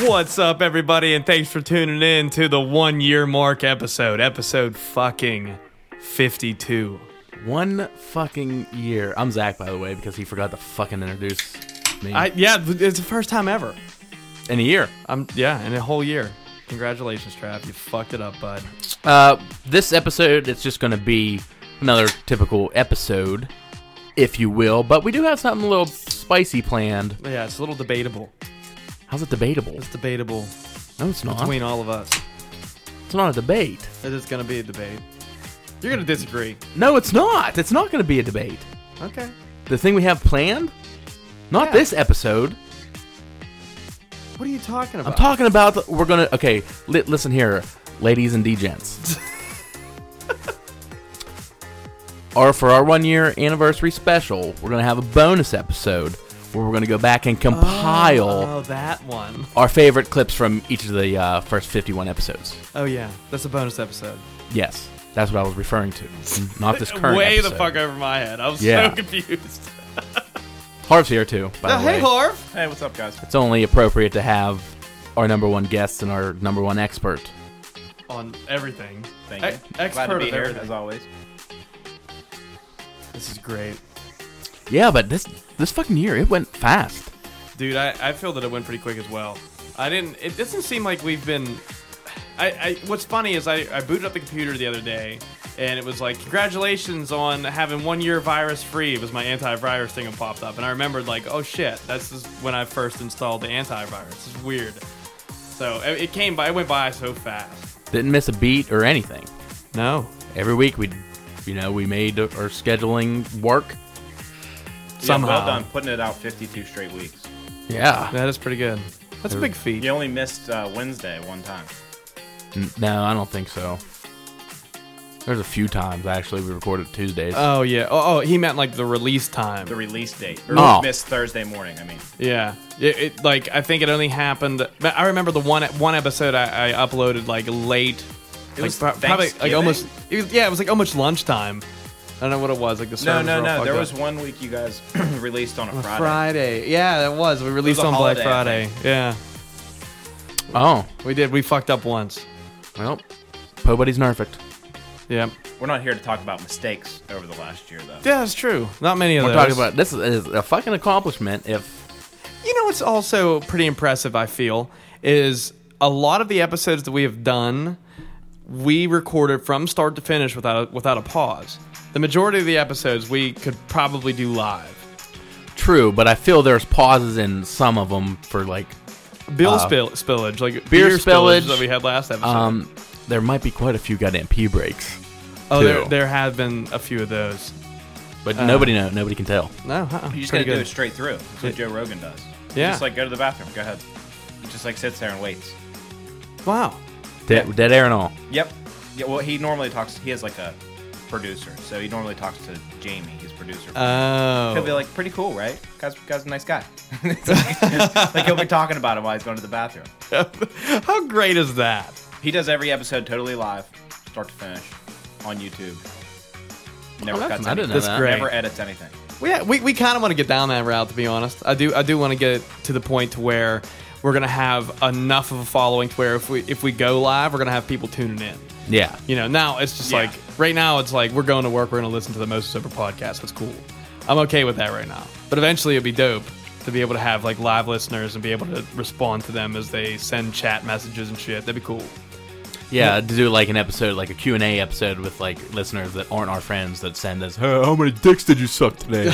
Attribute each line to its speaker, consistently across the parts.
Speaker 1: What's up, everybody, and thanks for tuning in to the one year mark episode, episode fucking 52.
Speaker 2: One fucking year. I'm Zach, by the way, because he forgot to fucking introduce me.
Speaker 1: I, yeah, it's the first time ever.
Speaker 2: in a year.
Speaker 1: I'm, yeah, in a whole year. Congratulations, Trav. You fucked it up, bud.
Speaker 2: Uh, this episode, it's just going to be another typical episode, if you will. But we do have something a little spicy planned.
Speaker 1: Yeah, it's a little debatable.
Speaker 2: How's it debatable?
Speaker 1: It's debatable
Speaker 2: No, it's not.
Speaker 1: between all of us.
Speaker 2: It's not a debate.
Speaker 1: It is going to be a debate. You're going to disagree.
Speaker 2: No, it's not. It's not going to be a debate.
Speaker 1: Okay.
Speaker 2: The thing we have planned, not
Speaker 1: Yeah.
Speaker 2: this episode.
Speaker 1: What are you talking
Speaker 2: I'm
Speaker 1: about?
Speaker 2: talking about the- we're gonna okay. Li- listen here, ladies and d gents. Or for our one year anniversary special, we're gonna have a bonus episode where we're gonna go back and compile
Speaker 1: Oh, that one.
Speaker 2: our favorite clips from each of the uh, first 51 episodes.
Speaker 1: Oh, yeah. That's a bonus episode.
Speaker 2: Yes, that's what I was referring to, not this current.
Speaker 1: Way the
Speaker 2: episode.
Speaker 1: fuck over my head. I'm
Speaker 2: Yeah.
Speaker 1: so confused.
Speaker 2: Harv's here too. By
Speaker 1: Oh,
Speaker 2: the
Speaker 1: hey,
Speaker 2: way.
Speaker 1: Harv.
Speaker 3: Hey, what's up, guys?
Speaker 2: It's only appropriate to have our number one guest and our number one expert.
Speaker 1: On everything.
Speaker 3: Thank
Speaker 1: E-
Speaker 3: you. Glad to
Speaker 1: expert
Speaker 3: be
Speaker 1: of
Speaker 3: here
Speaker 1: everything.
Speaker 3: as always.
Speaker 1: This is great.
Speaker 2: Yeah, but this this fucking year it went fast.
Speaker 1: Dude, I, I feel that it went pretty quick as well. I didn't. It doesn't seem like we've been. I, I what's funny is I, I booted up the computer the other day and it was like congratulations on having one year virus free. It was my antivirus thing that popped up and I remembered like oh shit that's just when I first installed the antivirus. It's weird. So it, it came by. It went by so fast.
Speaker 2: Didn't miss a beat or anything.
Speaker 1: No.
Speaker 2: every week we you know we made our scheduling work
Speaker 3: Yeah,
Speaker 1: Somehow.
Speaker 3: well done putting it out 52 straight weeks.
Speaker 2: yeah
Speaker 1: That is pretty good. That's a big feat.
Speaker 3: You only missed uh, Wednesday one time.
Speaker 2: no i don't think so there's a few times actually we recorded tuesdays
Speaker 1: Oh yeah. Oh, oh, he meant like the release time.
Speaker 3: The release date. Or
Speaker 2: Oh.
Speaker 3: missed Thursday morning, I mean.
Speaker 1: Yeah, it, it like I think it only happened. But I remember the one one episode I, I uploaded like late. It
Speaker 3: was
Speaker 1: probably like
Speaker 3: Thanksgiving?
Speaker 1: almost. It was, yeah, it was like almost lunchtime. I don't know what it was. Like the
Speaker 3: No,
Speaker 1: servers
Speaker 3: no,
Speaker 1: were all
Speaker 3: no.
Speaker 1: fucked
Speaker 3: There
Speaker 1: up.
Speaker 3: was one week you guys released on a Friday.
Speaker 1: Friday. Yeah, that was. We released
Speaker 3: a
Speaker 1: on Black
Speaker 3: holiday, I
Speaker 1: Friday. Yeah,
Speaker 2: oh
Speaker 1: we did. We fucked up once.
Speaker 2: well nobody's perfect
Speaker 1: Yeah,
Speaker 3: We're not here to talk about mistakes over the last year, though.
Speaker 1: yeah, that's true. Not many of
Speaker 2: we're
Speaker 1: those.
Speaker 2: talking about this is a fucking accomplishment if
Speaker 1: You know what's also pretty impressive, I feel, is a lot of the episodes that we have done, we recorded from start to finish without a, without a pause. The majority of the episodes we could probably do live.
Speaker 2: true but i feel there's pauses in some of them for like
Speaker 1: Bill
Speaker 2: Uh,
Speaker 1: spill, spillage, like
Speaker 2: beer
Speaker 1: spillage,
Speaker 2: spillage,
Speaker 1: that we had last episode.
Speaker 2: um there might be quite a few goddamn pee breaks
Speaker 1: oh, there,
Speaker 2: two.
Speaker 1: there have been a few of those.
Speaker 2: but nobody know nobody can tell
Speaker 1: No, uh-uh,
Speaker 3: You just
Speaker 1: pretty
Speaker 3: gotta do
Speaker 1: good.
Speaker 3: it straight through. That's what Joe Rogan does. He
Speaker 1: Yeah.
Speaker 3: Just like go to the bathroom. Go ahead. He just like sits there and waits.
Speaker 1: Wow.
Speaker 2: dead, dead air and all
Speaker 3: Yep. Yeah. Well, he normally talks. He has like a producer, so he normally talks to Jamie, his producer. he'll be
Speaker 1: Oh,
Speaker 3: like, "Pretty cool, right? Guys, guys, a nice guy." like, he'll be talking about him while he's going to the bathroom.
Speaker 1: how great is that?
Speaker 3: He does every episode totally live, start to finish, on YouTube. Never
Speaker 2: Oh, that's-
Speaker 3: cuts.
Speaker 2: I didn't
Speaker 3: anything.
Speaker 2: know That's that.
Speaker 1: great.
Speaker 3: Never edits anything.
Speaker 1: Well, yeah, we, we kind of want to get down that route, to be honest. I do I do want to get to the point to where we're gonna have enough of a following to where if we if we go live, we're gonna have people tuning in.
Speaker 2: yeah
Speaker 1: You know, now it's just
Speaker 3: Yeah.
Speaker 1: like right now it's like we're going to work, we're gonna listen to the Most Sober podcast. That's cool. I'm okay with that right now, but eventually it'll be dope to be able to have like live listeners and be able to respond to them as they send chat messages and shit. That'd be cool.
Speaker 2: Yeah, to do like an episode, like a Q&A episode with like listeners that aren't our friends that send us, hey, how many dicks did you suck today?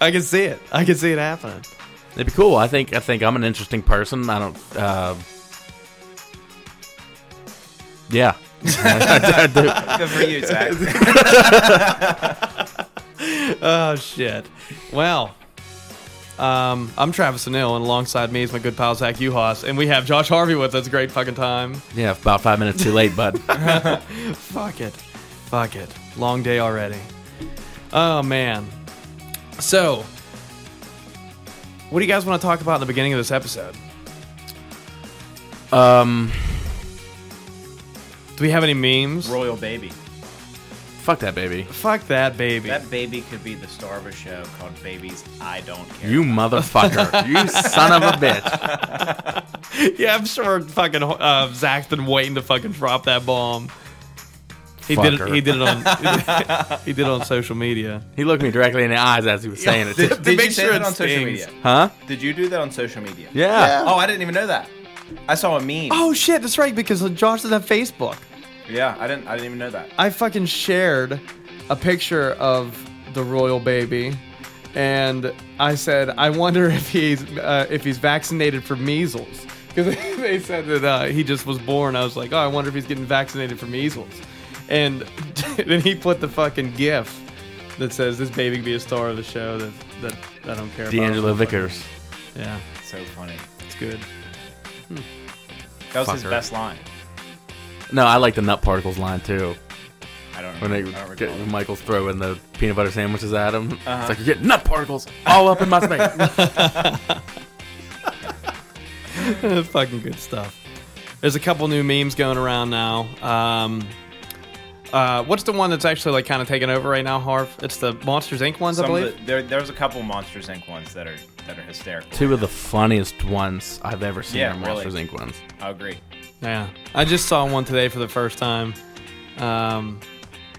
Speaker 1: I can see it. I can see it happening.
Speaker 2: It'd be cool. I think I think I'm an interesting person. I don't. Uh, yeah,
Speaker 3: Good for you, Zach.
Speaker 1: Oh shit. Well, Um, I'm Travis Anil, and alongside me is my good pal Zach Uhas, and we have Josh Harvey with us. Great fucking time.
Speaker 2: Yeah, about five minutes too late, bud.
Speaker 1: Fuck it. Fuck it. Long day already. Oh, man. So, what do you guys want to talk about in the beginning of this episode?
Speaker 2: um,
Speaker 1: Do we have any memes?
Speaker 3: Royal baby.
Speaker 2: fuck that baby.
Speaker 1: Fuck that baby.
Speaker 3: That baby could be the star of a show called Babies I Don't Care.
Speaker 2: You motherfucker. you son of a bitch.
Speaker 1: yeah, I'm sure fucking uh, Zach's been waiting to fucking drop that bomb. He did it.
Speaker 2: Fucker.
Speaker 1: He did it on. he did it on social media.
Speaker 2: He looked me directly in the eyes as he was saying it.
Speaker 3: did,
Speaker 2: too.
Speaker 1: to
Speaker 3: did
Speaker 1: make
Speaker 3: you say
Speaker 1: sure
Speaker 3: that
Speaker 1: it
Speaker 3: on social
Speaker 1: stings.
Speaker 3: media?
Speaker 2: Huh?
Speaker 3: Did you do that on social media?
Speaker 2: Yeah.
Speaker 3: Oh, I didn't even know that. I saw a meme.
Speaker 1: Oh shit, that's right because Josh doesn't have Facebook.
Speaker 3: Yeah, I didn't. I didn't even know that.
Speaker 1: I fucking shared a picture of the royal baby, and I said, I wonder if he's uh, if he's vaccinated for measles because they said that uh, he just was born. I was like, oh, I wonder if he's getting vaccinated for measles, and then he put the fucking gif that says this baby can be a star of the show that that I don't care
Speaker 2: D'Angelo
Speaker 1: about.
Speaker 2: Vickers.
Speaker 1: Yeah,
Speaker 3: So funny.
Speaker 1: it's good.
Speaker 3: That was his
Speaker 2: Fucker.
Speaker 3: best line.
Speaker 2: No, I like the nut particles line too.
Speaker 3: I don't.
Speaker 2: When
Speaker 3: know.
Speaker 2: they
Speaker 3: I don't
Speaker 2: get,
Speaker 3: recall it.
Speaker 2: Michael's throwing the peanut butter sandwiches at him, it's like you're getting nut particles all up in my space.
Speaker 1: fucking good stuff. There's a couple new memes going around now. Um, uh, what's the one that's actually like kind of taking over right now, Harv? It's the Monsters Inc. ones, I
Speaker 3: Some of
Speaker 1: believe.
Speaker 3: the- there, there's a couple Monsters Inc. ones that are that are hysterical.
Speaker 2: Two of the funniest ones I've ever seen
Speaker 3: Yeah,
Speaker 2: are
Speaker 3: really.
Speaker 2: Monsters Inc. ones.
Speaker 3: I agree.
Speaker 1: Yeah, I just saw one today for the first time, um,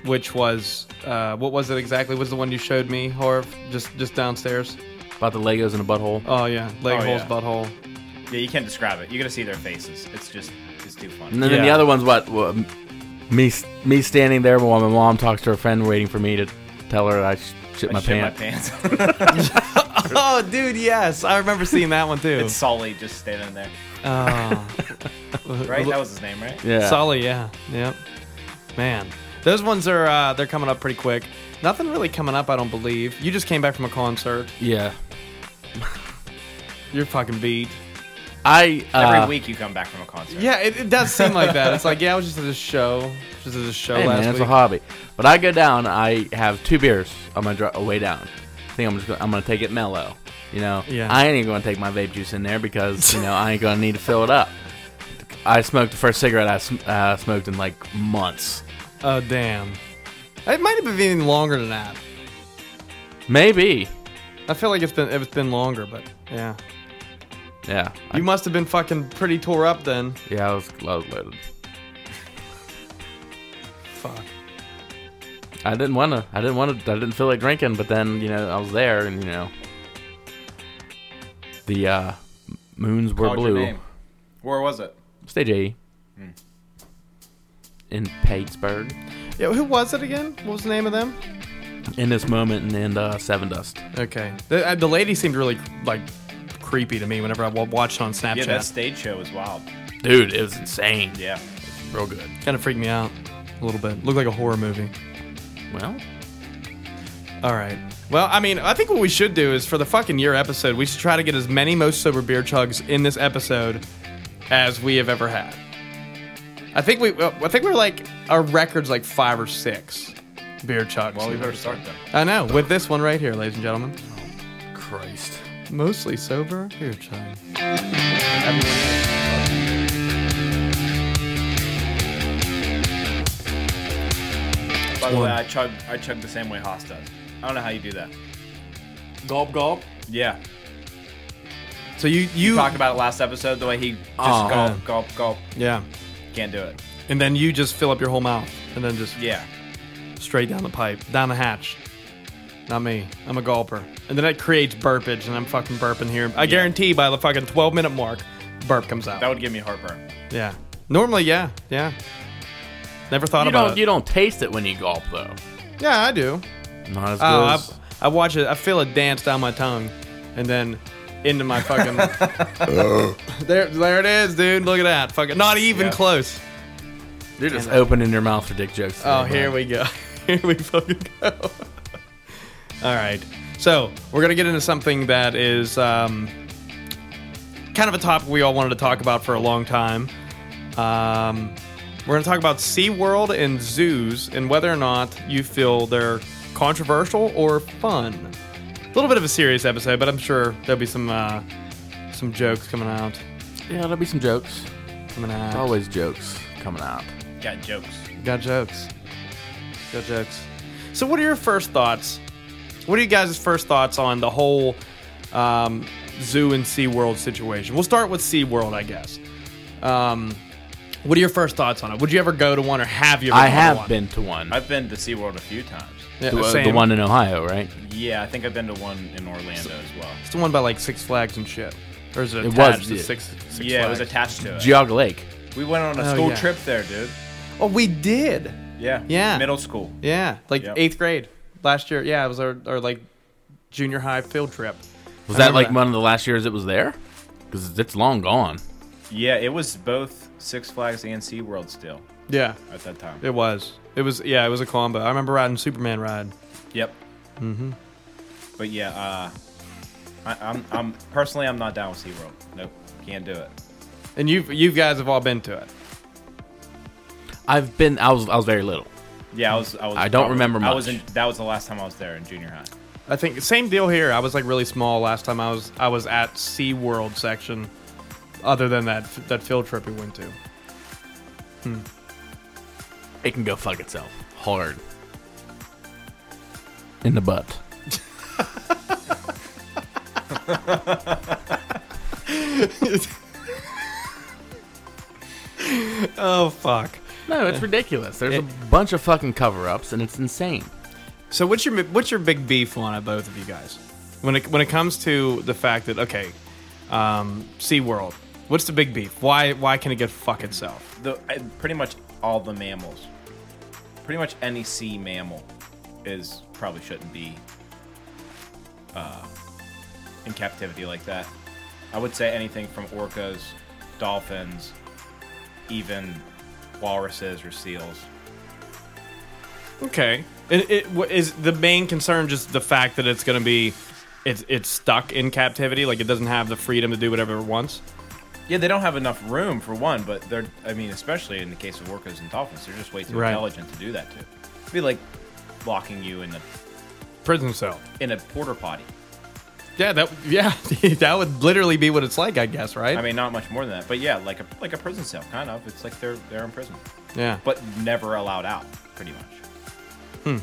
Speaker 1: which was uh, what was it exactly? Was the one you showed me, Harv? Just just downstairs.
Speaker 2: About the Legos in a butthole.
Speaker 1: Oh yeah, leg
Speaker 3: Oh,
Speaker 1: holes,
Speaker 3: yeah.
Speaker 1: butthole.
Speaker 3: Yeah, you can't describe it. You gotta see their faces. It's just it's too funny.
Speaker 2: And then, then the
Speaker 1: Yeah.
Speaker 2: other one's what? what me me standing there while my mom talks to her friend, waiting for me to tell her I sh- shit my
Speaker 3: I shit
Speaker 2: pants.
Speaker 3: my pants.
Speaker 1: Oh dude, yes, I remember seeing that one too.
Speaker 3: it's Sully just standing there.
Speaker 1: Oh.
Speaker 3: Right? That was his name, right?
Speaker 2: Yeah.
Speaker 1: Solid, yeah, yep. Man, those ones are uh, they're coming up pretty quick. Nothing really coming up, I don't believe. You just came back from a concert.
Speaker 2: yeah.
Speaker 1: You're fucking beat.
Speaker 2: I uh,
Speaker 3: Every week you come back from a concert.
Speaker 1: Yeah, it, it does seem like that. It's like yeah, I was just at a show, just at a show
Speaker 2: uh, Hey
Speaker 1: last
Speaker 2: man,
Speaker 1: week.
Speaker 2: it's a hobby. But I go down. I have two beers on my dri- way down. I think I'm just gonna, I'm gonna take it mellow. You know,
Speaker 1: Yeah.
Speaker 2: I ain't even gonna take my vape juice in there because you know I ain't gonna need to fill it up. I smoked the first cigarette I sm- uh, smoked in like months,
Speaker 1: Oh damn, it might have been even longer than that.
Speaker 2: maybe.
Speaker 1: I feel like it's been it's been longer, but yeah,
Speaker 2: Yeah, I-
Speaker 1: you must have been fucking pretty tore up then.
Speaker 2: yeah, I was, I was loaded.
Speaker 1: Fuck.
Speaker 2: I didn't wanna. I didn't wanna. I didn't feel like drinking, but then you know I was there, and you know, the uh, moons were
Speaker 3: Called your
Speaker 2: blue.
Speaker 3: name. Where was it?
Speaker 2: Stage A
Speaker 1: Hmm.
Speaker 2: in Pittsburgh.
Speaker 1: Yeah, who was it again? What was the name of them?
Speaker 2: in this moment and, and uh, Seven Dust.
Speaker 1: Okay, the, uh, the lady seemed really like creepy to me whenever I wa- watched on Snapchat.
Speaker 3: Yeah, that stage show was wild.
Speaker 2: Dude, it was insane.
Speaker 3: Yeah.
Speaker 2: Real good.
Speaker 1: Kind of freaked me out a little bit. Looked like a horror movie.
Speaker 2: Well,
Speaker 1: All right. Well, I mean, I think what we should do is for the fucking year episode, we should try to get as many most sober beer chugs in this episode as we have ever had. I think we, well, I think we're like our records like five or six beer chugs.
Speaker 3: Well, we better start then.
Speaker 1: I know with this one right here, ladies and gentlemen,
Speaker 2: Christ.
Speaker 1: mostly sober beer chug.
Speaker 3: By the way, I chug I chug the same way Haas does. I don't know how you do that.
Speaker 1: Gulp gulp.
Speaker 3: Yeah.
Speaker 1: So you you
Speaker 3: We talked about it last episode, the way he just
Speaker 2: Aw.
Speaker 3: gulp, gulp, gulp.
Speaker 1: yeah,
Speaker 3: Can't do it.
Speaker 1: and then you just fill up your whole mouth and then just
Speaker 3: Yeah.
Speaker 1: straight down the pipe, down the hatch. Not me. I'm a gulper. And then that creates burpage, and I'm fucking burping here. I guarantee by the fucking 12 minute mark, burp comes out.
Speaker 3: That would give me heartburn.
Speaker 1: yeah. Normally, yeah, yeah. Never thought
Speaker 2: You
Speaker 1: about
Speaker 2: don't,
Speaker 1: it.
Speaker 2: you don't taste it when you gulp, though.
Speaker 1: yeah, I do.
Speaker 2: Not as good.
Speaker 1: Oh, I,
Speaker 2: as-
Speaker 1: I watch it. I feel it dance down my tongue, and then into my fucking. there, there it is, dude. Look at that. Fucking, not even
Speaker 3: Yeah.
Speaker 1: close.
Speaker 2: You're just opening your mouth for dick jokes.
Speaker 1: Oh, here we go. Here we fucking go. All right. So we're gonna get into something that is um, kind of a topic we all wanted to talk about for a long time. Um, we're gonna talk about SeaWorld and zoos and whether or not you feel they're controversial or fun. A little bit of a serious episode, but I'm sure there'll be some uh, some jokes coming out.
Speaker 2: Yeah, there'll be some jokes.
Speaker 1: Coming out.
Speaker 2: Always jokes coming out.
Speaker 3: Got jokes.
Speaker 1: Got jokes. Got jokes. So, what are your first thoughts? What are you guys' first thoughts on the whole um, zoo and SeaWorld situation? We'll start with SeaWorld, I guess. Um, what are your first thoughts on it? Would you ever go to one or have you ever
Speaker 2: I
Speaker 1: gone to
Speaker 2: have
Speaker 1: one?
Speaker 2: been to one.
Speaker 3: I've been to SeaWorld a few times.
Speaker 1: Yeah,
Speaker 2: the, uh, the
Speaker 1: same.
Speaker 2: one in Ohio, right?
Speaker 3: Yeah, I think I've been to one in Orlando as well.
Speaker 1: It's the one by like Six Flags and shit. Or is it
Speaker 2: It was,
Speaker 1: attached to
Speaker 2: yeah.
Speaker 1: Six, Six
Speaker 3: yeah, it was
Speaker 1: Flags?
Speaker 3: attached to it.
Speaker 2: Geog Lake.
Speaker 3: we went on a
Speaker 1: Oh,
Speaker 3: school
Speaker 1: yeah.
Speaker 3: trip there, dude.
Speaker 1: Oh, we did.
Speaker 3: Yeah.
Speaker 1: Yeah.
Speaker 3: Middle school.
Speaker 1: Yeah, like
Speaker 3: Yep.
Speaker 1: eighth grade last year. Yeah, it was our, our like junior high field trip.
Speaker 2: Was that
Speaker 1: I remember
Speaker 2: like
Speaker 1: that.
Speaker 2: one of the last years it was there? Because it's long gone.
Speaker 3: Yeah, it was both Six Flags and SeaWorld still
Speaker 1: Yeah,
Speaker 3: at that time.
Speaker 1: It was. It was. Yeah, it was a combo. I remember riding Superman ride.
Speaker 3: Yep. Mm-hmm. But yeah, uh, I, I'm, I'm personally I'm not down with SeaWorld. Nope, can't do it.
Speaker 1: And you you guys have all been to it.
Speaker 2: I've been. I was. I was very little.
Speaker 3: Yeah, I was. I, was
Speaker 2: I don't remember
Speaker 3: I was
Speaker 2: much.
Speaker 3: in, that was the last time I was there in junior high.
Speaker 1: I think same deal here. I was like really small last time I was I was at SeaWorld section other than that that field trip we went to.
Speaker 2: It can go fuck itself hard in the butt.
Speaker 1: Oh fuck.
Speaker 2: No, it's ridiculous. There's a bunch of fucking cover-ups, and it's insane.
Speaker 1: So what's your what's your big beef on it, both of you guys? When it when it comes to the fact that okay, um, SeaWorld, what's the big beef? Why why can it get fuck itself?
Speaker 3: The I, pretty much all the mammals, pretty much any sea mammal, is probably shouldn't be uh, in captivity like that. I would say anything from orcas, dolphins, even walruses or seals.
Speaker 1: Okay. It, it, wh- is the main concern just the fact that it's going to be, it's it's stuck in captivity, like it doesn't have the freedom to do whatever it wants.
Speaker 3: Yeah, they don't have enough room for one, but they're, I mean, especially in the case of orcas and dolphins, they're just way too
Speaker 1: Right.
Speaker 3: intelligent to do that to. It'd be like locking you in a,
Speaker 1: Prison cell.
Speaker 3: in a porter potty.
Speaker 1: Yeah, that yeah, that would literally be what it's like, I guess, right?
Speaker 3: I mean, not much more than that, but yeah, like a, like a prison cell, kind of. It's like they're, they're in prison,
Speaker 1: yeah.
Speaker 3: but never allowed out, pretty much.
Speaker 2: Hmm.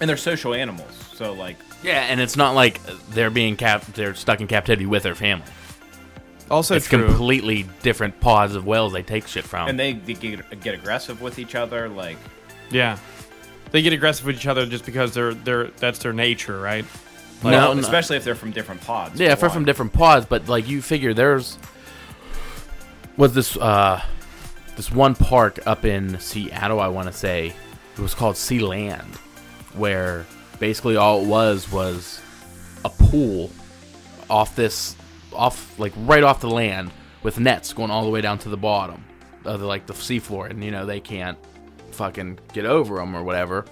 Speaker 3: And they're social animals, so like,
Speaker 2: Yeah, and it's not like they're being cap. They're stuck in captivity with their family.
Speaker 1: Also
Speaker 2: it's
Speaker 1: true.
Speaker 2: completely different pods of whales they take shit from.
Speaker 3: and they, they get, get aggressive with each other, like,
Speaker 1: yeah, they get aggressive with each other just because they're they're that's their nature, right?
Speaker 2: no,
Speaker 3: well,
Speaker 2: no.
Speaker 3: especially if they're from different pods.
Speaker 2: Yeah,
Speaker 3: for
Speaker 2: if we're
Speaker 3: one.
Speaker 2: from different pods, but like you figure there's was this uh this one park up in Seattle, I want to say it was called Sea Land, where basically all it was was a pool off this off like right off the land with nets going all the way down to the bottom of the, like the seafloor, and you know they can't fucking get over them or whatever.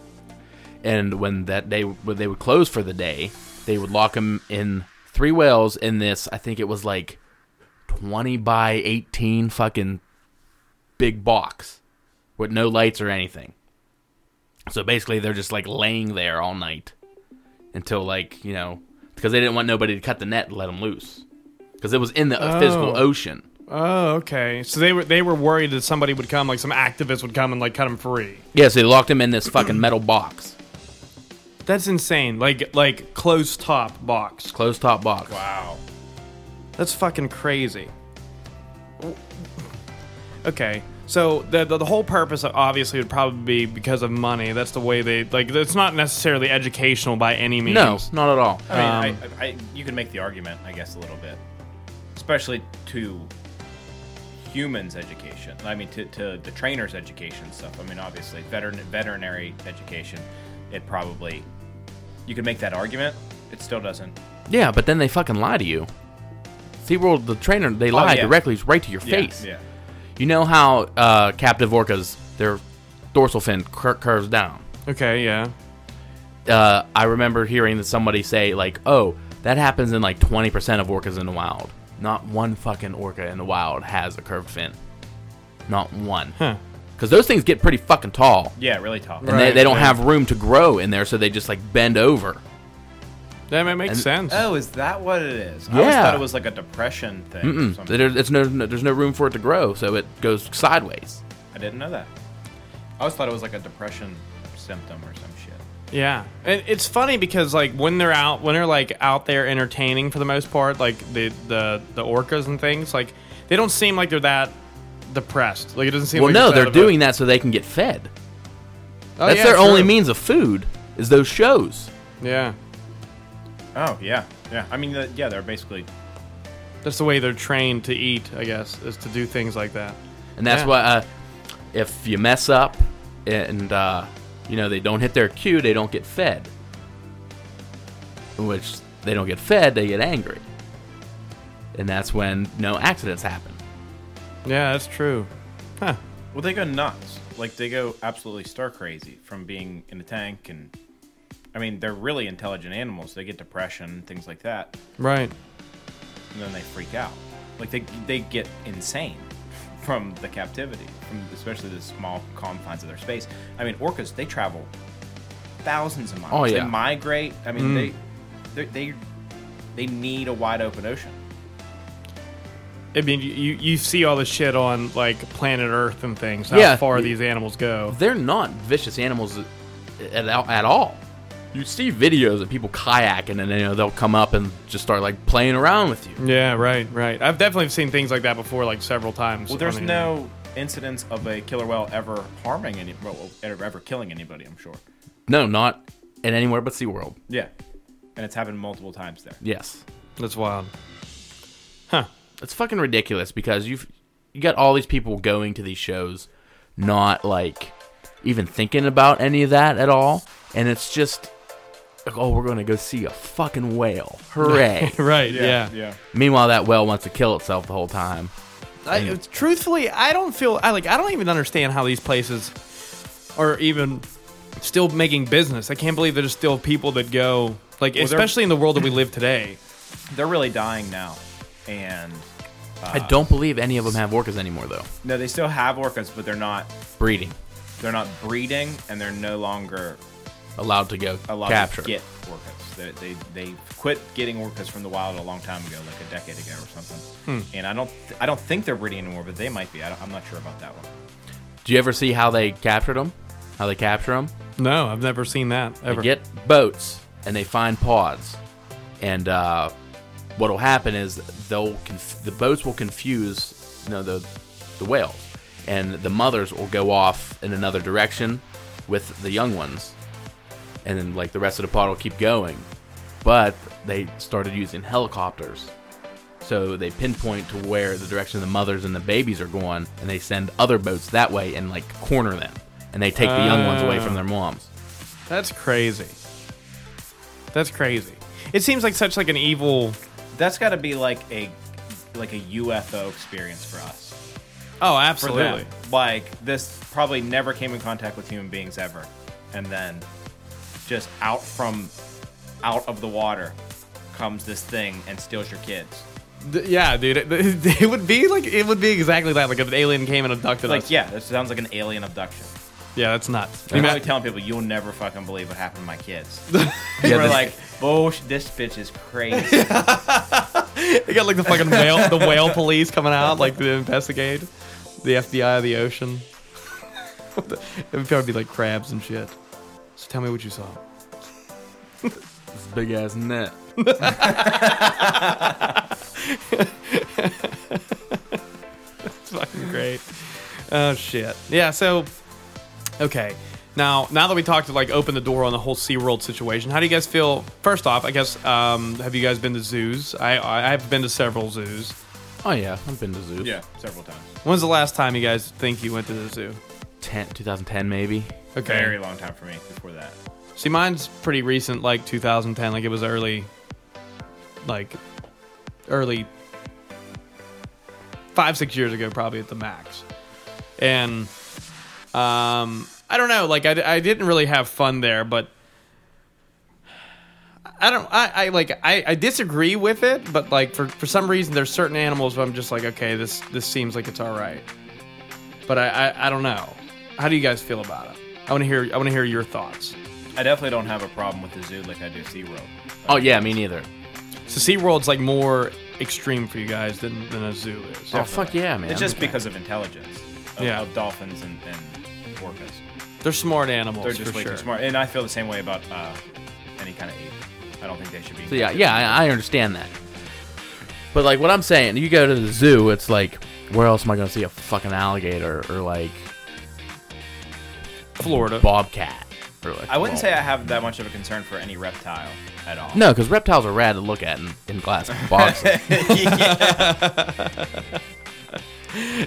Speaker 2: And when that day when they would close for the day, they would lock them in three whales in this. I think it was like twenty by eighteen fucking big box with no lights or anything. So basically, they're just like laying there all night until like you know because they didn't want nobody to cut the net and let them loose because it was in the uh physical
Speaker 1: Oh.
Speaker 2: ocean.
Speaker 1: Oh, okay. So they were they were worried that somebody would come, like some activist would come and like cut them free.
Speaker 2: Yeah, so they locked him in this fucking metal box,
Speaker 1: That's insane. Like like closed top box.
Speaker 2: closed top box.
Speaker 3: Wow.
Speaker 1: That's fucking crazy. Okay, so the, the the whole purpose obviously would probably be because of money. That's the way they like. It's not necessarily educational by any means.
Speaker 2: No, not at all.
Speaker 3: I mean,
Speaker 2: Um,
Speaker 3: I, I, you can make the argument, I guess, a little bit, especially to humans' education. I mean, to, to the trainers' education stuff. I mean, obviously, veterin, veterinary education. It probably you could make that argument. It still doesn't.
Speaker 2: Yeah, but then they fucking lie to you. SeaWorld, the trainer, they lie
Speaker 3: Oh, yeah.
Speaker 2: directly right to your face.
Speaker 3: Yeah,
Speaker 2: You know how uh, captive orcas, their dorsal fin cur- curves down.
Speaker 1: Okay, yeah.
Speaker 2: uh, I remember hearing that somebody say like, "Oh, that happens in like 20% of orcas in the wild. Not one fucking orca in the wild has a curved fin. Not one. Because those things get pretty fucking tall,
Speaker 3: Yeah, really tough.
Speaker 2: and they,
Speaker 1: Right,
Speaker 2: they don't
Speaker 1: right.
Speaker 2: have room to grow in there, so they just like bend over.
Speaker 1: That might make sense.
Speaker 3: Oh, is that what it is? I always
Speaker 2: Yeah.
Speaker 3: thought it was like a depression thing. or
Speaker 2: Mm.
Speaker 3: something.
Speaker 2: There, it's no, no- there's no room for it to grow, so it goes sideways.
Speaker 3: I didn't know that. I always thought it was like a depression symptom or some shit.
Speaker 1: Yeah, and it's funny because like when they're out, when they're like out there entertaining for the most part, like the the the orcas and things, like they don't seem like they're that depressed. Like it doesn't seem.
Speaker 2: Well,
Speaker 1: like
Speaker 2: no,
Speaker 1: it's
Speaker 2: they're
Speaker 1: out of a-
Speaker 2: doing that so they can get fed.
Speaker 1: Oh,
Speaker 2: That's
Speaker 1: yeah,
Speaker 2: their only
Speaker 1: true.
Speaker 2: means of food is those shows.
Speaker 1: Yeah,
Speaker 3: Oh yeah, yeah. I mean, the, yeah, they're basically
Speaker 1: that's the way they're trained to eat. I guess is to do things like that.
Speaker 2: and that's
Speaker 1: Yeah.
Speaker 2: why uh, if you mess up and uh, you know they don't hit their cue they don't get fed which they don't get fed they get angry and that's when no accidents happen
Speaker 1: Yeah, that's true. Huh.
Speaker 3: well, they go nuts. Like they go absolutely stir crazy from being in the tank, and I mean, they're really intelligent animals. They get depression, things like that,
Speaker 1: Right.
Speaker 3: and then they freak out. Like they they get insane from the captivity, from especially the small confines of their space. I mean, orcas they travel thousands of miles.
Speaker 2: Oh, yeah. Mm.
Speaker 3: They migrate. I mean, they they they they need a wide open ocean.
Speaker 1: I mean, you, you you see all this shit on like planet Earth and things. How
Speaker 2: Yeah.
Speaker 1: far these animals go.
Speaker 2: they're not vicious animals at, at, at all you see videos of people kayaking and you know they'll come up and just start like playing around with you
Speaker 1: Yeah, right, right. I've definitely seen things like that before, like several times.
Speaker 3: Well,
Speaker 1: on
Speaker 3: there's
Speaker 1: here.
Speaker 3: no incidents of a killer whale ever harming any, well, ever ever killing anybody. I'm sure.
Speaker 2: no not in anywhere but SeaWorld
Speaker 3: Yeah, and it's happened multiple times there.
Speaker 2: yes
Speaker 1: That's wild.
Speaker 2: it's fucking ridiculous because you've you got all these people going to these shows not like even thinking about any of that at all and it's just like oh we're gonna go see a fucking whale hooray
Speaker 1: Right.
Speaker 3: Yeah,
Speaker 1: Yeah.
Speaker 3: yeah.
Speaker 2: meanwhile that whale wants to kill itself the whole time
Speaker 1: I, it's- truthfully, I don't feel. I like. I don't even understand how these places are even still making business. I can't believe there's still people that go like,
Speaker 3: they're-
Speaker 1: especially in the world that we live today.
Speaker 3: They're really dying now, and Uh,
Speaker 2: i don't believe any of them have orcas anymore though
Speaker 3: no, they still have orcas, but they're not
Speaker 2: breeding
Speaker 3: they're not breeding, and they're no longer
Speaker 2: allowed to go
Speaker 3: allowed
Speaker 2: capture
Speaker 3: to get orcas. They, they they quit getting orcas from the wild a long time ago, like a decade ago or something. And I don't I don't think they're breeding anymore, but they might be. I don't, I'm not sure about that one.
Speaker 2: do you ever see how they captured them how they capture them
Speaker 1: No, I've never seen that ever.
Speaker 2: They get boats and they find pods, and uh, what'll happen is they'll conf- the boats will confuse you know the the whales, and the mothers will go off in another direction with the young ones, and then like the rest of the pod will keep going, but they started using helicopters. So they pinpoint to where the direction the mothers and the babies are going, and they send other boats that way and like corner them, and they take the young ones away from their moms.
Speaker 1: That's crazy. That's crazy. It seems like such like an evil.
Speaker 3: That's got to be like a like a UFO experience for us.
Speaker 1: Oh,
Speaker 3: for
Speaker 1: absolutely.
Speaker 3: them. Like this probably never came in contact with human beings ever, and then just out from out of the water comes this thing and steals your kids.
Speaker 1: D- yeah, dude. It, it would be like it would be exactly that. Like if an alien came and abducted
Speaker 3: Like
Speaker 1: us.
Speaker 3: yeah, this sounds like an alien abduction.
Speaker 1: Yeah, that's nuts.
Speaker 3: I'm probably telling people you'll never fucking believe what happened to my kids.
Speaker 2: Yeah,
Speaker 3: We're
Speaker 2: this-
Speaker 3: like, bullsh this bitch is crazy.
Speaker 1: They got like the fucking whale, the whale police coming out, like to investigate the FBI of the ocean. What the- it would probably be like crabs and shit. So tell me what you saw.
Speaker 2: big ass net.
Speaker 1: It's fucking great. Oh shit. Yeah. So, okay. Now, now that we talked to like open the door on the whole SeaWorld situation, how do you guys feel? First off, I guess um, have you guys been to zoos? I, I I've been to several zoos.
Speaker 2: Oh yeah, I've been to zoos.
Speaker 3: yeah, several times.
Speaker 1: When's the last time you guys think you went to the zoo?
Speaker 2: 10, 2010 maybe.
Speaker 1: Okay.
Speaker 3: Very long time for me before that.
Speaker 1: See, mine's pretty recent, like 2010. Like it was early, like early five, six years ago, probably at the max. And um, I don't know. Like I, I didn't really have fun there, but I don't. I, I like. I, I disagree with it, but like for, for some reason, there's certain animals where I'm just like, okay, this this seems like it's all right. But I I, I don't know. How do you guys feel about it? I want to hear. I want to hear your thoughts.
Speaker 3: I definitely don't have a problem with the zoo like I do SeaWorld.
Speaker 2: Oh yeah, me neither.
Speaker 1: So SeaWorld's like more extreme for you guys than, than a zoo is.
Speaker 2: Oh fuck yeah, man.
Speaker 3: It's just because of intelligence of,
Speaker 1: Yeah.
Speaker 3: of dolphins and, and orcas.
Speaker 1: They're smart animals.
Speaker 3: They're just
Speaker 1: for
Speaker 3: way
Speaker 1: sure.
Speaker 3: too smart. And I feel the same way about uh, any kind of ape. I don't think they should be.
Speaker 2: So yeah, yeah, I, I understand that. But like what I'm saying, you go to the zoo, it's like, where else am I gonna see a fucking alligator or like
Speaker 1: Florida.
Speaker 2: bobcat? Or like
Speaker 3: I wouldn't say I have that much of a concern for any reptile at all.
Speaker 2: no, because reptiles are rad to look at in, in glass boxes.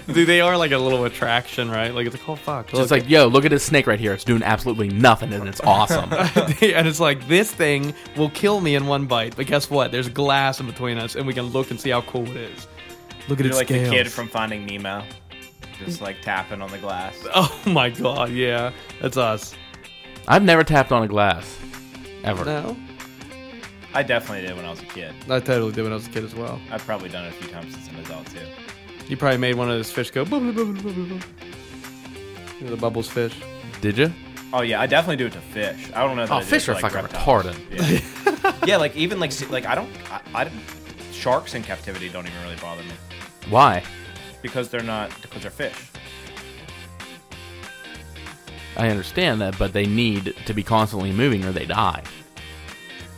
Speaker 1: Dude, they are like a little attraction, right? Like it's like, oh fuck.
Speaker 2: Just like, yo, look at this snake right here. It's doing absolutely nothing, and it's awesome.
Speaker 1: and it's like this thing will kill me in one bite, but guess what? There's glass in between us, and we can look and see how cool it is. Look at
Speaker 3: You're
Speaker 1: its
Speaker 3: like the kid
Speaker 1: scales.
Speaker 3: from Finding Nemo, just like tapping on the glass.
Speaker 1: Oh my god, yeah, that's us.
Speaker 2: I've never tapped on a glass, ever.
Speaker 1: No,
Speaker 3: I definitely did when I was a kid.
Speaker 1: I totally did when I was a kid as well.
Speaker 3: I've probably done it a few times since an adult too.
Speaker 1: You probably made one of those fish go bubble, bubble, bubble, bubble. You know, the bubbles fish.
Speaker 2: Did you?
Speaker 3: Oh yeah, I definitely do it to fish. I don't know. That
Speaker 2: Oh,
Speaker 3: I do it
Speaker 2: fish
Speaker 3: to,
Speaker 2: are
Speaker 3: like,
Speaker 2: fucking
Speaker 3: reptiles.
Speaker 2: retarded.
Speaker 3: Yeah. yeah, like even like se- like I don't I, I don't- sharks in captivity don't even really bother me
Speaker 2: Why?
Speaker 3: because they're not because they're fish.
Speaker 2: I understand that, but they need to be constantly moving or they die.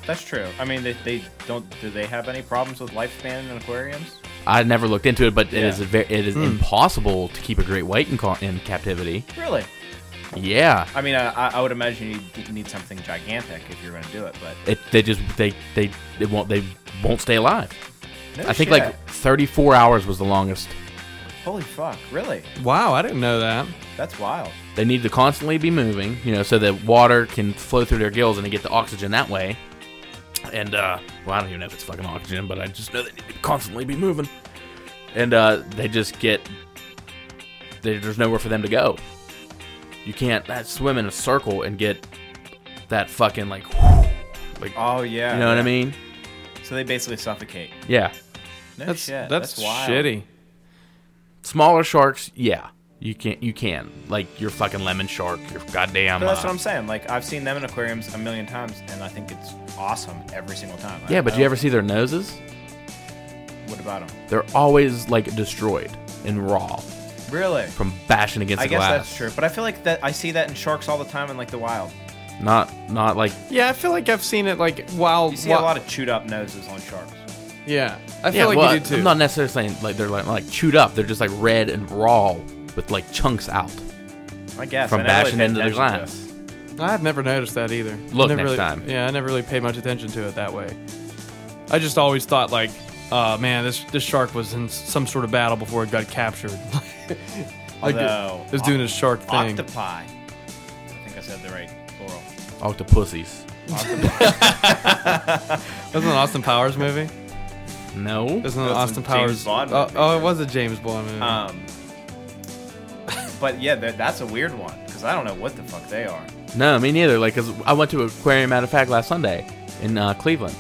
Speaker 3: That's true. I mean, they, they don't. Do they have any problems with lifespan in aquariums?
Speaker 2: I never looked into it, but it
Speaker 3: Yeah. Hmm.
Speaker 2: is a ve- it is impossible to keep a great white in, co- in captivity.
Speaker 3: Really?
Speaker 2: Yeah,
Speaker 3: I mean, I, I I would imagine you would need something gigantic if you're going to do it, but
Speaker 2: it, they just they they it won't they won't stay alive.
Speaker 3: no
Speaker 2: I think
Speaker 3: shit.
Speaker 2: like 34 hours was the longest.
Speaker 3: holy fuck, really?
Speaker 1: Wow, I didn't know that.
Speaker 3: That's wild.
Speaker 2: They need to constantly be moving, you know, so that water can flow through their gills and they get the oxygen that way. And uh, well, I don't even know if it's fucking oxygen, but I just know they need to constantly be moving. And uh, they just get there, there's nowhere for them to go. You can't uh, swim in a circle and get that fucking like, like
Speaker 3: Oh yeah.
Speaker 2: you know what I
Speaker 3: yeah.
Speaker 2: mean?
Speaker 3: So they basically suffocate.
Speaker 2: Yeah.
Speaker 3: No
Speaker 1: That's
Speaker 3: shit.
Speaker 1: that's,
Speaker 3: wild.
Speaker 1: shitty.
Speaker 2: Smaller sharks, yeah, you can you can like your fucking lemon shark, your goddamn.
Speaker 3: But that's
Speaker 2: uh,
Speaker 3: what I'm saying. Like I've seen them in aquariums a million times, and I think it's awesome every single time. I
Speaker 2: yeah,
Speaker 3: don't
Speaker 2: but you
Speaker 3: know.
Speaker 2: ever see their noses?
Speaker 3: What about them?
Speaker 2: They're always like destroyed and raw
Speaker 3: Really?
Speaker 2: from bashing against
Speaker 3: I
Speaker 2: the
Speaker 3: guess
Speaker 2: glass.
Speaker 3: that's true. But I feel like that I see that in sharks all the time in like the wild.
Speaker 2: Not not like
Speaker 1: Yeah, I feel like I've seen it like while
Speaker 3: You see a lot of chewed up noses on sharks.
Speaker 1: yeah, I feel
Speaker 2: yeah,
Speaker 1: like
Speaker 2: well,
Speaker 1: you do too.
Speaker 2: I'm not necessarily saying like they're like, like chewed up. They're just like red and raw with like chunks out
Speaker 3: I guess.
Speaker 2: from
Speaker 3: I never
Speaker 2: bashing
Speaker 3: really paid
Speaker 2: into the
Speaker 3: attention to
Speaker 2: glass.
Speaker 3: it.
Speaker 1: I've never noticed that either.
Speaker 2: Look
Speaker 1: never
Speaker 2: next
Speaker 1: really,
Speaker 2: time.
Speaker 1: Yeah, I never really paid much attention to it that way. I just always thought like, oh man, this this shark was in some sort of battle before it got captured. like
Speaker 3: Although,
Speaker 1: it was doing his shark thing.
Speaker 3: Octopi. I think I said the right plural.
Speaker 2: Octopussies.
Speaker 1: Wasn't an Austin Powers movie?
Speaker 2: No.
Speaker 1: Isn't an
Speaker 3: That's a
Speaker 1: Austin Powers?
Speaker 3: James Bond
Speaker 1: oh,
Speaker 3: movie,
Speaker 1: oh, it was a James Bond movie.
Speaker 3: Um, but yeah, that, that's a weird one because I don't know what the fuck they are.
Speaker 2: No, me neither. Like, 'cause I went to an aquarium, matter of fact, last Sunday in uh, Cleveland,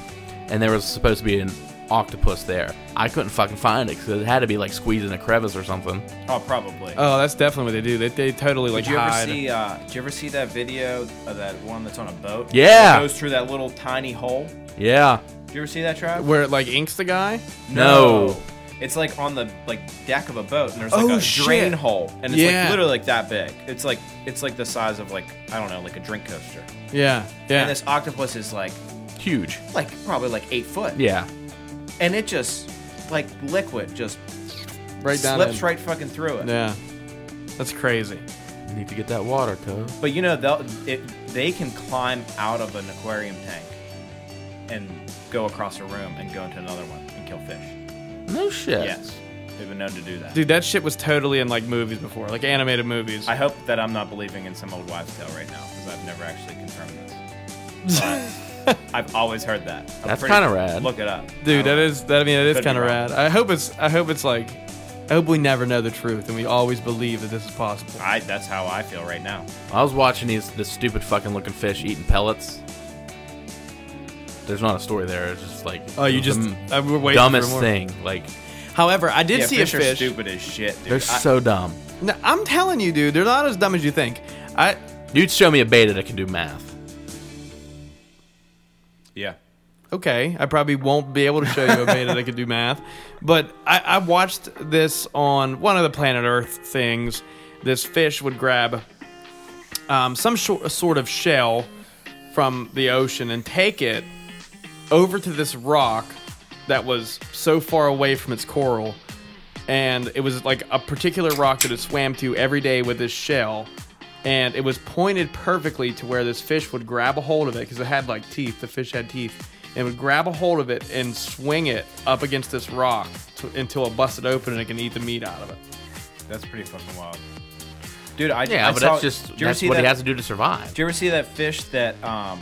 Speaker 2: and there was supposed to be an octopus there. I couldn't fucking find it because it had to be like squeezed in a crevice or something.
Speaker 3: Oh, probably.
Speaker 1: oh, that's definitely what they do. They, they totally like
Speaker 3: did you ever
Speaker 1: hide.
Speaker 3: see? Uh, did you ever see that video of that one that's on a boat?
Speaker 2: Yeah.
Speaker 3: It goes through that little tiny hole.
Speaker 2: Yeah.
Speaker 3: Did you ever see that, Trav?
Speaker 1: where it like inks the guy?
Speaker 2: No.
Speaker 3: It's like on the like deck of a boat, and there's like
Speaker 1: Oh,
Speaker 3: a
Speaker 1: shit.
Speaker 3: drain hole, and it's
Speaker 1: Yeah.
Speaker 3: like literally like that big. It's like it's like the size of like I don't know, like a drink coaster.
Speaker 1: Yeah, yeah.
Speaker 3: And this octopus is like
Speaker 2: Huge.
Speaker 3: like probably like eight foot.
Speaker 2: Yeah.
Speaker 3: And it just like liquid just
Speaker 1: right down.
Speaker 3: slips
Speaker 1: in.
Speaker 3: right fucking through it.
Speaker 1: Yeah, that's crazy.
Speaker 2: Need to get that water, Cove.
Speaker 3: But you know, they'll, it, they can climb out of an aquarium tank and go across a room and go into another one and kill fish.
Speaker 2: No shit.
Speaker 3: Yes, they've been known to do that.
Speaker 1: Dude, that shit was totally in like movies before, like animated movies.
Speaker 3: I hope that I'm not believing in some old wives' tale right now because I've never actually confirmed this. But I've always heard that. I'm
Speaker 2: That's
Speaker 3: pretty-
Speaker 2: kinda rad.
Speaker 3: Look it up,
Speaker 1: Dude, that is that. I mean, it is
Speaker 3: Could be
Speaker 1: kind of
Speaker 3: wrong.
Speaker 1: rad. I hope it's. I hope it's like. I hope we never know the truth, and we always believe that this is possible.
Speaker 3: I, that's how I feel right now.
Speaker 2: I was watching these this stupid fucking looking fish eating pellets. There's not a story there. It's just like
Speaker 1: Oh, you
Speaker 2: the
Speaker 1: just
Speaker 2: m-
Speaker 1: I, we're waiting
Speaker 2: dumbest
Speaker 1: for more.
Speaker 2: thing. Like
Speaker 1: However, I did
Speaker 3: yeah,
Speaker 1: see
Speaker 3: fish
Speaker 1: a
Speaker 3: are
Speaker 1: fish.
Speaker 3: stupid as shit, dude.
Speaker 2: they're
Speaker 3: I-
Speaker 2: so dumb.
Speaker 1: No, I'm telling you, dude, they're not as dumb as you think. I
Speaker 2: You'd show me a beta that can do math.
Speaker 3: yeah.
Speaker 1: okay, I probably won't be able to show you a beta that could do math, but I, I watched this on one of the planet Earth things. This fish would grab um, some shor- sort of shell from the ocean and take it over to this rock that was so far away from its coral. And it was like a particular rock that it swam to every day with this shell. And it was pointed perfectly to where this fish would grab a hold of it because it had like teeth. The fish had teeth. And would grab a hold of it and swing it up against this rock to, until it busted open and it can eat the meat out of it.
Speaker 3: That's pretty fucking wild. Dude, I
Speaker 2: Yeah,
Speaker 3: I
Speaker 2: but
Speaker 3: saw-
Speaker 2: that's just
Speaker 3: did you ever
Speaker 2: that's
Speaker 3: see
Speaker 2: what he
Speaker 3: that-
Speaker 2: has to do to survive.
Speaker 3: Do you ever see that fish that um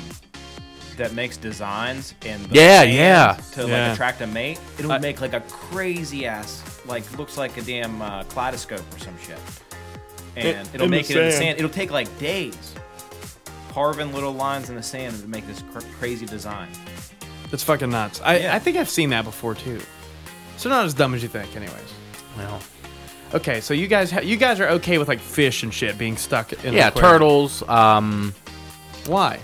Speaker 3: that makes designs and
Speaker 2: Yeah, yeah.
Speaker 3: to
Speaker 1: Yeah.
Speaker 3: like attract a mate? It would
Speaker 1: I-
Speaker 3: make like a crazy ass like looks like a damn uh, kaleidoscope or some shit, and it,
Speaker 4: in
Speaker 3: will
Speaker 4: the
Speaker 3: make it in the
Speaker 4: sand.
Speaker 3: sand. It'll take like days carving little lines in the sand to make this cr- crazy design.
Speaker 1: It's fucking nuts. I,
Speaker 3: Yeah.
Speaker 1: I think I've seen that before too. So not as dumb as you think, anyways.
Speaker 2: Well,
Speaker 1: Okay, so you guys ha- you guys are okay with like fish and shit being stuck in an
Speaker 2: yeah,
Speaker 1: aquarium.
Speaker 2: turtles. Um,
Speaker 1: Why?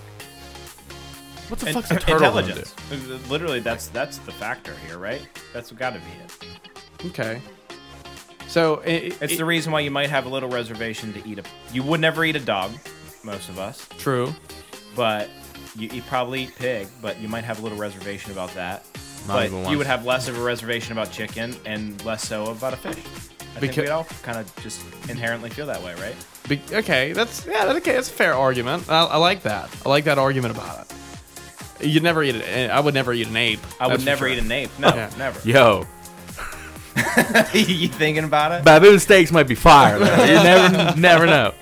Speaker 2: what the
Speaker 3: And-
Speaker 2: fuck's a turtle gonna do?
Speaker 3: Intelligence. Literally, that's that's the factor here, right? That's got to be it.
Speaker 1: Okay. So it,
Speaker 3: It's
Speaker 1: it-
Speaker 3: the reason why you might have a little reservation to eat a. You would never eat a dog, most of us.
Speaker 1: true.
Speaker 3: but you, you probably eat pig, but you might have a little reservation about that.
Speaker 2: Not
Speaker 3: but
Speaker 2: even
Speaker 3: you
Speaker 2: once.
Speaker 3: would have less of a reservation about chicken and less so about a fish. I think
Speaker 1: Becau-
Speaker 3: we all kind of just inherently feel that way, right?
Speaker 1: Be- okay, that's yeah, that's okay. That's a fair argument. I, I like that. I like that argument about it. You'd never eat it. I would never eat an ape.
Speaker 3: I would
Speaker 1: that's for
Speaker 3: never
Speaker 1: sure.
Speaker 3: eat an ape. No,
Speaker 1: Yeah.
Speaker 3: never.
Speaker 2: Yo,
Speaker 3: you thinking about it?
Speaker 2: baboon steaks might be fire. though. You never, never know.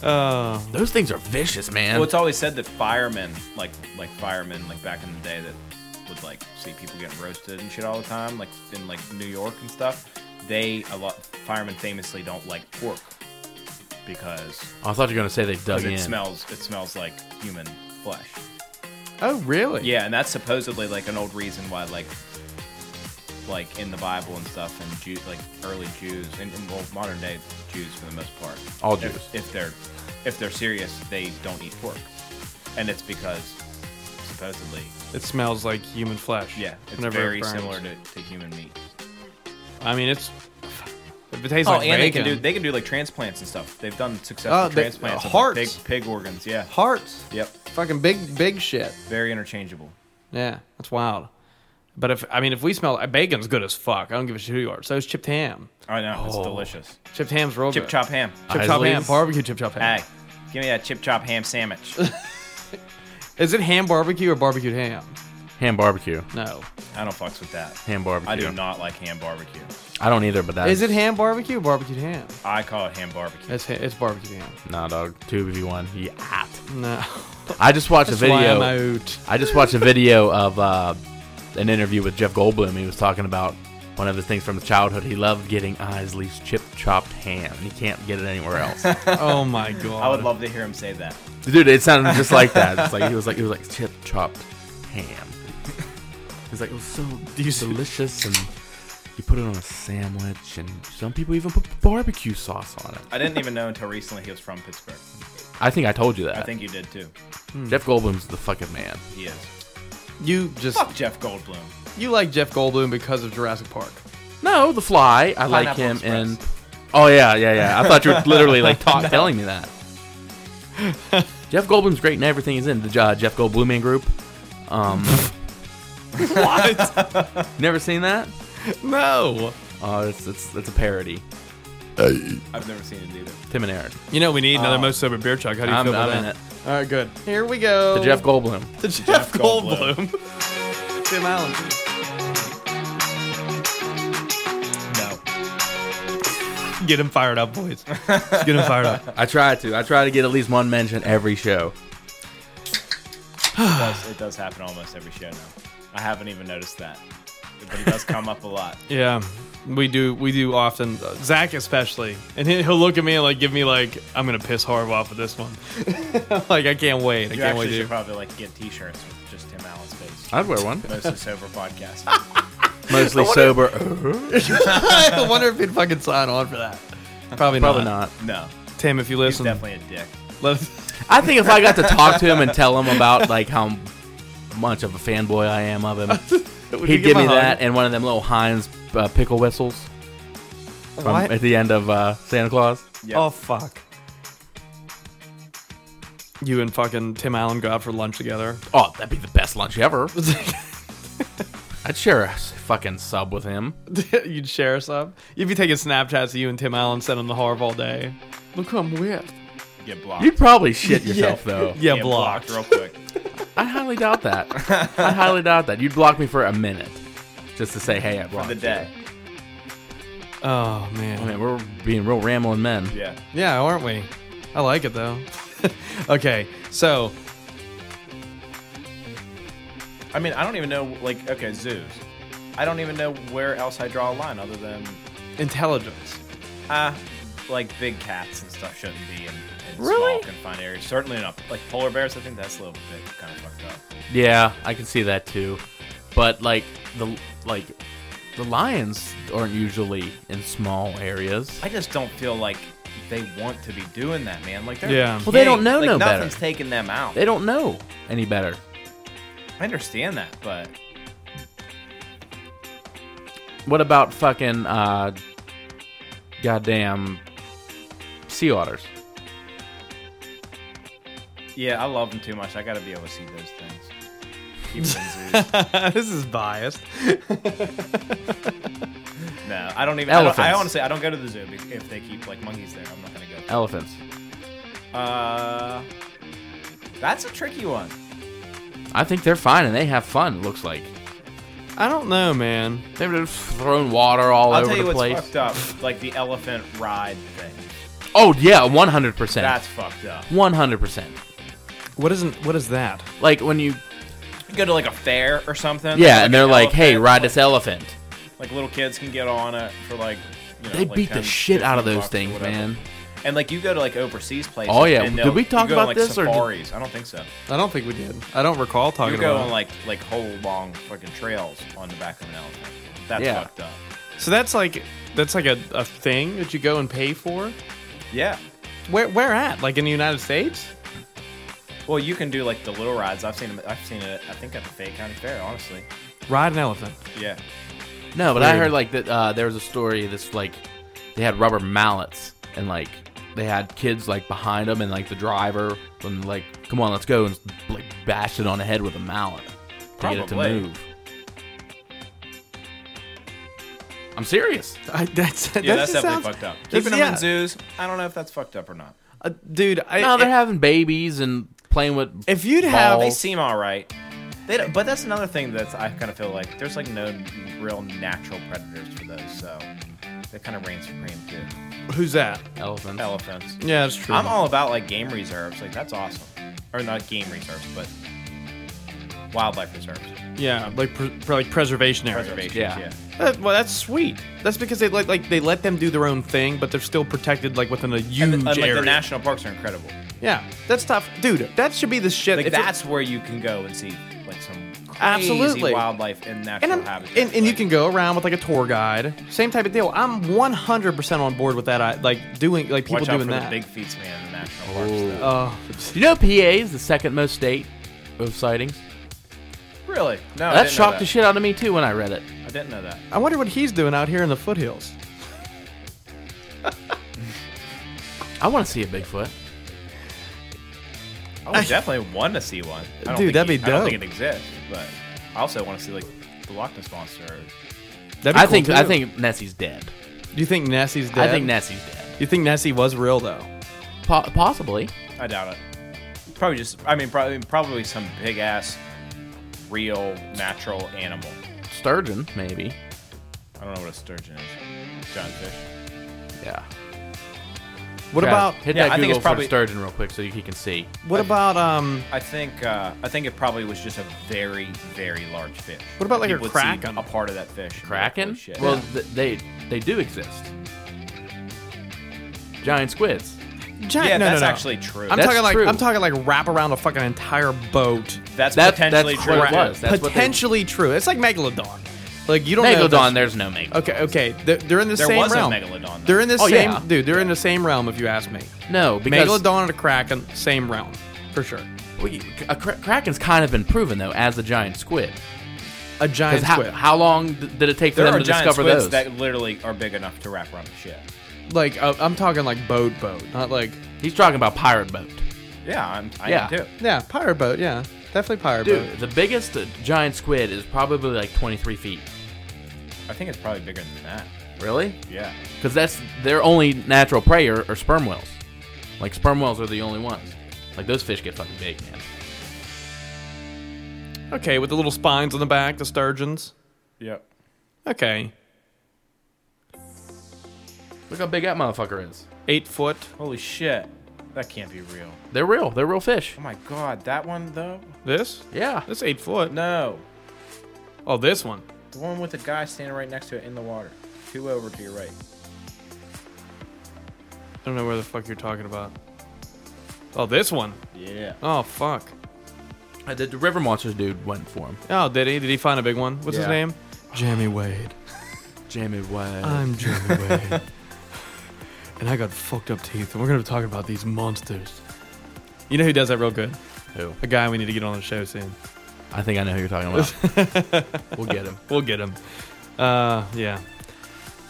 Speaker 2: Those things are vicious, man.
Speaker 3: Well, it's always said that firemen, like like firemen, like back in the day, that would like see people getting roasted and shit all the time, like in like New York and stuff. They a lot firemen famously don't like pork because
Speaker 2: I thought you were gonna say they dug
Speaker 3: 'cause
Speaker 2: in.
Speaker 3: it smells it smells like human flesh.
Speaker 1: Oh really?
Speaker 3: Yeah, and that's supposedly like an old reason why, like, like in the Bible and stuff, and Jew, like early Jews and, and well, modern day Jews for the most part,
Speaker 2: All
Speaker 3: if-
Speaker 2: Jews.
Speaker 3: if, they're if they're serious, they don't eat pork, and it's because supposedly,
Speaker 1: It smells like human flesh.
Speaker 3: yeah, it's
Speaker 1: Whenever it
Speaker 3: very
Speaker 1: burns.
Speaker 3: similar to, to human meat.
Speaker 1: I mean, it's. If it tastes
Speaker 3: Oh,
Speaker 1: like
Speaker 3: and they
Speaker 1: bacon,
Speaker 3: can do they can do like transplants and stuff. They've done successful
Speaker 1: Oh, they-
Speaker 3: transplants,
Speaker 1: uh,
Speaker 3: of, like,
Speaker 1: hearts.
Speaker 3: big pig organs. Yeah,
Speaker 1: hearts.
Speaker 3: yep,
Speaker 1: Fucking big, big shit.
Speaker 3: very interchangeable.
Speaker 1: Yeah, that's wild. But if I mean, if we smell uh, bacon's good as fuck, I don't give a shit who you are. So is chipped ham.
Speaker 3: I know it's
Speaker 2: Oh.
Speaker 3: delicious.
Speaker 1: Chipped ham's real
Speaker 3: Chip
Speaker 1: good.
Speaker 3: chop ham.
Speaker 1: chip chop ham,
Speaker 2: Isley's?
Speaker 1: barbecue chip chop ham.
Speaker 3: Hey, give me that chip chop ham sandwich.
Speaker 1: Is it ham barbecue or barbecued ham?
Speaker 2: ham barbecue.
Speaker 1: No.
Speaker 3: I don't fucks with that.
Speaker 2: Ham barbecue.
Speaker 3: I do not like ham barbecue.
Speaker 2: I don't either, but that
Speaker 1: Is it ham barbecue or barbecued ham?
Speaker 3: I call it ham barbecue.
Speaker 1: It's ha- it's barbecued ham.
Speaker 2: Nah, dog. Two v one. Yeah.
Speaker 1: No.
Speaker 2: I just watched
Speaker 1: That's
Speaker 2: a
Speaker 1: why
Speaker 2: video.
Speaker 1: I'm out.
Speaker 2: I just watched a video of uh, an interview with Jeff Goldblum. He was talking about one of his things from his childhood. He loved getting Isley's chip chopped ham. He can't get it anywhere else.
Speaker 1: Oh my god.
Speaker 3: I would love to hear him say that.
Speaker 2: Dude, it sounded just like that. It's like he was like he was like chip chopped ham. He's like it was so delicious and you put it on a sandwich and some people even put barbecue sauce on it.
Speaker 3: I didn't even know until recently he was from Pittsburgh.
Speaker 2: I think I told you that.
Speaker 3: I think you did too.
Speaker 2: Jeff Goldblum's the fucking man.
Speaker 3: He is.
Speaker 1: you just
Speaker 3: Fuck Jeff Goldblum.
Speaker 1: you like Jeff Goldblum because of Jurassic Park.
Speaker 2: No, The Fly. I like
Speaker 3: Pineapple
Speaker 2: him
Speaker 3: Express.
Speaker 2: and Oh yeah, yeah, yeah. I thought you were literally like ta- telling me that. Jeff Goldblum's great in everything he's in. The uh, Jeff Goldblum Man Group. Um,
Speaker 1: What?
Speaker 2: never seen that?
Speaker 1: no.
Speaker 2: Oh, it's it's it's a parody.
Speaker 3: I've never seen it either.
Speaker 2: Tim and Eric.
Speaker 1: You know we need another most sober beer chug. How do you
Speaker 2: I'm,
Speaker 1: feel
Speaker 2: I'm
Speaker 1: about
Speaker 2: in
Speaker 1: that?
Speaker 2: it.
Speaker 1: All right, good. Here we go.
Speaker 2: The Jeff Goldblum.
Speaker 1: The Jeff,
Speaker 3: Jeff
Speaker 1: Goldblum.
Speaker 3: Goldblum.
Speaker 1: Tim Allen.
Speaker 3: No.
Speaker 1: Get him fired up, boys. Just get him fired up.
Speaker 2: I try to. I try to get at least one mention every show.
Speaker 3: It does, it does happen almost every show now. I haven't even noticed that. But it does come up a lot.
Speaker 1: Yeah, we do. We do often. uh, Zach especially, and he- he'll look at me and like give me like, I'm gonna piss Harv off with this one. like I can't wait. I
Speaker 3: You
Speaker 1: can't
Speaker 3: actually
Speaker 1: wait
Speaker 3: should
Speaker 1: to.
Speaker 3: probably like get t shirts with
Speaker 2: I'd wear one.
Speaker 3: Mostly sober podcast.
Speaker 2: Mostly sober.
Speaker 5: I wonder if he'd fucking sign on for that. Probably,
Speaker 2: Probably not.
Speaker 3: No,
Speaker 1: Tim, if you
Speaker 3: he's
Speaker 1: listen,
Speaker 3: definitely a dick.
Speaker 1: let,
Speaker 2: I think if I got to talk to him and tell him about like how much of a fanboy I am of him,
Speaker 1: would you
Speaker 2: he'd give
Speaker 1: him a
Speaker 2: me
Speaker 1: hug?
Speaker 2: that and one of them little Heinz uh, pickle whistles from
Speaker 1: What?
Speaker 2: at the end of uh, Santa Claus.
Speaker 3: Yeah.
Speaker 1: Oh fuck. You and fucking Tim Allen go out for lunch together.
Speaker 2: Oh, that'd be the best lunch ever. I'd share a s- fucking sub with him.
Speaker 1: You'd share some. You'd be taking Snapchats of you and Tim Allen sending the Harv all day. Look who I'm with.
Speaker 3: Get blocked.
Speaker 2: You'd probably shit yourself though.
Speaker 1: Yeah,
Speaker 3: Get
Speaker 1: blocked.
Speaker 3: real quick.
Speaker 2: I highly doubt that. I highly doubt that. You'd block me for a minute just to say, "Hey, I blocked."
Speaker 3: the
Speaker 2: you.
Speaker 3: day.
Speaker 2: I
Speaker 1: Oh man.
Speaker 2: mean, we're being real rambling men.
Speaker 3: Yeah.
Speaker 1: Yeah, aren't we? I like it though. okay, so
Speaker 3: I mean, I don't even know. Like, okay, zoos. I don't even know where else I draw a line other than,
Speaker 1: intelligence.
Speaker 3: ah, like big cats and stuff shouldn't be in, in
Speaker 2: Really?
Speaker 3: small confined areas. Certainly not. Like polar bears, I think that's a little bit kind of fucked up.
Speaker 2: Yeah, I can see that too. But like the like the lions aren't usually in small areas.
Speaker 3: I just don't feel like they want to be doing that, man. Like, they're
Speaker 1: Yeah.
Speaker 2: Well, they don't
Speaker 3: king.
Speaker 2: know
Speaker 3: like,
Speaker 2: no better.
Speaker 3: nothing's taking them out.
Speaker 2: They don't know any better.
Speaker 3: I understand that, but
Speaker 2: What about fucking uh goddamn sea otters?
Speaker 3: yeah, I love them too much. I got to be able to see those things. Keep them in zoos.
Speaker 1: this is biased.
Speaker 3: No, I don't even. I, don't, I
Speaker 2: Elephants.
Speaker 3: honestly, I don't go to the zoo bec- if they keep like monkeys there. I'm not gonna go.
Speaker 2: Elephants.
Speaker 3: Uh, that's a tricky one.
Speaker 2: I think they're fine and they have fun, it looks like.
Speaker 1: I don't know, man.
Speaker 2: They've just thrown water all
Speaker 3: I'll
Speaker 2: over
Speaker 3: tell you
Speaker 2: the
Speaker 3: what's
Speaker 2: place.
Speaker 3: fucked up, like the elephant ride thing.
Speaker 2: Oh yeah, one hundred percent.
Speaker 3: That's fucked up.
Speaker 2: One hundred percent.
Speaker 1: What isn't what is that?
Speaker 2: Like when you
Speaker 3: You go to like a fair or something.
Speaker 2: Yeah, and they're
Speaker 3: an
Speaker 2: like, Hey,
Speaker 3: elephant,
Speaker 2: ride this elephant.
Speaker 3: Like little kids can get on it for like. You know,
Speaker 2: They
Speaker 3: like
Speaker 2: beat the
Speaker 3: 10,
Speaker 2: shit out of
Speaker 3: 15
Speaker 2: those
Speaker 3: bucks or
Speaker 2: things,
Speaker 3: whatever.
Speaker 2: man.
Speaker 3: And like you go to like overseas places.
Speaker 2: Oh, yeah.
Speaker 3: and
Speaker 2: Did
Speaker 3: they'll-
Speaker 2: we talk
Speaker 3: you go
Speaker 2: about
Speaker 3: on, like,
Speaker 2: this, or did-
Speaker 3: safaris? I don't think so.
Speaker 1: I don't think we did. I don't recall talking
Speaker 3: You go
Speaker 1: about.
Speaker 3: on
Speaker 1: it.
Speaker 3: like like whole long fucking trails on the back of an elephant. That's
Speaker 2: Yeah.
Speaker 3: fucked up.
Speaker 1: so that's like that's like a, a thing that you go and pay for.
Speaker 3: Yeah.
Speaker 1: Where where at? Like in the United States?
Speaker 3: Well, you can do like the little rides. I've seen them. I've seen it. I think at the Fayette County Fair. Honestly,
Speaker 1: Ride an elephant.
Speaker 3: yeah.
Speaker 2: No, but I
Speaker 1: Weird.
Speaker 2: heard like that uh, there was a story. This like they had rubber mallets and like they had kids like behind them and like the driver and like come on let's go and like bashed it on the head with a mallet to get it to
Speaker 3: Probably.
Speaker 2: move. I'm serious.
Speaker 1: I, that's that
Speaker 3: Yeah, that's
Speaker 1: just
Speaker 3: definitely
Speaker 1: sounds-
Speaker 3: fucked up.
Speaker 1: that's-
Speaker 3: Keeping them
Speaker 1: yeah.
Speaker 3: in zoos, I don't know if that's fucked up or not.
Speaker 1: Uh, dude, I,
Speaker 2: No, they're
Speaker 1: if-
Speaker 2: having babies and playing with.
Speaker 1: if you'd have
Speaker 2: Balls.
Speaker 3: They seem all right. They don't, but that's another thing that's I kind of feel like there's like no real natural predators for those, so they kind of reign supreme too.
Speaker 1: who's that?
Speaker 2: elephants.
Speaker 3: Elephants.
Speaker 1: Yeah, that's true.
Speaker 3: I'm all about like game reserves. Like that's awesome, or not game reserves, but wildlife reserves,
Speaker 1: yeah, like pre- pre- like preservation areas.
Speaker 3: preservation.
Speaker 2: Yeah.
Speaker 3: yeah.
Speaker 1: That- Uh, well, that's sweet. That's because they like like they let them do their own thing, but they're still protected like within a huge
Speaker 3: And the, and, like,
Speaker 1: area.
Speaker 3: the national parks are incredible.
Speaker 1: yeah, that's tough, dude. That should be the shit.
Speaker 3: Like
Speaker 1: If it-
Speaker 3: that's where you can go and see like some crazy
Speaker 1: Absolutely.
Speaker 3: wildlife in natural
Speaker 1: and, I'm-
Speaker 3: habitat.
Speaker 1: and, and you
Speaker 3: Like,
Speaker 1: can go around with like a tour guide, same type of deal. I'm 100% on board with that. I like doing like people
Speaker 3: watch out
Speaker 1: doing
Speaker 3: for
Speaker 1: that.
Speaker 3: the big feats, man, in the national parks. though.
Speaker 1: Oh,
Speaker 2: Do you know PA is the second most state of sightings?
Speaker 3: Really? No,
Speaker 2: that
Speaker 3: I didn't know
Speaker 2: shocked
Speaker 3: that.
Speaker 2: the shit out of me too when I read it.
Speaker 3: I didn't know that.
Speaker 1: I wonder what he's doing out here in the foothills.
Speaker 2: I want to see a Bigfoot.
Speaker 3: I would definitely want to see one. I don't
Speaker 1: Dude,
Speaker 3: think
Speaker 1: that'd
Speaker 3: he-
Speaker 1: be
Speaker 3: I don't
Speaker 1: dope.
Speaker 3: think it exists, but I also want to see like the Loch Ness monster.
Speaker 1: That'd be
Speaker 2: I
Speaker 1: cool,
Speaker 2: think I
Speaker 1: too.
Speaker 2: think Nessie's dead.
Speaker 1: You think Nessie's
Speaker 2: I
Speaker 1: dead?
Speaker 2: think Nessie's dead.
Speaker 1: You think Nessie was real though?
Speaker 2: Po- possibly.
Speaker 3: I doubt it. Probably just. I mean, probably probably some big ass, real natural animal.
Speaker 2: Sturgeon, maybe.
Speaker 3: I don't know what a sturgeon is. Giantfish.
Speaker 2: Yeah.
Speaker 1: What about
Speaker 2: hit
Speaker 3: Yeah,
Speaker 2: that
Speaker 3: I think
Speaker 2: Google
Speaker 3: it's probably- Oh,
Speaker 2: for sturgeon real quick so you can see.
Speaker 1: what about um?
Speaker 3: I think uh, I think it probably was just a very very large fish.
Speaker 1: What about, like,
Speaker 3: People
Speaker 1: a
Speaker 3: would see
Speaker 1: kraken?
Speaker 3: A part of that fish. and be like,
Speaker 2: Kraken?
Speaker 3: "Holy shit."
Speaker 2: Well, th- they they do exist. Giant squids.
Speaker 1: giant.
Speaker 3: yeah,
Speaker 1: no, no,
Speaker 3: that's
Speaker 1: no.
Speaker 3: actually true.
Speaker 1: I'm
Speaker 2: That's
Speaker 1: talking like
Speaker 2: true.
Speaker 1: I'm talking like wrap around a fucking entire boat.
Speaker 3: that's
Speaker 2: That-
Speaker 3: potentially
Speaker 2: that's
Speaker 3: true.
Speaker 2: what it was. That's what they-
Speaker 1: Potentially true. It's like megalodon. Like you don't know if that's-
Speaker 2: Megalodon, there's no Megalodon.
Speaker 1: Okay, okay. They're, they're in the
Speaker 3: There
Speaker 1: same
Speaker 3: was a
Speaker 1: realm.
Speaker 3: Megalodon, though.
Speaker 1: They're in the
Speaker 2: Oh,
Speaker 1: same
Speaker 2: yeah.
Speaker 1: dude. They're in the same realm. If you ask me,
Speaker 2: No, because
Speaker 1: Megalodon and a Kraken, same realm for sure.
Speaker 2: we, a kra- Kraken's kind of been proven though as the giant squid.
Speaker 1: A
Speaker 2: Because
Speaker 1: giant
Speaker 2: how,
Speaker 1: squid.
Speaker 2: how long d- did it take for
Speaker 3: There
Speaker 2: them
Speaker 3: are
Speaker 2: to
Speaker 3: giant
Speaker 2: discover
Speaker 3: squids
Speaker 2: those?
Speaker 3: that literally are big enough to wrap around the ship.
Speaker 1: like uh, I'm talking like boat, boat, not like
Speaker 2: He's talking about pirate boat.
Speaker 3: Yeah, I'm, I
Speaker 2: Yeah.
Speaker 3: am too.
Speaker 1: yeah, pirate boat. Yeah, definitely pirate
Speaker 2: Dude,
Speaker 1: boat.
Speaker 2: the biggest uh, giant squid is probably like 23 feet.
Speaker 3: I think it's probably bigger than that.
Speaker 2: Really?
Speaker 3: Yeah.
Speaker 2: Because that's their only natural prey are, are sperm whales. Like sperm whales are the only ones. Like those fish get fucking big, man.
Speaker 1: Okay, with the little spines on the back, the sturgeons.
Speaker 3: Yep.
Speaker 1: Okay,
Speaker 2: Look how big that motherfucker is.
Speaker 1: eight foot.
Speaker 3: Holy shit. That can't be real.
Speaker 2: They're real. They're real fish.
Speaker 3: Oh my god, that one though?
Speaker 1: This
Speaker 2: Yeah.
Speaker 1: this eight foot.
Speaker 3: No.
Speaker 1: Oh, this one.
Speaker 3: The one with the guy standing right next to it in the water. Two over to your right.
Speaker 1: I don't know where the fuck you're talking about. Oh, this one.
Speaker 3: Yeah.
Speaker 1: Oh fuck.
Speaker 2: Uh, The, the river monsters dude went for him.
Speaker 1: Oh, did he? Did he find a big one? What's his
Speaker 3: Yeah.
Speaker 1: name? Jamie Wade.
Speaker 2: Jamie Wade.
Speaker 1: I'm Jeremy Wade. and I got fucked up teeth, and we're going to be talking about these monsters. You know who does that real good?
Speaker 2: Who?
Speaker 1: A guy we need to get on the show soon.
Speaker 2: I think I know who you're talking about. we'll get him.
Speaker 1: We'll get him. Uh, yeah.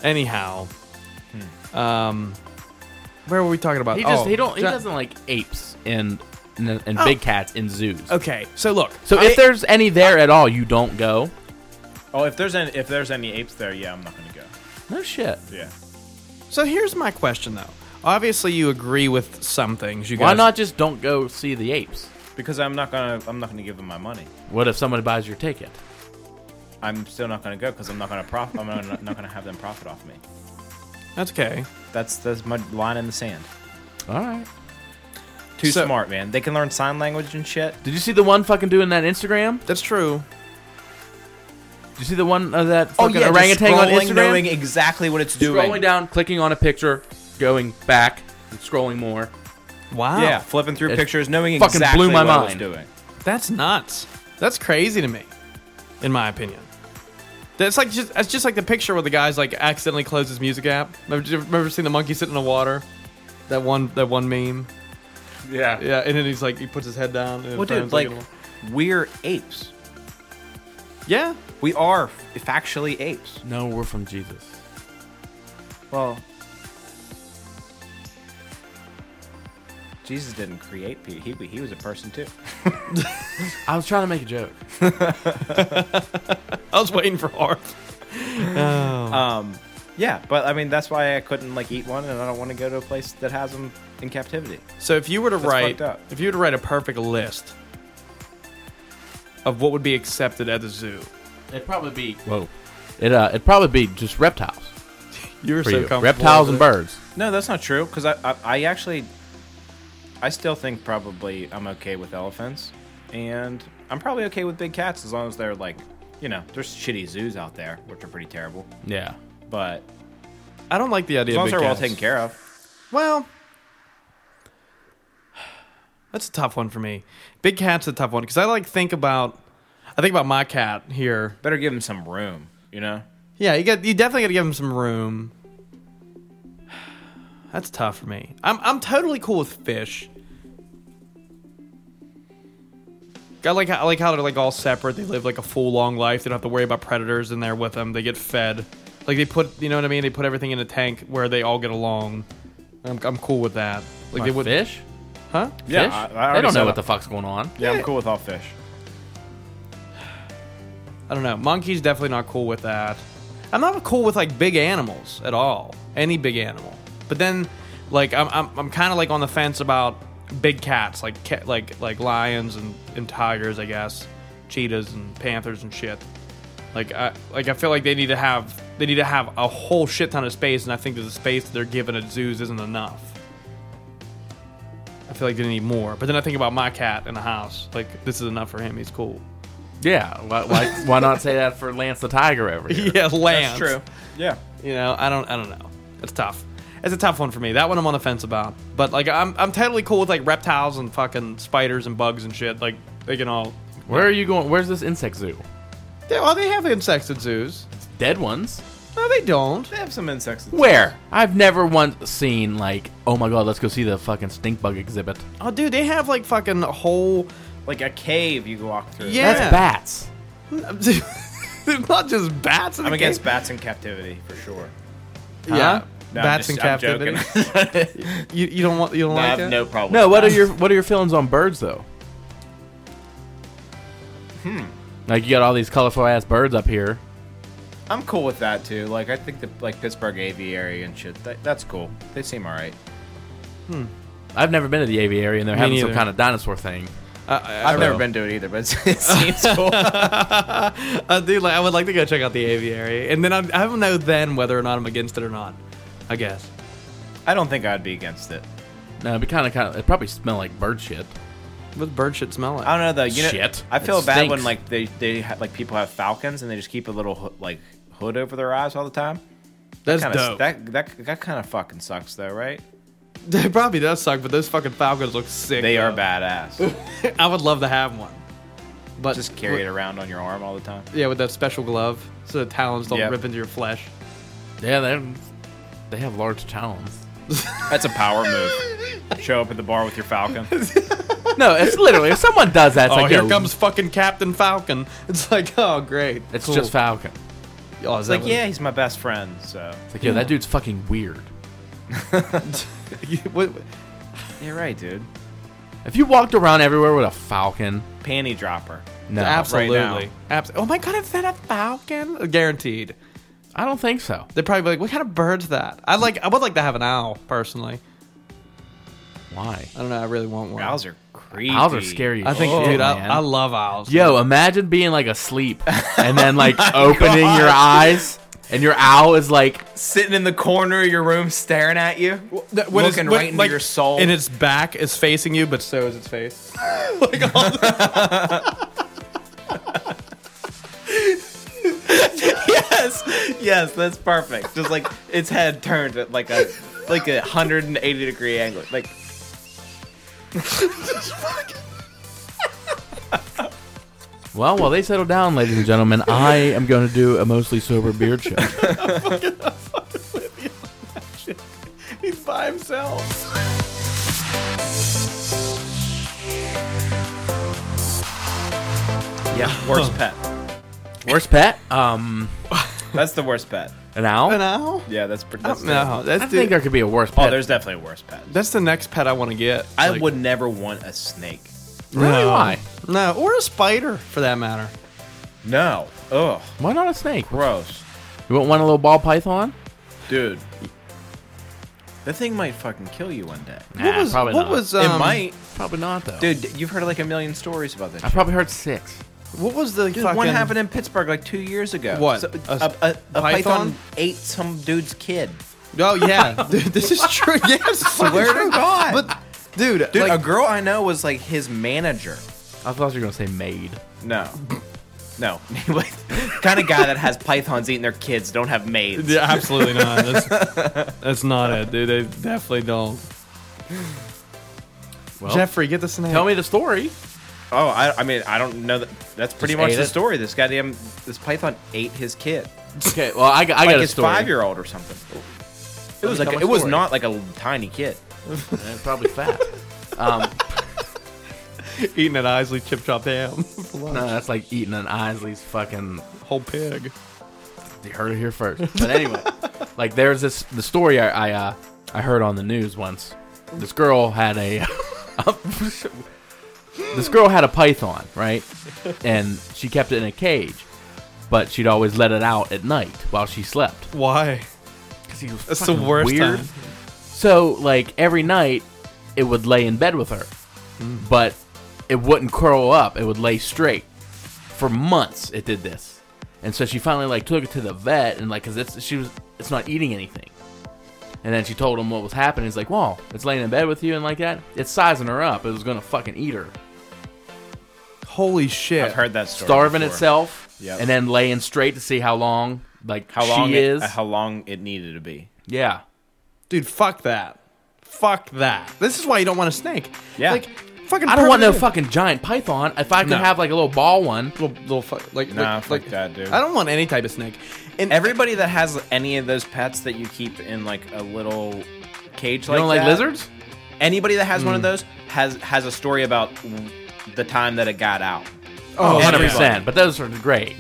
Speaker 1: Anyhow, um, where were we talking about?
Speaker 2: He just
Speaker 1: Oh,
Speaker 2: he don't he
Speaker 1: John- Oh.
Speaker 2: doesn't like apes and and, and big cats in zoos.
Speaker 1: Okay, so look.
Speaker 2: So
Speaker 1: I-
Speaker 2: if there's any there at all, you don't go.
Speaker 3: Oh, if there's any if there's any apes there, yeah, I'm not gonna go.
Speaker 2: No shit.
Speaker 3: Yeah.
Speaker 1: so here's my question though. Obviously, you agree with some things. You
Speaker 2: Why
Speaker 1: guys,
Speaker 2: not just don't go see the apes?
Speaker 3: Because I'm not gonna I'm not gonna give them my money.
Speaker 2: What if someone buys your ticket?
Speaker 3: I'm still not gonna go because I'm not gonna profit. I'm not, not gonna have them profit off me.
Speaker 1: That's okay.
Speaker 3: That's that's my line in the sand.
Speaker 2: All right.
Speaker 3: Too
Speaker 1: So-
Speaker 3: smart, man. They can learn sign language and shit.
Speaker 2: Did you see the one fucking doing that Instagram?
Speaker 1: That's true.
Speaker 2: Did you see the one of that fucking
Speaker 3: just
Speaker 2: Oh, orangutan on
Speaker 3: scrolling,
Speaker 2: Instagram?
Speaker 3: knowing exactly what it's doing.
Speaker 2: Scrolling down, clicking on a picture, going back, and scrolling more.
Speaker 1: Wow.
Speaker 3: Yeah, flipping through
Speaker 2: Oh. It
Speaker 3: pictures, knowing
Speaker 2: fucking
Speaker 3: exactly
Speaker 2: blew my
Speaker 3: what
Speaker 2: mind.
Speaker 3: it's doing.
Speaker 1: That's nuts. That's crazy to me, in my opinion. That's like just that's just like the picture where the guy's like accidentally closed his music app. Remember, you remember seeing the monkey sit in the water? That one that one meme.
Speaker 3: Yeah.
Speaker 1: Yeah, and then he's like he puts his head down. And
Speaker 3: Well, dude,
Speaker 1: Fran's
Speaker 3: like
Speaker 1: looking at
Speaker 3: we're apes.
Speaker 1: him. yeah,
Speaker 3: We are factually apes.
Speaker 2: No, we're from Jesus.
Speaker 3: Well, Jesus didn't create people. He, he was a person too.
Speaker 2: I was trying to make a joke.
Speaker 1: I was waiting for art.
Speaker 3: Um, yeah, but I mean that's why I couldn't like eat one, and I don't want to go to a place that has them in captivity.
Speaker 1: So if you were to write,
Speaker 3: fucked up.
Speaker 1: if you were to write a perfect list of what would be accepted at the zoo,
Speaker 2: It'd probably be whoa. It uh, it'd probably be just reptiles
Speaker 1: you were
Speaker 2: for
Speaker 1: so
Speaker 2: you.
Speaker 1: comfortable.
Speaker 2: Reptiles and
Speaker 1: with it.
Speaker 2: birds.
Speaker 3: No, that's not true. Because I, I, I actually, I still think probably I'm okay with elephants, and I'm probably okay with big cats as long as they're like, you know, there's shitty zoos out there which are pretty terrible,
Speaker 2: Yeah.
Speaker 3: but
Speaker 1: I don't like the idea.
Speaker 3: as long
Speaker 1: of
Speaker 3: as
Speaker 1: big
Speaker 3: they're well
Speaker 1: cats.
Speaker 3: taken care of.
Speaker 1: Well, that's a tough one for me. Big cat's a tough one because I like think about, I think about my cat here.
Speaker 3: Better give them some room, you know.
Speaker 1: Yeah, you got you definitely got to give him some room. That's tough for me. I'm I'm totally cool with fish. I like how, I like how they're like all separate. They live like a full long life. They don't have to worry about predators in there with them. They get fed. Like they put, you know what I mean? They put everything in a tank where they all get along. I'm, I'm cool with that. Like
Speaker 2: Like
Speaker 1: they would,
Speaker 2: fish?
Speaker 1: huh?
Speaker 2: fish? they don't know what the fuck's going on.
Speaker 3: yeah, I'm cool with all fish.
Speaker 1: I don't know. Monkey's definitely not cool with that. I'm not cool with like big animals at all. Any big animal. But then, like I'm I'm, I'm kind of like on the fence about big cats, like cat, like like lions and, and tigers, I guess, cheetahs and panthers and shit. Like I like I feel like they need to have they need to have a whole shit ton of space, and I think that the space that they're given at zoos isn't enough. I feel like they need more. But then I think about my cat in the house. Like this is enough for him. He's cool.
Speaker 2: Yeah. Why, why, why not say that for Lance the Tiger over here?
Speaker 1: Yeah, Lance.
Speaker 3: Yeah,
Speaker 1: You know, I don't I don't know. It's tough. It's a tough one for me. That one I'm on the fence about. But like I'm I'm totally cool with like reptiles and fucking spiders and bugs and shit. Like they can all.
Speaker 2: Where are you going? Where's this insect zoo?
Speaker 1: They, well, they have insects at zoos.
Speaker 2: Dead ones.
Speaker 1: No, they don't.
Speaker 3: They have some insects. that-
Speaker 2: Where? I've never once seen like, oh my god, let's go see the fucking stink bug exhibit.
Speaker 1: Oh, dude, they have like fucking whole.
Speaker 3: Like a cave you walk through.
Speaker 1: Yeah.
Speaker 2: That's bats.
Speaker 1: They're not just bats. In
Speaker 3: I'm
Speaker 1: the
Speaker 3: against
Speaker 1: game.
Speaker 3: bats in captivity for sure. Uh,
Speaker 1: Yeah.
Speaker 3: No, I'm
Speaker 1: bats
Speaker 3: just-
Speaker 1: in
Speaker 3: I'm
Speaker 1: captivity.
Speaker 3: joking.
Speaker 1: You, you don't want you don't
Speaker 3: I
Speaker 1: like
Speaker 3: have
Speaker 1: that?
Speaker 3: no problem.
Speaker 2: No,
Speaker 3: with
Speaker 2: what are
Speaker 3: bats.
Speaker 2: your what are your feelings on birds though? Hmm. Like you got all these colorful ass birds up here.
Speaker 3: I'm cool with that too. Like I think the like Pittsburgh aviary and shit. That, that's cool. They seem all right.
Speaker 2: I've never been to the aviary, and they're having some
Speaker 1: neither.
Speaker 2: kind of dinosaur thing.
Speaker 3: I've never been to it either, but it's- it seems cool.
Speaker 1: Uh, dude, like, I would like to go check out the aviary, and then I'm, I don't know then whether or not I'm against it or not. I guess.
Speaker 3: I don't think I'd be against it.
Speaker 2: No, it'd be kind of kind of. It probably smell like bird shit.
Speaker 1: What's bird shit smell like?
Speaker 3: I don't know though. You know,
Speaker 2: Shit.
Speaker 3: I feel
Speaker 2: It
Speaker 3: bad when
Speaker 2: stinks.
Speaker 3: like they they ha- like people have falcons and they just keep a little ho- like hood over their eyes all the time.
Speaker 1: That's
Speaker 3: Kinda, s-
Speaker 1: dope.
Speaker 3: That that that kind of fucking sucks though, right?
Speaker 1: That probably does suck, but those fucking falcons look sick.
Speaker 3: They are
Speaker 1: though.
Speaker 3: badass.
Speaker 1: I would love to have one, but
Speaker 3: just carry it around on your arm all the time.
Speaker 1: Yeah, with that special glove, so the talons don't
Speaker 3: Yep.
Speaker 1: rip into your flesh.
Speaker 2: Yeah, they they have large talons.
Speaker 3: That's a power move. Show up at the bar with your falcon.
Speaker 2: no, it's literally if someone does that, it's
Speaker 1: oh,
Speaker 2: like
Speaker 1: here
Speaker 2: yo,
Speaker 1: comes fucking Captain Falcon. It's like, oh great,
Speaker 2: It's
Speaker 1: cool.
Speaker 2: just Falcon.
Speaker 1: Oh, is that
Speaker 3: Like,
Speaker 1: what-
Speaker 3: yeah, he's my best friend. So
Speaker 2: It's like yo,
Speaker 1: Hmm.
Speaker 2: that dude's fucking weird.
Speaker 1: what-
Speaker 3: you're right, dude.
Speaker 2: If you walked around everywhere with a falcon,
Speaker 3: Panty dropper.
Speaker 2: no,
Speaker 1: absolutely,
Speaker 3: now.
Speaker 1: Abs- Oh my god, is that a falcon? Guaranteed.
Speaker 2: I don't think so.
Speaker 1: They'd probably be like, "What kind of bird's that?" I like. I would like to have an owl personally.
Speaker 2: Why?
Speaker 1: I don't know. I really want one.
Speaker 3: Owls are creepy.
Speaker 2: Owls are scary. as
Speaker 1: I think,
Speaker 2: shit,
Speaker 1: dude, I,
Speaker 2: man.
Speaker 1: I love owls.
Speaker 2: Yo, imagine being like asleep and then like opening your eyes and your owl is like
Speaker 3: Sitting in the corner of your room, staring at you,
Speaker 1: That- when it's-
Speaker 3: looking
Speaker 1: when,
Speaker 3: right into
Speaker 1: like,
Speaker 3: your soul.
Speaker 1: And its back is facing you, but so is its face.
Speaker 3: yes, yes, that's perfect. Just like its head turned at like a like a hundred and eighty degree angle. Like
Speaker 2: Well, while they settle down, ladies and gentlemen, I am going to do a mostly sober beard show.
Speaker 1: He's by himself.
Speaker 3: yeah, worst pet.
Speaker 2: Worst pet? Um,
Speaker 3: That's the worst pet.
Speaker 2: an owl.
Speaker 1: An owl?
Speaker 3: Yeah, that's pretty.
Speaker 1: No,
Speaker 3: That's terrible.
Speaker 1: that's
Speaker 2: I think there could be a worse pet.
Speaker 3: Oh, there's definitely a worse pet.
Speaker 1: that's the next pet I want to get.
Speaker 3: I
Speaker 1: Like-
Speaker 3: would never want a snake.
Speaker 2: really why?
Speaker 1: No, or a spider for that matter.
Speaker 3: No. Ugh.
Speaker 2: Why not a snake?
Speaker 3: Gross.
Speaker 2: You want one a little ball python?
Speaker 3: Dude. That thing might fucking kill you one day.
Speaker 2: Nah,
Speaker 1: what was?
Speaker 2: probably
Speaker 1: what
Speaker 2: not.
Speaker 1: was? Um,
Speaker 3: it might.
Speaker 2: Probably not though.
Speaker 3: Dude, you've heard like a million stories about that.
Speaker 2: I
Speaker 3: shit.
Speaker 2: probably heard six.
Speaker 1: What was the
Speaker 3: Dude,
Speaker 1: fucking?
Speaker 3: one happened in Pittsburgh like two years ago.
Speaker 1: What?
Speaker 3: So-
Speaker 1: A-
Speaker 3: a, a, a python?
Speaker 1: python?
Speaker 3: ate some dude's kid.
Speaker 1: Oh yeah, dude, this is true. Yes,
Speaker 3: Swear to God.
Speaker 1: But dude,
Speaker 3: Dude,
Speaker 1: like,
Speaker 3: a girl I know was like his manager.
Speaker 2: I thought you were gonna say maid.
Speaker 3: No. No. kind of guy that has pythons eating their kids don't have maids.
Speaker 1: Yeah, absolutely not. That's, that's not it, dude. They definitely don't.
Speaker 2: Well,
Speaker 1: Jeffrey, get the snake.
Speaker 2: tell me the story.
Speaker 3: Oh, I, I mean, I don't know. That, that's pretty
Speaker 2: Just
Speaker 3: much
Speaker 2: ate
Speaker 3: the
Speaker 2: it?
Speaker 3: story. This goddamn this python ate his kid,
Speaker 2: Okay, well, I, got- I
Speaker 3: like
Speaker 2: got a
Speaker 3: his
Speaker 2: story.
Speaker 3: five year old or something. It
Speaker 2: me
Speaker 3: was like
Speaker 2: tell
Speaker 3: a,
Speaker 2: my
Speaker 3: it was
Speaker 2: story.
Speaker 3: not like a tiny kid.
Speaker 2: Eh, probably fat. Um,
Speaker 1: eating an Isley chip chop ham,
Speaker 2: no, that's like eating an Isley's fucking
Speaker 1: whole pig.
Speaker 2: You heard it here first. But anyway, like there's this the story I I, uh, I heard on the news once. This girl had a this girl had a python, right? And she kept it in a cage, but she'd always let it out at night while she slept.
Speaker 1: Why? That's the worst
Speaker 2: weird.
Speaker 1: time.
Speaker 2: So like every night, it would lay in bed with her,
Speaker 3: Hmm.
Speaker 2: but it wouldn't curl up. It would lay straight. For months, it did this, and so she finally like took it to the vet and like because it's she was it's not eating anything, and then she told him what was happening. He's like, "Well, it's laying in bed with you and like that. It's sizing her up. It was gonna fucking eat her,
Speaker 1: Holy shit!
Speaker 3: I've heard that story.
Speaker 2: starving
Speaker 3: before.
Speaker 2: itself,
Speaker 3: Yep.
Speaker 2: and then laying straight to see how long like
Speaker 3: How long
Speaker 2: she
Speaker 3: it,
Speaker 2: is.
Speaker 3: How long it needed to be.
Speaker 2: yeah."
Speaker 1: Dude, fuck that. Fuck that. This is why you don't want a snake.
Speaker 3: Yeah.
Speaker 1: Like, fucking
Speaker 2: I don't want no
Speaker 1: perfect-
Speaker 2: fucking giant python. If I could
Speaker 1: No.
Speaker 2: have like a little ball one,
Speaker 1: little, little fuck, like
Speaker 3: Nah,
Speaker 1: like,
Speaker 3: fuck
Speaker 1: like-
Speaker 3: that, dude.
Speaker 1: I don't want any type of snake. And
Speaker 3: Everybody that has any of those pets that you keep in like a little cage
Speaker 2: you
Speaker 3: like
Speaker 2: don't like
Speaker 3: that,
Speaker 2: lizards?
Speaker 3: Anybody that has one of those has has a story about the time that it got out.
Speaker 1: oh,
Speaker 2: 100%. But those are great.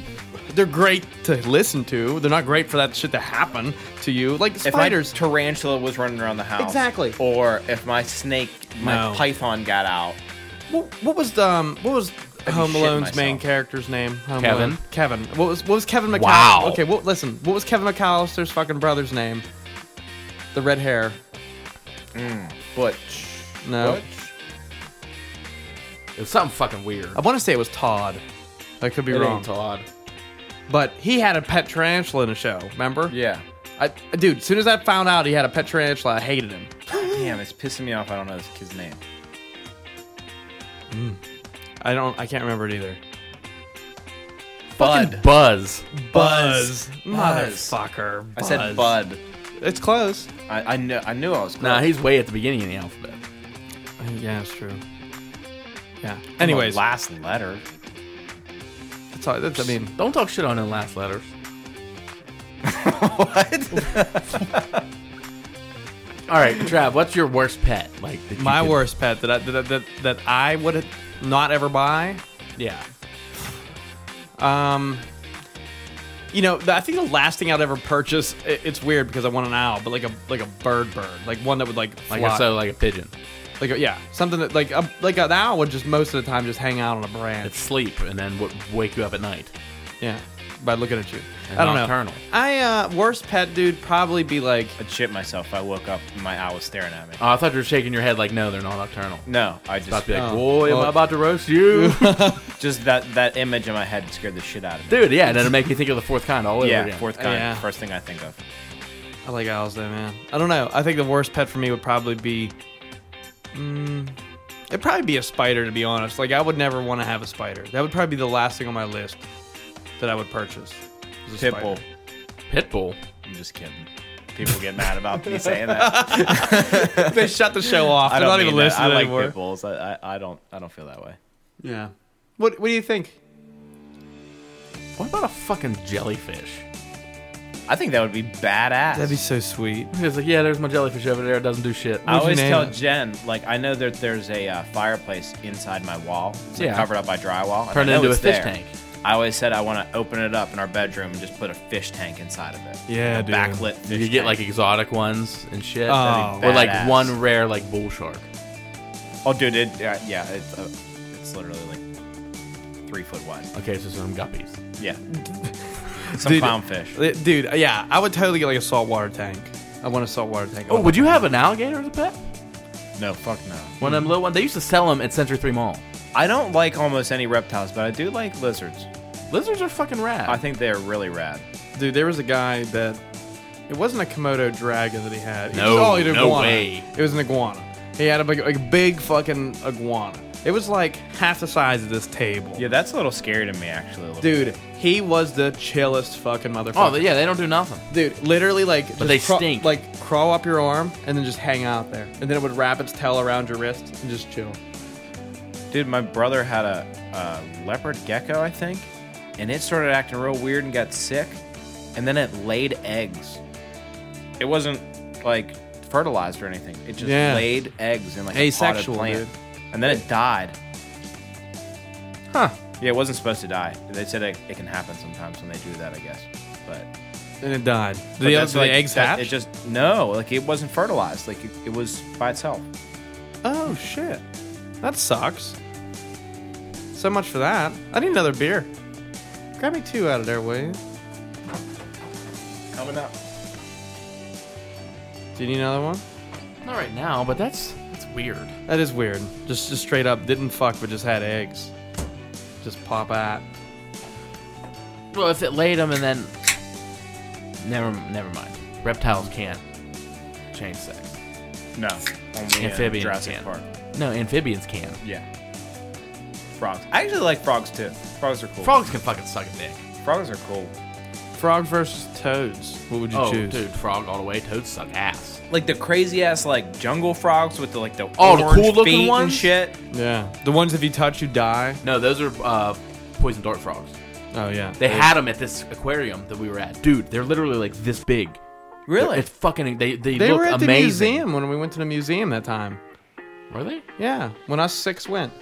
Speaker 1: they're great to listen to. They're not great for that shit to happen to you. Like
Speaker 3: If my
Speaker 1: spiders.
Speaker 3: tarantula was running around the house,
Speaker 1: Exactly.
Speaker 3: Or if my snake, my
Speaker 1: No.
Speaker 3: python got out.
Speaker 1: what, what was the, um what was Home
Speaker 3: shit
Speaker 1: Alone's main
Speaker 3: myself.
Speaker 1: character's name? Home
Speaker 2: Kevin.
Speaker 1: Alone. Kevin. What was what was Kevin McAllister?
Speaker 2: Wow.
Speaker 1: Okay, well listen, what was Kevin McAllister's fucking brother's name? The red hair.
Speaker 3: Butch.
Speaker 1: No.
Speaker 3: Butch?
Speaker 2: It was something fucking weird.
Speaker 1: I want to say it was Todd. I could be
Speaker 2: It ain't
Speaker 1: wrong.
Speaker 2: Todd.
Speaker 1: But he had a pet tarantula in the show, remember?
Speaker 3: Yeah.
Speaker 1: I, dude, as soon as I found out he had a pet tarantula, I hated him.
Speaker 3: Damn, it's pissing me off. I don't know this kid's name.
Speaker 1: I don't. I can't remember it either.
Speaker 2: Bud. Buzz.
Speaker 1: Buzz,
Speaker 3: Buzz.
Speaker 1: motherfucker.
Speaker 3: I said Bud.
Speaker 1: It's close.
Speaker 3: I, I knew I knew I was. Close.
Speaker 2: Nah, he's way at the beginning of the alphabet.
Speaker 1: Yeah, it's true. Yeah.
Speaker 3: The
Speaker 1: Anyways,
Speaker 3: last letter.
Speaker 1: that's all, that's, I mean,
Speaker 2: Don't talk shit on the last letters.
Speaker 3: What?
Speaker 2: All right, Trav, what's your worst pet? Like that you
Speaker 1: my
Speaker 2: could-
Speaker 1: worst pet that I, that, that that I would not ever buy.
Speaker 2: Yeah.
Speaker 1: Um, you know, the- I think the last thing I'd ever purchase. It, it's weird because I want an owl, but like a like a bird, bird, like one that would like
Speaker 2: Like
Speaker 1: fly.
Speaker 2: I said, like a pigeon.
Speaker 1: like a, yeah, something that like a, like an owl would just most of the time just hang out on a branch.
Speaker 2: It's sleep and then w- wake you up at night.
Speaker 1: Yeah, by looking at you.
Speaker 2: And
Speaker 1: I don't
Speaker 2: nocturnal.
Speaker 1: know. I uh, worst pet dude probably be like
Speaker 3: I'd shit myself. if I woke up. and My owl was staring at me.
Speaker 2: Oh, I thought you were shaking your head like, no, they're not nocturnal.
Speaker 3: No, I
Speaker 2: About
Speaker 3: just
Speaker 2: to be like,
Speaker 1: Oh.
Speaker 2: boy, am
Speaker 1: Well-
Speaker 2: I about to roast you.
Speaker 3: just that that image in my head scared the shit out of me.
Speaker 2: Dude, yeah, and it'll make you think of the fourth kind all over
Speaker 3: yeah,
Speaker 2: again.
Speaker 3: fourth kind.
Speaker 1: Yeah.
Speaker 3: First thing I think of.
Speaker 1: I like owls though, man. I don't know. I think the worst pet for me would probably be, mm, it'd probably be a spider to be honest. Like I would never want to have a spider. That would probably be the last thing on my list that I would purchase. is a
Speaker 3: Pitbull.
Speaker 1: spider.
Speaker 2: Pitbull.
Speaker 3: I'm just kidding. People get mad about me saying that.
Speaker 1: they shut the show off. They're not even
Speaker 3: mean that.
Speaker 1: listening
Speaker 3: I like
Speaker 1: anymore.
Speaker 3: pit bulls. I, I I don't I don't feel that way.
Speaker 1: Yeah. What What do you think?
Speaker 2: What about a fucking jellyfish?
Speaker 3: I think that would be badass.
Speaker 1: That'd be so sweet.
Speaker 2: It's like, yeah, there's my jellyfish over there. It doesn't do shit.
Speaker 3: I always
Speaker 1: name
Speaker 3: tell
Speaker 1: it?
Speaker 3: Jen, like, I know that there's a uh, fireplace inside my wall. It's like,
Speaker 2: Yeah.
Speaker 3: covered up by drywall. and
Speaker 2: Turn
Speaker 3: I
Speaker 2: it
Speaker 3: know
Speaker 2: into a
Speaker 3: it's
Speaker 2: fish
Speaker 3: there.
Speaker 2: tank.
Speaker 3: I always said I want to open it up in our bedroom and just put a fish tank inside of it.
Speaker 1: Yeah,
Speaker 3: a
Speaker 1: dude.
Speaker 3: backlit fish
Speaker 2: You could get
Speaker 3: tank.
Speaker 2: like exotic ones and shit.
Speaker 1: Oh.
Speaker 2: or like
Speaker 3: Badass.
Speaker 2: one rare like bull shark.
Speaker 3: Oh, dude, it, yeah, yeah it's, uh, it's literally like three foot wide.
Speaker 2: Okay, so some guppies.
Speaker 3: Yeah. Some
Speaker 1: Dude.
Speaker 3: clownfish.
Speaker 1: Uh, Dude, yeah, I would totally get like a saltwater tank. I want a saltwater tank.
Speaker 2: Oh, would you have an alligator as a pet?
Speaker 3: No, fuck no.
Speaker 2: One of them little ones. They used to sell them at Century Three Mall.
Speaker 3: I don't like almost any reptiles, but I do like lizards.
Speaker 2: Lizards are fucking rad.
Speaker 3: I think they're really rad.
Speaker 1: Dude, there was a guy that it wasn't a Komodo dragon that he had. He
Speaker 2: No,
Speaker 1: was- oh, he had an
Speaker 2: no
Speaker 1: iguana.
Speaker 2: way.
Speaker 1: It was an iguana. He had a big, like, big fucking iguana. It was like half the size of this table.
Speaker 3: Yeah, that's a little scary to me, actually. A little
Speaker 1: Dude, he was the chillest fucking motherfucker.
Speaker 2: oh, yeah, they don't do nothing.
Speaker 1: Dude, literally like just
Speaker 2: they
Speaker 1: craw-
Speaker 2: stink.
Speaker 1: Like crawl up your arm and then just hang out there, and then it would wrap its tail around your wrist and just chill.
Speaker 3: Dude, my brother had a, a leopard gecko, I think, and it started acting real weird and got sick, and then it laid eggs. It wasn't like fertilized or anything. It just
Speaker 1: Yeah.
Speaker 3: laid eggs in like
Speaker 1: Asexual,
Speaker 3: a potted plant, and then it died.
Speaker 1: Huh?
Speaker 3: Yeah, it wasn't supposed to die. They said it, it can happen sometimes when they do that, I guess. But,
Speaker 1: And it died. Did
Speaker 3: but
Speaker 1: the,
Speaker 3: that's
Speaker 1: other-
Speaker 3: like-
Speaker 1: the eggs
Speaker 3: that-
Speaker 1: hatch?
Speaker 3: It just no, like it wasn't fertilized. Like it, it was by itself.
Speaker 1: Oh shit, that sucks. So much for that. I need another beer. Grab me two out of there, will you?
Speaker 3: Coming up.
Speaker 1: Do you need another one?
Speaker 2: Not right now, but that's that's weird.
Speaker 1: That is weird. Just, just straight up didn't fuck, but just had eggs. Just pop out.
Speaker 2: Well, if it laid them and then never never mind. Reptiles can't change sex.
Speaker 3: No, only in
Speaker 2: Amphibians
Speaker 3: Jurassic
Speaker 2: can.
Speaker 3: Park.
Speaker 2: No, amphibians can.
Speaker 3: Yeah. Frogs. I actually like frogs too. Frogs are cool.
Speaker 2: Frogs can fucking suck a dick.
Speaker 3: frogs are cool.
Speaker 1: Frog versus toads. What would you
Speaker 2: oh,
Speaker 1: choose?
Speaker 2: dude, frog all the way. Toads suck ass.
Speaker 3: like the crazy ass like jungle frogs with the like the
Speaker 2: Oh, the
Speaker 3: orange
Speaker 2: cool-looking
Speaker 3: feet and
Speaker 2: ones?
Speaker 3: shit.
Speaker 1: Yeah. The ones if you touch, you die.
Speaker 2: No, those are uh, poison dart frogs.
Speaker 1: Oh yeah.
Speaker 2: They had them at this aquarium that we were at, dude. They're literally like this big.
Speaker 3: Really?
Speaker 2: It's fucking. They they,
Speaker 1: They
Speaker 2: look
Speaker 1: were at the
Speaker 2: amazing.
Speaker 1: museum when we went to the museum that time.
Speaker 2: Were they?
Speaker 1: Yeah, when us six went,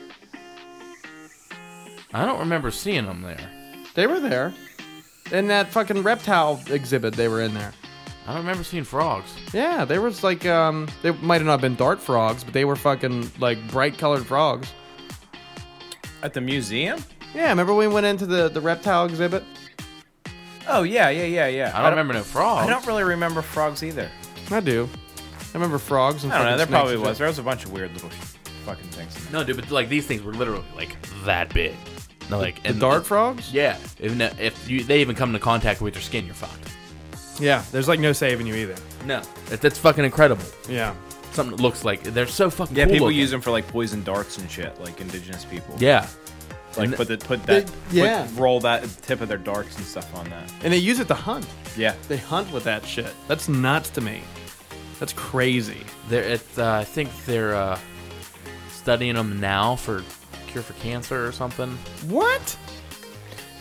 Speaker 2: I don't remember seeing them there.
Speaker 1: they were there. In that fucking reptile exhibit, they were in there.
Speaker 2: I don't remember seeing frogs.
Speaker 1: Yeah, there was like um, they might have not been dart frogs, but they were fucking like bright colored frogs.
Speaker 3: At the museum?
Speaker 1: Yeah, remember when we went into the the reptile exhibit?
Speaker 3: Oh yeah, yeah, yeah, yeah.
Speaker 2: I don't, remember no frogs.
Speaker 3: I don't really remember frogs either.
Speaker 1: I do. I remember frogs and
Speaker 3: I don't know.
Speaker 1: fucking
Speaker 3: There
Speaker 1: snakes
Speaker 3: probably
Speaker 1: and shit.
Speaker 3: was. There was a bunch of weird little fucking things. in there.
Speaker 2: No, dude, but like these things were literally like that big. No, like
Speaker 1: The dart frogs?
Speaker 2: Yeah, even if you, they even come into contact with your skin, you're fucked.
Speaker 1: Yeah, there's like no saving you either.
Speaker 2: No, that, that's fucking incredible.
Speaker 1: Yeah.
Speaker 2: Something that looks like they're so fucking.
Speaker 3: Yeah,
Speaker 2: cool
Speaker 3: people
Speaker 2: looking.
Speaker 3: use them for like poison darts and shit, like indigenous people.
Speaker 2: Yeah,
Speaker 3: like
Speaker 2: and-
Speaker 3: put the put that
Speaker 1: They- yeah.
Speaker 3: put, roll that tip of their darts and stuff on that.
Speaker 1: And they use it to hunt.
Speaker 3: Yeah,
Speaker 1: They hunt with that shit. That's nuts to me. That's crazy.
Speaker 2: they're. It's, uh, I think they're uh, studying them now for cure for cancer or something.
Speaker 1: What?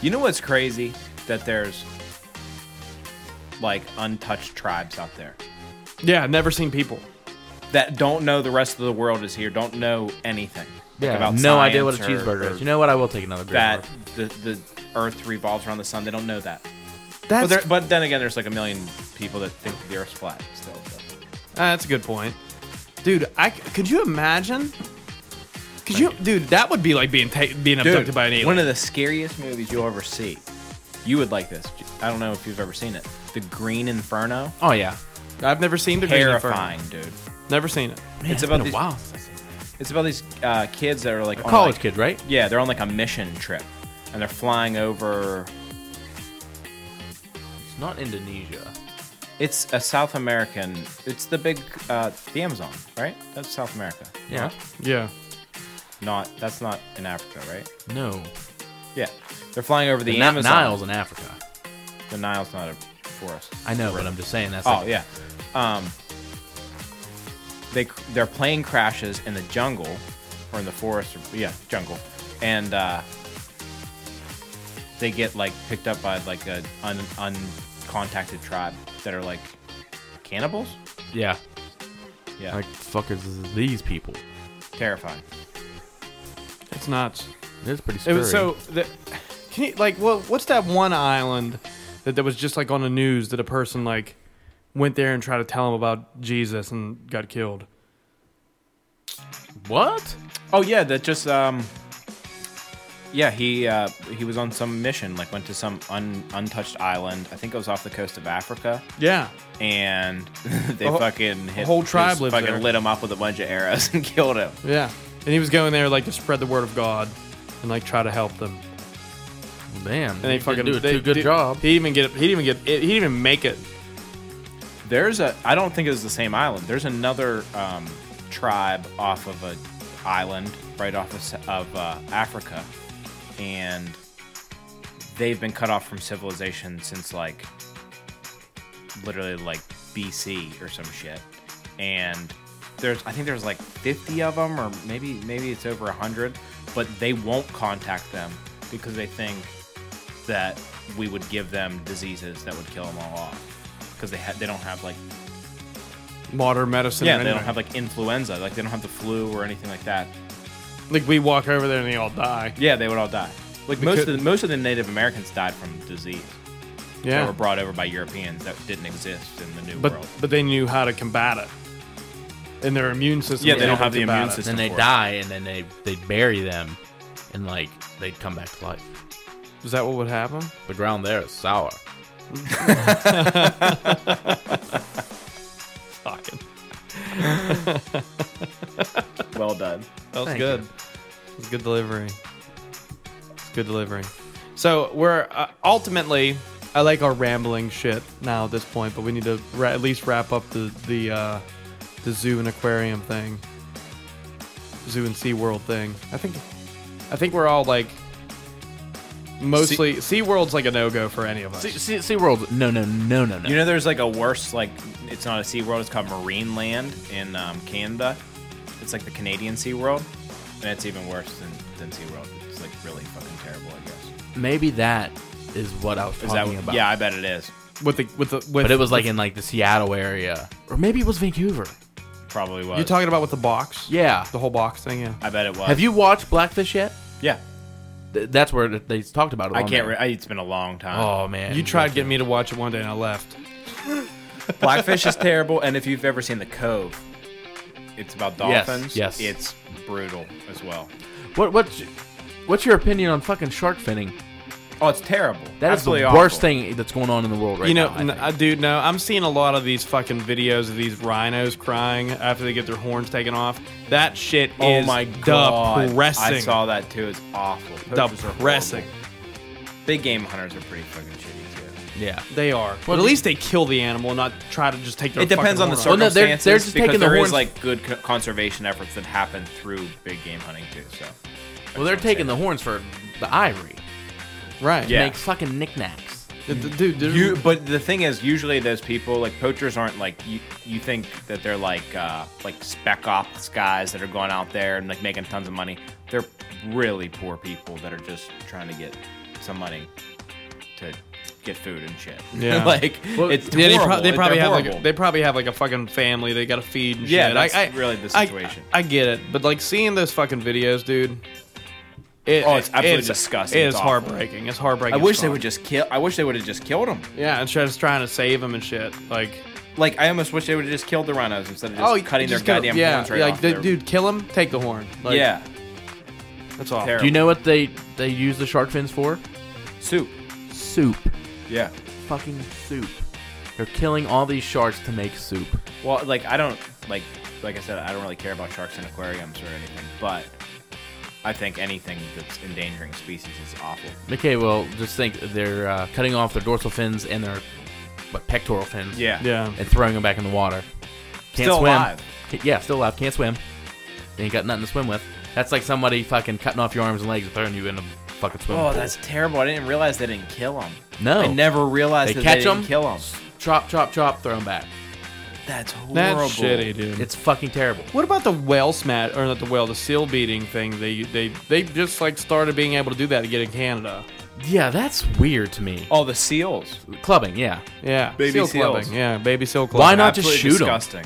Speaker 3: you know what's crazy? That there's like untouched tribes out there
Speaker 1: Yeah, I've never seen people.
Speaker 3: that don't know the rest of the world is here, don't know anything. like,
Speaker 2: Yeah,
Speaker 3: about
Speaker 2: no idea what a
Speaker 3: science or-
Speaker 2: cheeseburger
Speaker 3: or
Speaker 2: is. You know what? I will take another granola.
Speaker 3: that the the Earth revolves around the sun. They don't know that.
Speaker 1: That's
Speaker 3: But,
Speaker 1: ah,
Speaker 3: there, but then again, there's like a million people that think that the Earth's flat still. so.
Speaker 1: Ah, that's a good point, dude. I c- could you imagine? Could you, dude? That would be like being ta- being abducted by an alien.
Speaker 3: one of the scariest movies you'll ever see. You would like this. I don't know if you've ever seen it. The Green Inferno.
Speaker 2: Oh yeah,
Speaker 1: I've never seen the Green Inferno.
Speaker 3: Terrifying, dude.
Speaker 1: Never seen it.
Speaker 2: Man, it's
Speaker 3: about
Speaker 2: been
Speaker 3: these-
Speaker 2: a while.
Speaker 3: It's about these uh, kids that are like on,
Speaker 2: College
Speaker 3: like-
Speaker 2: kid, right?
Speaker 3: Yeah, they're on like a mission trip, and they're flying over.
Speaker 2: It's not Indonesia.
Speaker 3: It's a South American. It's the big, uh, the Amazon, right? That's South America.
Speaker 2: Yeah.
Speaker 1: Yeah.
Speaker 3: Not that's not in Africa, right?
Speaker 2: No.
Speaker 3: Yeah, they're flying over the,
Speaker 2: The
Speaker 3: Amazon.
Speaker 2: Nile's in Africa.
Speaker 3: The Nile's not a forest.
Speaker 2: I know, but I'm just saying that's.
Speaker 3: Oh
Speaker 2: like,
Speaker 3: yeah. Um, they their plane crashes in the jungle, or in the forest, or, yeah, jungle, and uh, they get like picked up by like a un, uncontacted tribe that are like cannibals.
Speaker 2: yeah.
Speaker 3: Yeah,
Speaker 2: Like fuckers, this is these people.
Speaker 3: terrifying.
Speaker 1: It's nuts.
Speaker 2: It's pretty
Speaker 1: It
Speaker 2: scary.
Speaker 1: was so. The, can you like what? What's that one island that that was just like on the news that a person like went there and tried to tell him about Jesus and got killed?
Speaker 2: what?
Speaker 3: Oh yeah, that just um. Yeah, he uh, he was on some mission, like went to some un, untouched island. I think it was off the coast of Africa.
Speaker 1: Yeah.
Speaker 3: and they
Speaker 1: whole-
Speaker 3: fucking hit,
Speaker 1: whole tribe
Speaker 3: just
Speaker 1: lives
Speaker 3: fucking
Speaker 1: there.
Speaker 3: lit him up with a bunch of arrows and killed him.
Speaker 1: Yeah. And he was going there like to spread the word of God and like try to help them.
Speaker 2: Damn.
Speaker 1: And they fucking
Speaker 2: do a
Speaker 1: they-
Speaker 2: too good
Speaker 1: they-
Speaker 2: job.
Speaker 1: He didn't even get. He didn't even get. He didn't even make it.
Speaker 3: There's a I don't think it was the same island. There's another um, tribe off of a island right off of, s- of uh, Africa, and they've been cut off from civilization since like literally like BC or some shit. And there's I think there's like 50 of them or maybe maybe it's over 100, but they won't contact them because they think that we would give them diseases that would kill them all off because they ha- they don't have like
Speaker 1: Modern medicine.
Speaker 3: yeah
Speaker 1: or
Speaker 3: they don't
Speaker 1: anything.
Speaker 3: have like influenza like they don't have the flu or anything like that.
Speaker 1: Like we walk over there and they all die.
Speaker 3: Yeah, they would all die. Like
Speaker 1: We
Speaker 3: most
Speaker 1: could-
Speaker 3: of the most of the Native Americans died from disease that
Speaker 1: Yeah,
Speaker 3: were brought over by Europeans that didn't exist in the New
Speaker 1: but
Speaker 3: World.
Speaker 1: but they knew how to combat it, and their immune system.
Speaker 3: Yeah,
Speaker 1: was
Speaker 3: they don't
Speaker 1: able
Speaker 3: have
Speaker 1: to
Speaker 3: the
Speaker 1: combat
Speaker 3: immune
Speaker 1: it.
Speaker 3: system.
Speaker 2: Then they
Speaker 3: for it.
Speaker 2: die, and then they they bury them, and like they'd come back to life.
Speaker 1: Is that what would happen?
Speaker 2: The ground there is sour.
Speaker 1: Fucking,
Speaker 3: Well done.
Speaker 1: that was
Speaker 2: Thank
Speaker 1: good.
Speaker 2: you.
Speaker 1: It was good delivery. It's good delivery. So we're uh, ultimately, I like our rambling shit now at this point, but we need to ra- at least wrap up the the uh, the zoo and aquarium thing, zoo and Sea World thing. I think, I think we're all like. Mostly, Sea World's like a no go for any of us.
Speaker 2: See, see, see world. No, no, no, no, no.
Speaker 3: You know, there's like a worse like it's not a Sea World. It's called Marine Land in um, Canada. It's like the Canadian Sea World, and it's even worse than than Sea World. It's like really fucking terrible, I guess.
Speaker 2: Maybe that is what I was
Speaker 3: Is that
Speaker 2: talking about.
Speaker 3: Yeah, I bet it is.
Speaker 1: with the with the with.
Speaker 2: but it was like in like the Seattle area, or maybe it was Vancouver.
Speaker 3: Probably was.
Speaker 1: you're talking about with the box.
Speaker 2: Yeah.
Speaker 1: the whole box thing. Yeah,
Speaker 3: I bet it was.
Speaker 2: Have you watched Blackfish yet?
Speaker 3: Yeah.
Speaker 2: Th- that's where th- they talked about it.
Speaker 3: I
Speaker 2: on
Speaker 3: can't.
Speaker 2: there.
Speaker 3: Re- I, it's been a long time.
Speaker 2: oh man,
Speaker 1: you tried getting me to watch it one day, and I left.
Speaker 3: Blackfish is terrible, and if you've ever seen The Cove, it's about
Speaker 2: Yes,
Speaker 3: dolphins.
Speaker 2: yes.
Speaker 3: It's brutal as well.
Speaker 2: What what's what's your opinion on fucking shark finning?
Speaker 3: Oh, it's terrible.
Speaker 2: That is
Speaker 3: Absolutely
Speaker 2: the
Speaker 3: awful.
Speaker 2: worst thing that's going on in the world right
Speaker 1: you know,
Speaker 2: now. I
Speaker 1: n-
Speaker 2: think.
Speaker 1: I dude, no, I'm seeing a lot of these fucking videos of these rhinos crying after they get their horns taken off. That shit
Speaker 3: Oh
Speaker 1: is
Speaker 3: my god!
Speaker 1: depressing.
Speaker 3: I saw that too. It's awful. Pictures are
Speaker 1: Depressing.
Speaker 3: horrible. Big game hunters are pretty fucking shitty too.
Speaker 2: yeah.
Speaker 1: They are, but at least they kill the animal, not try to just take their.
Speaker 3: It depends
Speaker 1: fucking
Speaker 3: on the
Speaker 1: horn
Speaker 2: Well,
Speaker 3: circumstances
Speaker 2: no, they're- they're just
Speaker 3: because
Speaker 2: taking the
Speaker 3: there is,
Speaker 2: horns-
Speaker 3: like good co- conservation efforts that happen through big game hunting too. So
Speaker 2: Well, they're taking the horns for the ivory.
Speaker 1: off. right?
Speaker 3: Yeah.
Speaker 2: Make fucking knickknacks.
Speaker 1: D- d- dude, dude,
Speaker 3: You, but the thing is, usually those people, like poachers, aren't like you. You think that they're like uh, like spec ops guys that are going out there and like making tons of money. They're really poor people that are just trying to get some money to get food and shit.
Speaker 1: Yeah.
Speaker 3: like it's
Speaker 1: Yeah, they,
Speaker 3: horrible.
Speaker 1: pro- they
Speaker 3: They're
Speaker 1: probably have like
Speaker 3: horrible.
Speaker 1: a, they probably have like a fucking family they gotta feed and
Speaker 3: Yeah,
Speaker 1: shit.
Speaker 3: that's
Speaker 1: I, I,
Speaker 3: really the
Speaker 1: I-
Speaker 3: situation.
Speaker 1: I, get it, but like seeing those fucking videos, dude. It,
Speaker 3: Oh, it's absolutely
Speaker 1: it's-
Speaker 3: disgusting.
Speaker 1: It
Speaker 3: It's
Speaker 1: is
Speaker 3: awful.
Speaker 1: heartbreaking. It's heartbreaking.
Speaker 3: I wish
Speaker 1: as
Speaker 3: they
Speaker 1: fuck.
Speaker 3: would just kill. I wish they would have just killed them.
Speaker 1: Yeah, and just trying to save him and shit. Like,
Speaker 3: Like I almost wish they would have just killed the rhinos instead of just cutting their
Speaker 1: Oh, just kill him.
Speaker 3: goddamn
Speaker 1: yeah,
Speaker 3: horns right
Speaker 1: yeah,
Speaker 3: off.
Speaker 1: like, dude,
Speaker 3: their-
Speaker 1: dude, kill him, take the horn. Like,
Speaker 3: yeah,
Speaker 1: that's all.
Speaker 3: terrible.
Speaker 2: Do you know what they they use the shark fins for?
Speaker 3: soup?
Speaker 2: Soup.
Speaker 3: Yeah.
Speaker 2: Fucking soup. They're killing all these sharks to make soup.
Speaker 3: Well, like I don't like like I said, I don't really care about sharks in aquariums or anything, but I think anything that's endangering species is awful.
Speaker 2: Okay, well, just think they're uh, cutting off their dorsal fins and their what pectoral fins.
Speaker 3: Yeah.
Speaker 1: Yeah,
Speaker 2: and throwing them back in the water. Can't
Speaker 3: Still
Speaker 2: swim.
Speaker 3: alive.
Speaker 2: Ca- Yeah, still alive. Can't swim. Ain't got nothing to swim with. That's like somebody fucking cutting off your arms and legs and throwing you in a fucking swimming
Speaker 3: Oh,
Speaker 2: pool.
Speaker 3: that's terrible. I didn't realize they didn't kill them.
Speaker 2: No.
Speaker 3: I never realized
Speaker 2: They
Speaker 3: that
Speaker 2: catch
Speaker 3: Oh. they didn't
Speaker 2: 'em.
Speaker 3: kill them.
Speaker 2: chop, chop, chop. Throw them back.
Speaker 3: That's horrible.
Speaker 1: that's shitty, dude.
Speaker 2: It's fucking terrible.
Speaker 1: what about the whale smat or not the whale, the seal beating thing? They they they just like started being able to do that again in Canada.
Speaker 2: Yeah, that's weird to me.
Speaker 3: Oh, the seals.
Speaker 2: Clubbing, yeah.
Speaker 1: Yeah,
Speaker 3: Baby
Speaker 1: seal
Speaker 3: seals.
Speaker 1: clubbing. Yeah, baby seal clubbing.
Speaker 2: Why not just
Speaker 3: Absolutely
Speaker 2: shoot 'em?
Speaker 3: disgusting.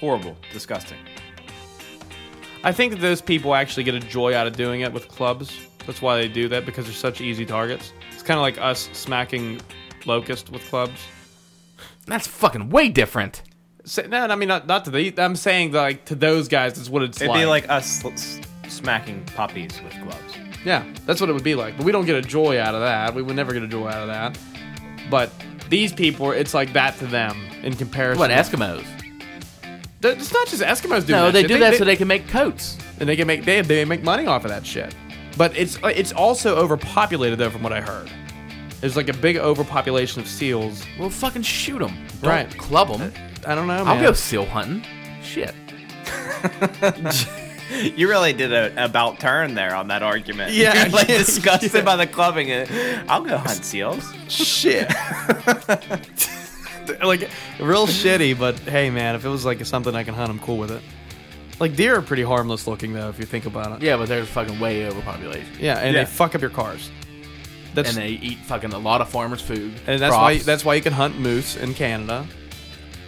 Speaker 3: Horrible. Disgusting.
Speaker 1: I think that those people actually get a joy out of doing it with clubs. That's why they do that because they're such easy targets. It's kind of like us smacking locust with clubs.
Speaker 2: That's fucking way different.
Speaker 1: Say- No, I mean not not to the. I'm saying like to those guys, that's what it's
Speaker 3: It'd be like us sl- s- smacking puppies with gloves.
Speaker 1: Yeah, that's what it would be like. But we don't get a joy out of that. We would never get a joy out of that. But these people, it's like that to them in comparison.
Speaker 2: What Eskimos?
Speaker 1: Th- It's not just Eskimos doing
Speaker 2: No,
Speaker 1: that
Speaker 2: they
Speaker 1: shit.
Speaker 2: do that so they can make coats.
Speaker 1: and they can make they, they make money off of that shit. But it's uh, it's also overpopulated though, from what I heard. There's like a big overpopulation of seals.
Speaker 2: Well, fucking shoot them.
Speaker 1: Right.
Speaker 2: Club them.
Speaker 1: I don't know.
Speaker 2: I'll
Speaker 1: man.
Speaker 2: go seal hunting. Shit.
Speaker 3: You really did a about turn there on that argument.
Speaker 1: Yeah,
Speaker 3: You're, like
Speaker 1: yeah,
Speaker 3: disgusted by the clubbing. I'll go hunt seals.
Speaker 1: shit. like real shitty, but hey man, if it was like something I can hunt, I'm cool with it. Like deer are pretty harmless looking though, if you think about it.
Speaker 2: Yeah, but there's fucking way overpopulation.
Speaker 1: Yeah, and
Speaker 3: Yeah.
Speaker 1: they fuck up your cars. That's
Speaker 2: And
Speaker 1: and,
Speaker 2: they eat fucking a lot of farmers' food.
Speaker 1: that's why
Speaker 2: crops.
Speaker 1: that's why you can hunt moose in Canada.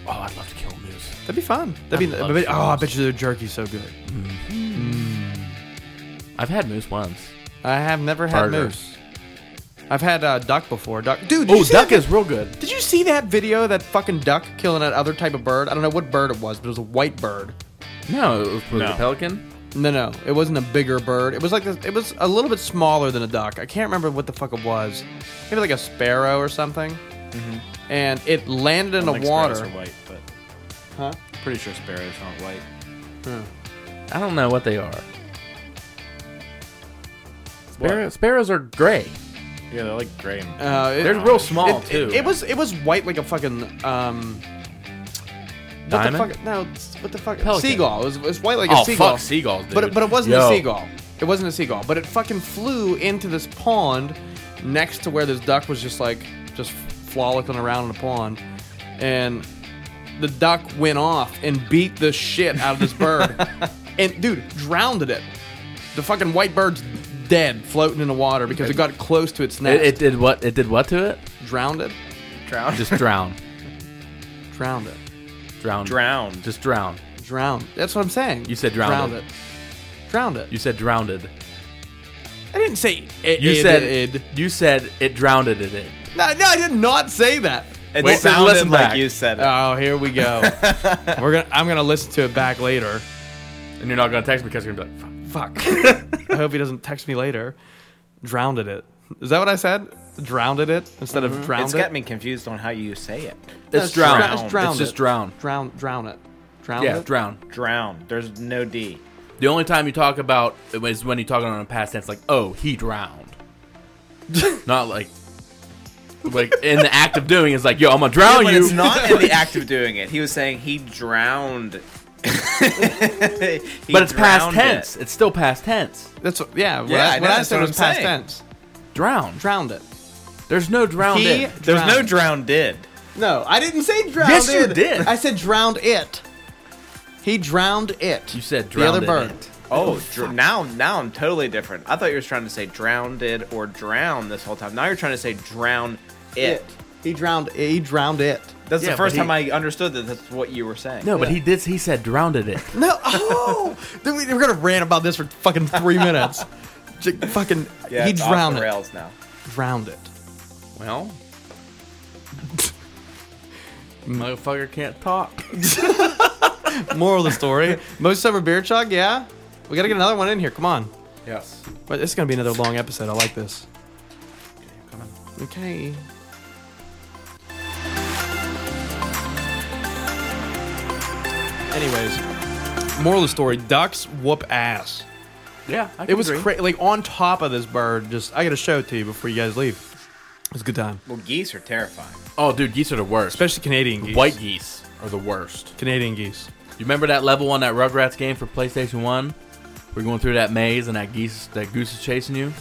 Speaker 2: Oh, I'd love to kill a moose.
Speaker 1: That'd be fun. That'd
Speaker 2: I
Speaker 1: be
Speaker 2: love
Speaker 1: but- oh, I
Speaker 2: moose.
Speaker 1: bet you their jerky's so good.
Speaker 2: I've had moose once.
Speaker 1: I have never had
Speaker 2: Burger.
Speaker 1: moose. I've had uh, duck before. Duck, dude. Did
Speaker 2: Oh,
Speaker 1: you see
Speaker 2: duck
Speaker 1: that-
Speaker 2: is real good.
Speaker 1: Did you see that video? of That fucking duck killing that other type of bird. I don't know what bird it was, but it was a white bird.
Speaker 2: No, it was was
Speaker 3: No.
Speaker 2: a pelican.
Speaker 1: No, no, it wasn't a bigger bird. It was like this, it was a little bit smaller than a duck. I can't remember what the fuck it was. Maybe like a sparrow or something. And it landed in the water.
Speaker 3: Sparrows are white, but
Speaker 1: Huh?
Speaker 3: pretty sure sparrows aren't white.
Speaker 2: I don't know what they are. Sparrow, sparrows are gray.
Speaker 3: Yeah, they're like gray. And-
Speaker 1: Uh, it-
Speaker 2: They're real small
Speaker 1: it,
Speaker 2: too.
Speaker 1: It, it was it was white like a fucking um. What
Speaker 2: Diamond?
Speaker 1: the fuck? No, it's- what the fuck?
Speaker 2: Pelican.
Speaker 1: Seagull. It was, it was white like
Speaker 2: Oh,
Speaker 1: a seagull.
Speaker 2: fuck seagulls,
Speaker 1: But
Speaker 2: dude.
Speaker 1: it, but it wasn't
Speaker 2: Yo.
Speaker 1: a seagull. It wasn't a seagull. But it fucking flew into this pond next to where this duck was just like just frolicking around in the pond, and the duck went off and beat the shit out of this bird, and dude drowned it. The fucking white bird's dead, floating in the water because it got close to its
Speaker 2: It,
Speaker 1: nest.
Speaker 2: it did what? It did what to it?
Speaker 1: drowned it,
Speaker 3: Drown.
Speaker 2: Just drown,
Speaker 1: drowned it,
Speaker 2: drown,
Speaker 3: drowned.
Speaker 2: Just drown.
Speaker 1: drowned. That's what I'm saying.
Speaker 2: You said drowned
Speaker 1: drowned
Speaker 2: it.
Speaker 1: it. Drowned it.
Speaker 2: You said drowned.
Speaker 1: I didn't say it.
Speaker 2: You
Speaker 1: it,
Speaker 2: said
Speaker 1: it. it.
Speaker 2: You said it drowned it. It.
Speaker 1: No, no, I did not say that.
Speaker 3: It
Speaker 2: Wait,
Speaker 3: sounded
Speaker 2: listen
Speaker 3: like
Speaker 2: back.
Speaker 3: you said it.
Speaker 1: Oh, here we go. We're gonna. I'm gonna listen to it back later.
Speaker 2: And you're not gonna text me because you're gonna be like, Fuck.
Speaker 1: Fuck. I hope he doesn't text me later. Drowned it. Is that what I said? Drowned it instead of drowned
Speaker 3: Mm-hmm. it's
Speaker 1: it.
Speaker 3: got me confused on how you say it.
Speaker 2: it's
Speaker 1: drown.
Speaker 2: drown.
Speaker 1: It's drowned
Speaker 2: It's just
Speaker 1: it.
Speaker 2: drown.
Speaker 1: Drown. Drown it. Drown
Speaker 2: Yeah,
Speaker 1: it.
Speaker 2: drown.
Speaker 3: Drown. There's no D.
Speaker 2: The only time you talk about it is when you talk on a past tense, like, oh, he drowned. not like, like in the act of doing, it's like, yo, I'm gonna drown
Speaker 3: But
Speaker 2: Oh, you.
Speaker 3: it's not in the act of doing it. He was saying he drowned.
Speaker 2: but it's past tense. It's still past tense.
Speaker 1: That's what- yeah. What
Speaker 3: Yeah, I
Speaker 1: I,
Speaker 3: know,
Speaker 1: what I
Speaker 3: that's
Speaker 1: said
Speaker 3: what
Speaker 1: was
Speaker 3: I'm
Speaker 1: past
Speaker 3: saying.
Speaker 1: tense.
Speaker 2: Drown.
Speaker 1: Drowned it.
Speaker 2: There's no drowned.
Speaker 1: He-
Speaker 2: in.
Speaker 3: There's no
Speaker 1: Drowned.
Speaker 3: drowned did.
Speaker 1: No, I didn't say drowned
Speaker 2: Yes, you
Speaker 1: it.
Speaker 2: did.
Speaker 1: I said drowned it. He drowned it.
Speaker 2: You said
Speaker 1: the other
Speaker 2: drowned
Speaker 1: bird.
Speaker 2: it.
Speaker 3: Oh, dr- now now I'm totally different. I thought you were trying to say drowned did or drown this whole time. Now you're trying to say drown it.
Speaker 1: He drowned. He drowned it.
Speaker 3: That's
Speaker 2: Yeah,
Speaker 3: the first
Speaker 2: but he-
Speaker 3: time I understood that that's what you were saying.
Speaker 2: No, but he did. He said drowned it. in.
Speaker 1: No. Oh, dude, we, we're gonna rant about this for fucking three minutes. J- fucking.
Speaker 3: yeah,
Speaker 1: he
Speaker 3: it's off
Speaker 1: drowned
Speaker 3: the
Speaker 1: it.
Speaker 3: rails now.
Speaker 1: Drowned it.
Speaker 2: Well, motherfucker can't talk.
Speaker 1: Moral of the story: most summer beer chug. Yeah, we gotta get another one in here. Come on.
Speaker 2: Yes.
Speaker 1: But this is gonna be another long episode. I like this. Okay. Anyways, moral of the story: ducks whoop ass.
Speaker 2: Yeah, I
Speaker 1: It was cra- like on top of this bird. Just I gotta show it to you before you guys leave. It was a good time,
Speaker 3: Well, geese are terrifying.
Speaker 2: oh, dude, geese are the worst.
Speaker 1: especially Canadian geese.
Speaker 2: White geese are the worst.
Speaker 1: Canadian geese.
Speaker 2: You remember that level on that Rugrats game for PlayStation One? We're going through that maze and that geese, that goose is chasing you.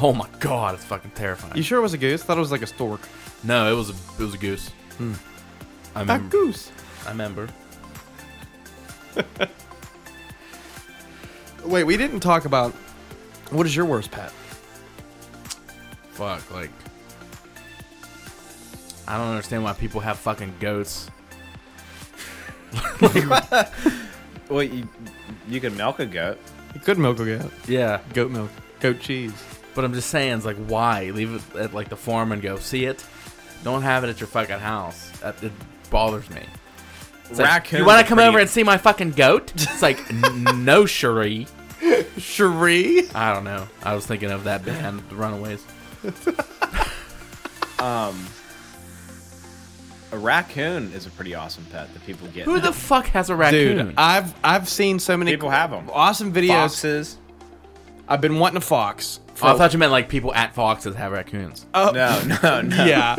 Speaker 2: oh my god, it's fucking terrifying.
Speaker 1: You sure it was a goose? Thought it was like a stork.
Speaker 2: no, it was a, it was a goose.
Speaker 3: Hmm.
Speaker 2: I remember.
Speaker 1: goose.
Speaker 2: I remember.
Speaker 1: Wait, we didn't talk about what is your worst pet?
Speaker 2: Fuck, like I don't understand why people have fucking goats.
Speaker 3: Well, you, you can milk a goat.
Speaker 1: Good milk will get
Speaker 2: Yeah,
Speaker 1: goat milk, goat cheese.
Speaker 2: But I'm just saying, it's like, why leave it at like the farm and go see it? Don't have it at your fucking house. That, it bothers me. It's like,
Speaker 3: Raccoons
Speaker 2: you want
Speaker 3: are
Speaker 2: to come
Speaker 3: pretty-
Speaker 2: over and see my fucking goat? It's like, n- no, Cherie.
Speaker 1: Cherie.
Speaker 2: I don't know. I was thinking of that band, The Runaways.
Speaker 3: A raccoon is a pretty awesome pet that people get.
Speaker 2: Who the fuck has a raccoon? Uh,
Speaker 1: Dude, I've I've seen so many
Speaker 3: People have 'em.
Speaker 1: Awesome videos.
Speaker 3: foxes?
Speaker 1: I've been wanting a fox. For,
Speaker 2: Oh, I thought you meant like people at foxes have raccoons.
Speaker 1: Oh,
Speaker 3: No, no, no.
Speaker 1: yeah,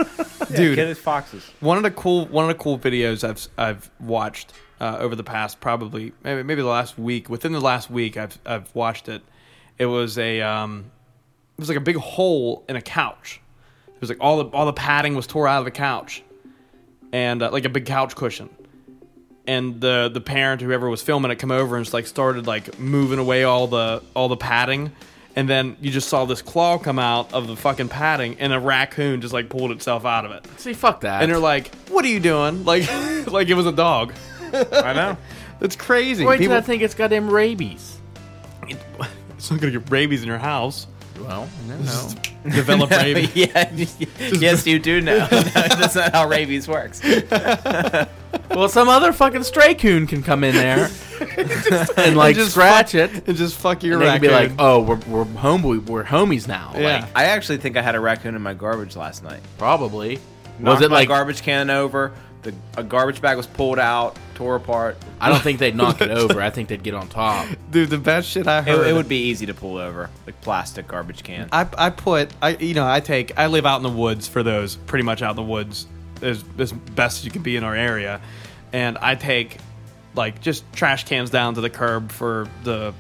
Speaker 1: dude.
Speaker 3: Get his foxes.
Speaker 1: one of the cool one of the cool videos I've I've watched uh, over the past probably maybe maybe the last week within the last week I've I've watched it. It was a um, it was like a big hole in a couch. It was like all the all the padding was tore out of the couch, and uh, like a big couch cushion. And the the parent whoever was filming it come over and just like started like moving away all the all the padding. And then you just saw this claw come out of the fucking padding, and a raccoon just like pulled itself out of it
Speaker 2: See, fuck that.
Speaker 1: and they're like, "What are you doing?" Like, like it was a dog.
Speaker 3: I know.
Speaker 1: That's crazy.
Speaker 2: wait till I
Speaker 1: People-
Speaker 2: think it's goddamn rabies.
Speaker 1: it's not gonna get rabies in your house.
Speaker 2: Well, no, no.
Speaker 1: Develop rabies.
Speaker 3: yeah. yes, you do know. No, that's not how rabies works.
Speaker 2: well, some other fucking stray coon can come in there and like
Speaker 1: just
Speaker 2: scratch it.
Speaker 1: And just fuck
Speaker 2: And
Speaker 1: your
Speaker 2: they can be
Speaker 1: raccoon.
Speaker 2: like, "Oh, we're we're homeboy, we're homies now."
Speaker 1: yeah.
Speaker 2: Like,
Speaker 3: I actually think I had a raccoon in my garbage last night.
Speaker 2: probably.
Speaker 3: Knocked
Speaker 2: was it
Speaker 3: my
Speaker 2: like
Speaker 3: garbage can over? The a garbage bag was pulled out, tore apart.
Speaker 2: I don't think they'd knock it over. I think they'd get on top.
Speaker 1: Dude, the best shit I
Speaker 3: "Oh." It,
Speaker 1: heard.
Speaker 3: it would be easy to pull over, like plastic garbage can.
Speaker 1: I, I put I you know I take I live out in the woods for those pretty much out in the woods as as best as you can be in our area, and I take like just trash cans down to the curb for the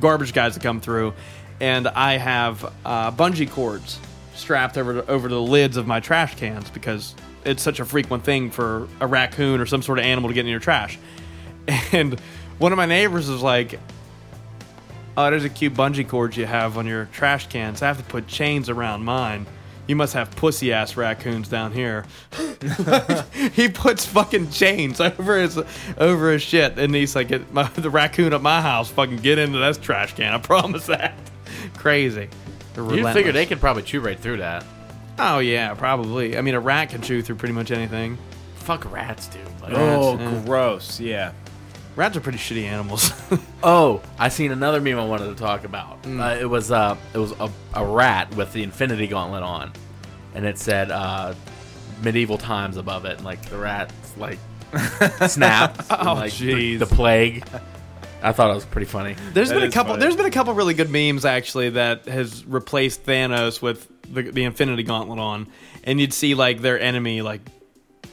Speaker 1: garbage guys to come through, and I have uh, bungee cords strapped over to, over to the lids of my trash cans because it's such a frequent thing for a raccoon or some sort of animal to get in your trash. And one of my neighbors was like, "Oh, there's a cute bungee cord you have on your trash cans. I have to put chains around mine." You must have pussy ass raccoons down here. he puts fucking chains over his over his shit, and he's like, "Get my, "The raccoon at my house, fucking get into this trash can. I promise that." Crazy.
Speaker 2: You figure they could probably chew right through that.
Speaker 1: Oh yeah, probably. I mean, a rat can chew through pretty much anything.
Speaker 2: Fuck rats, dude. Like-
Speaker 3: Oh,
Speaker 1: yeah.
Speaker 3: gross. Yeah.
Speaker 1: Rats are pretty shitty animals.
Speaker 2: Oh, I seen another meme I wanted to talk about. Uh, it was uh, it was a, a rat with the Infinity Gauntlet on, and it said uh, medieval times above it, and like the rat's like snapped. oh, like, the,
Speaker 1: jeez.
Speaker 2: the plague. I thought it was pretty funny.
Speaker 1: There's
Speaker 3: That
Speaker 1: been a
Speaker 3: is
Speaker 1: couple.
Speaker 3: funny.
Speaker 1: There's been a couple really good memes actually that has replaced Thanos with the, the Infinity Gauntlet on, and you'd see like their enemy like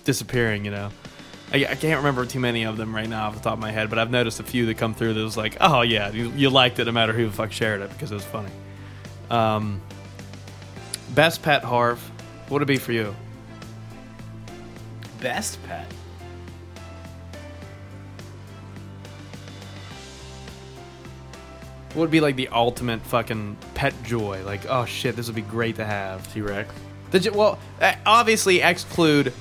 Speaker 1: disappearing. You know, I, I can't remember too many of them right now off the top of my head, but I've noticed a few that come through that was like, oh yeah, you, you liked it no matter who the fuck shared it because it was funny. Um, best pet Harv, what would it be for you?
Speaker 3: Best pet.
Speaker 1: What would be like the ultimate fucking pet joy? Like, oh shit, this would be great to have.
Speaker 2: T Rex.
Speaker 1: The, j- well, uh, obviously exclude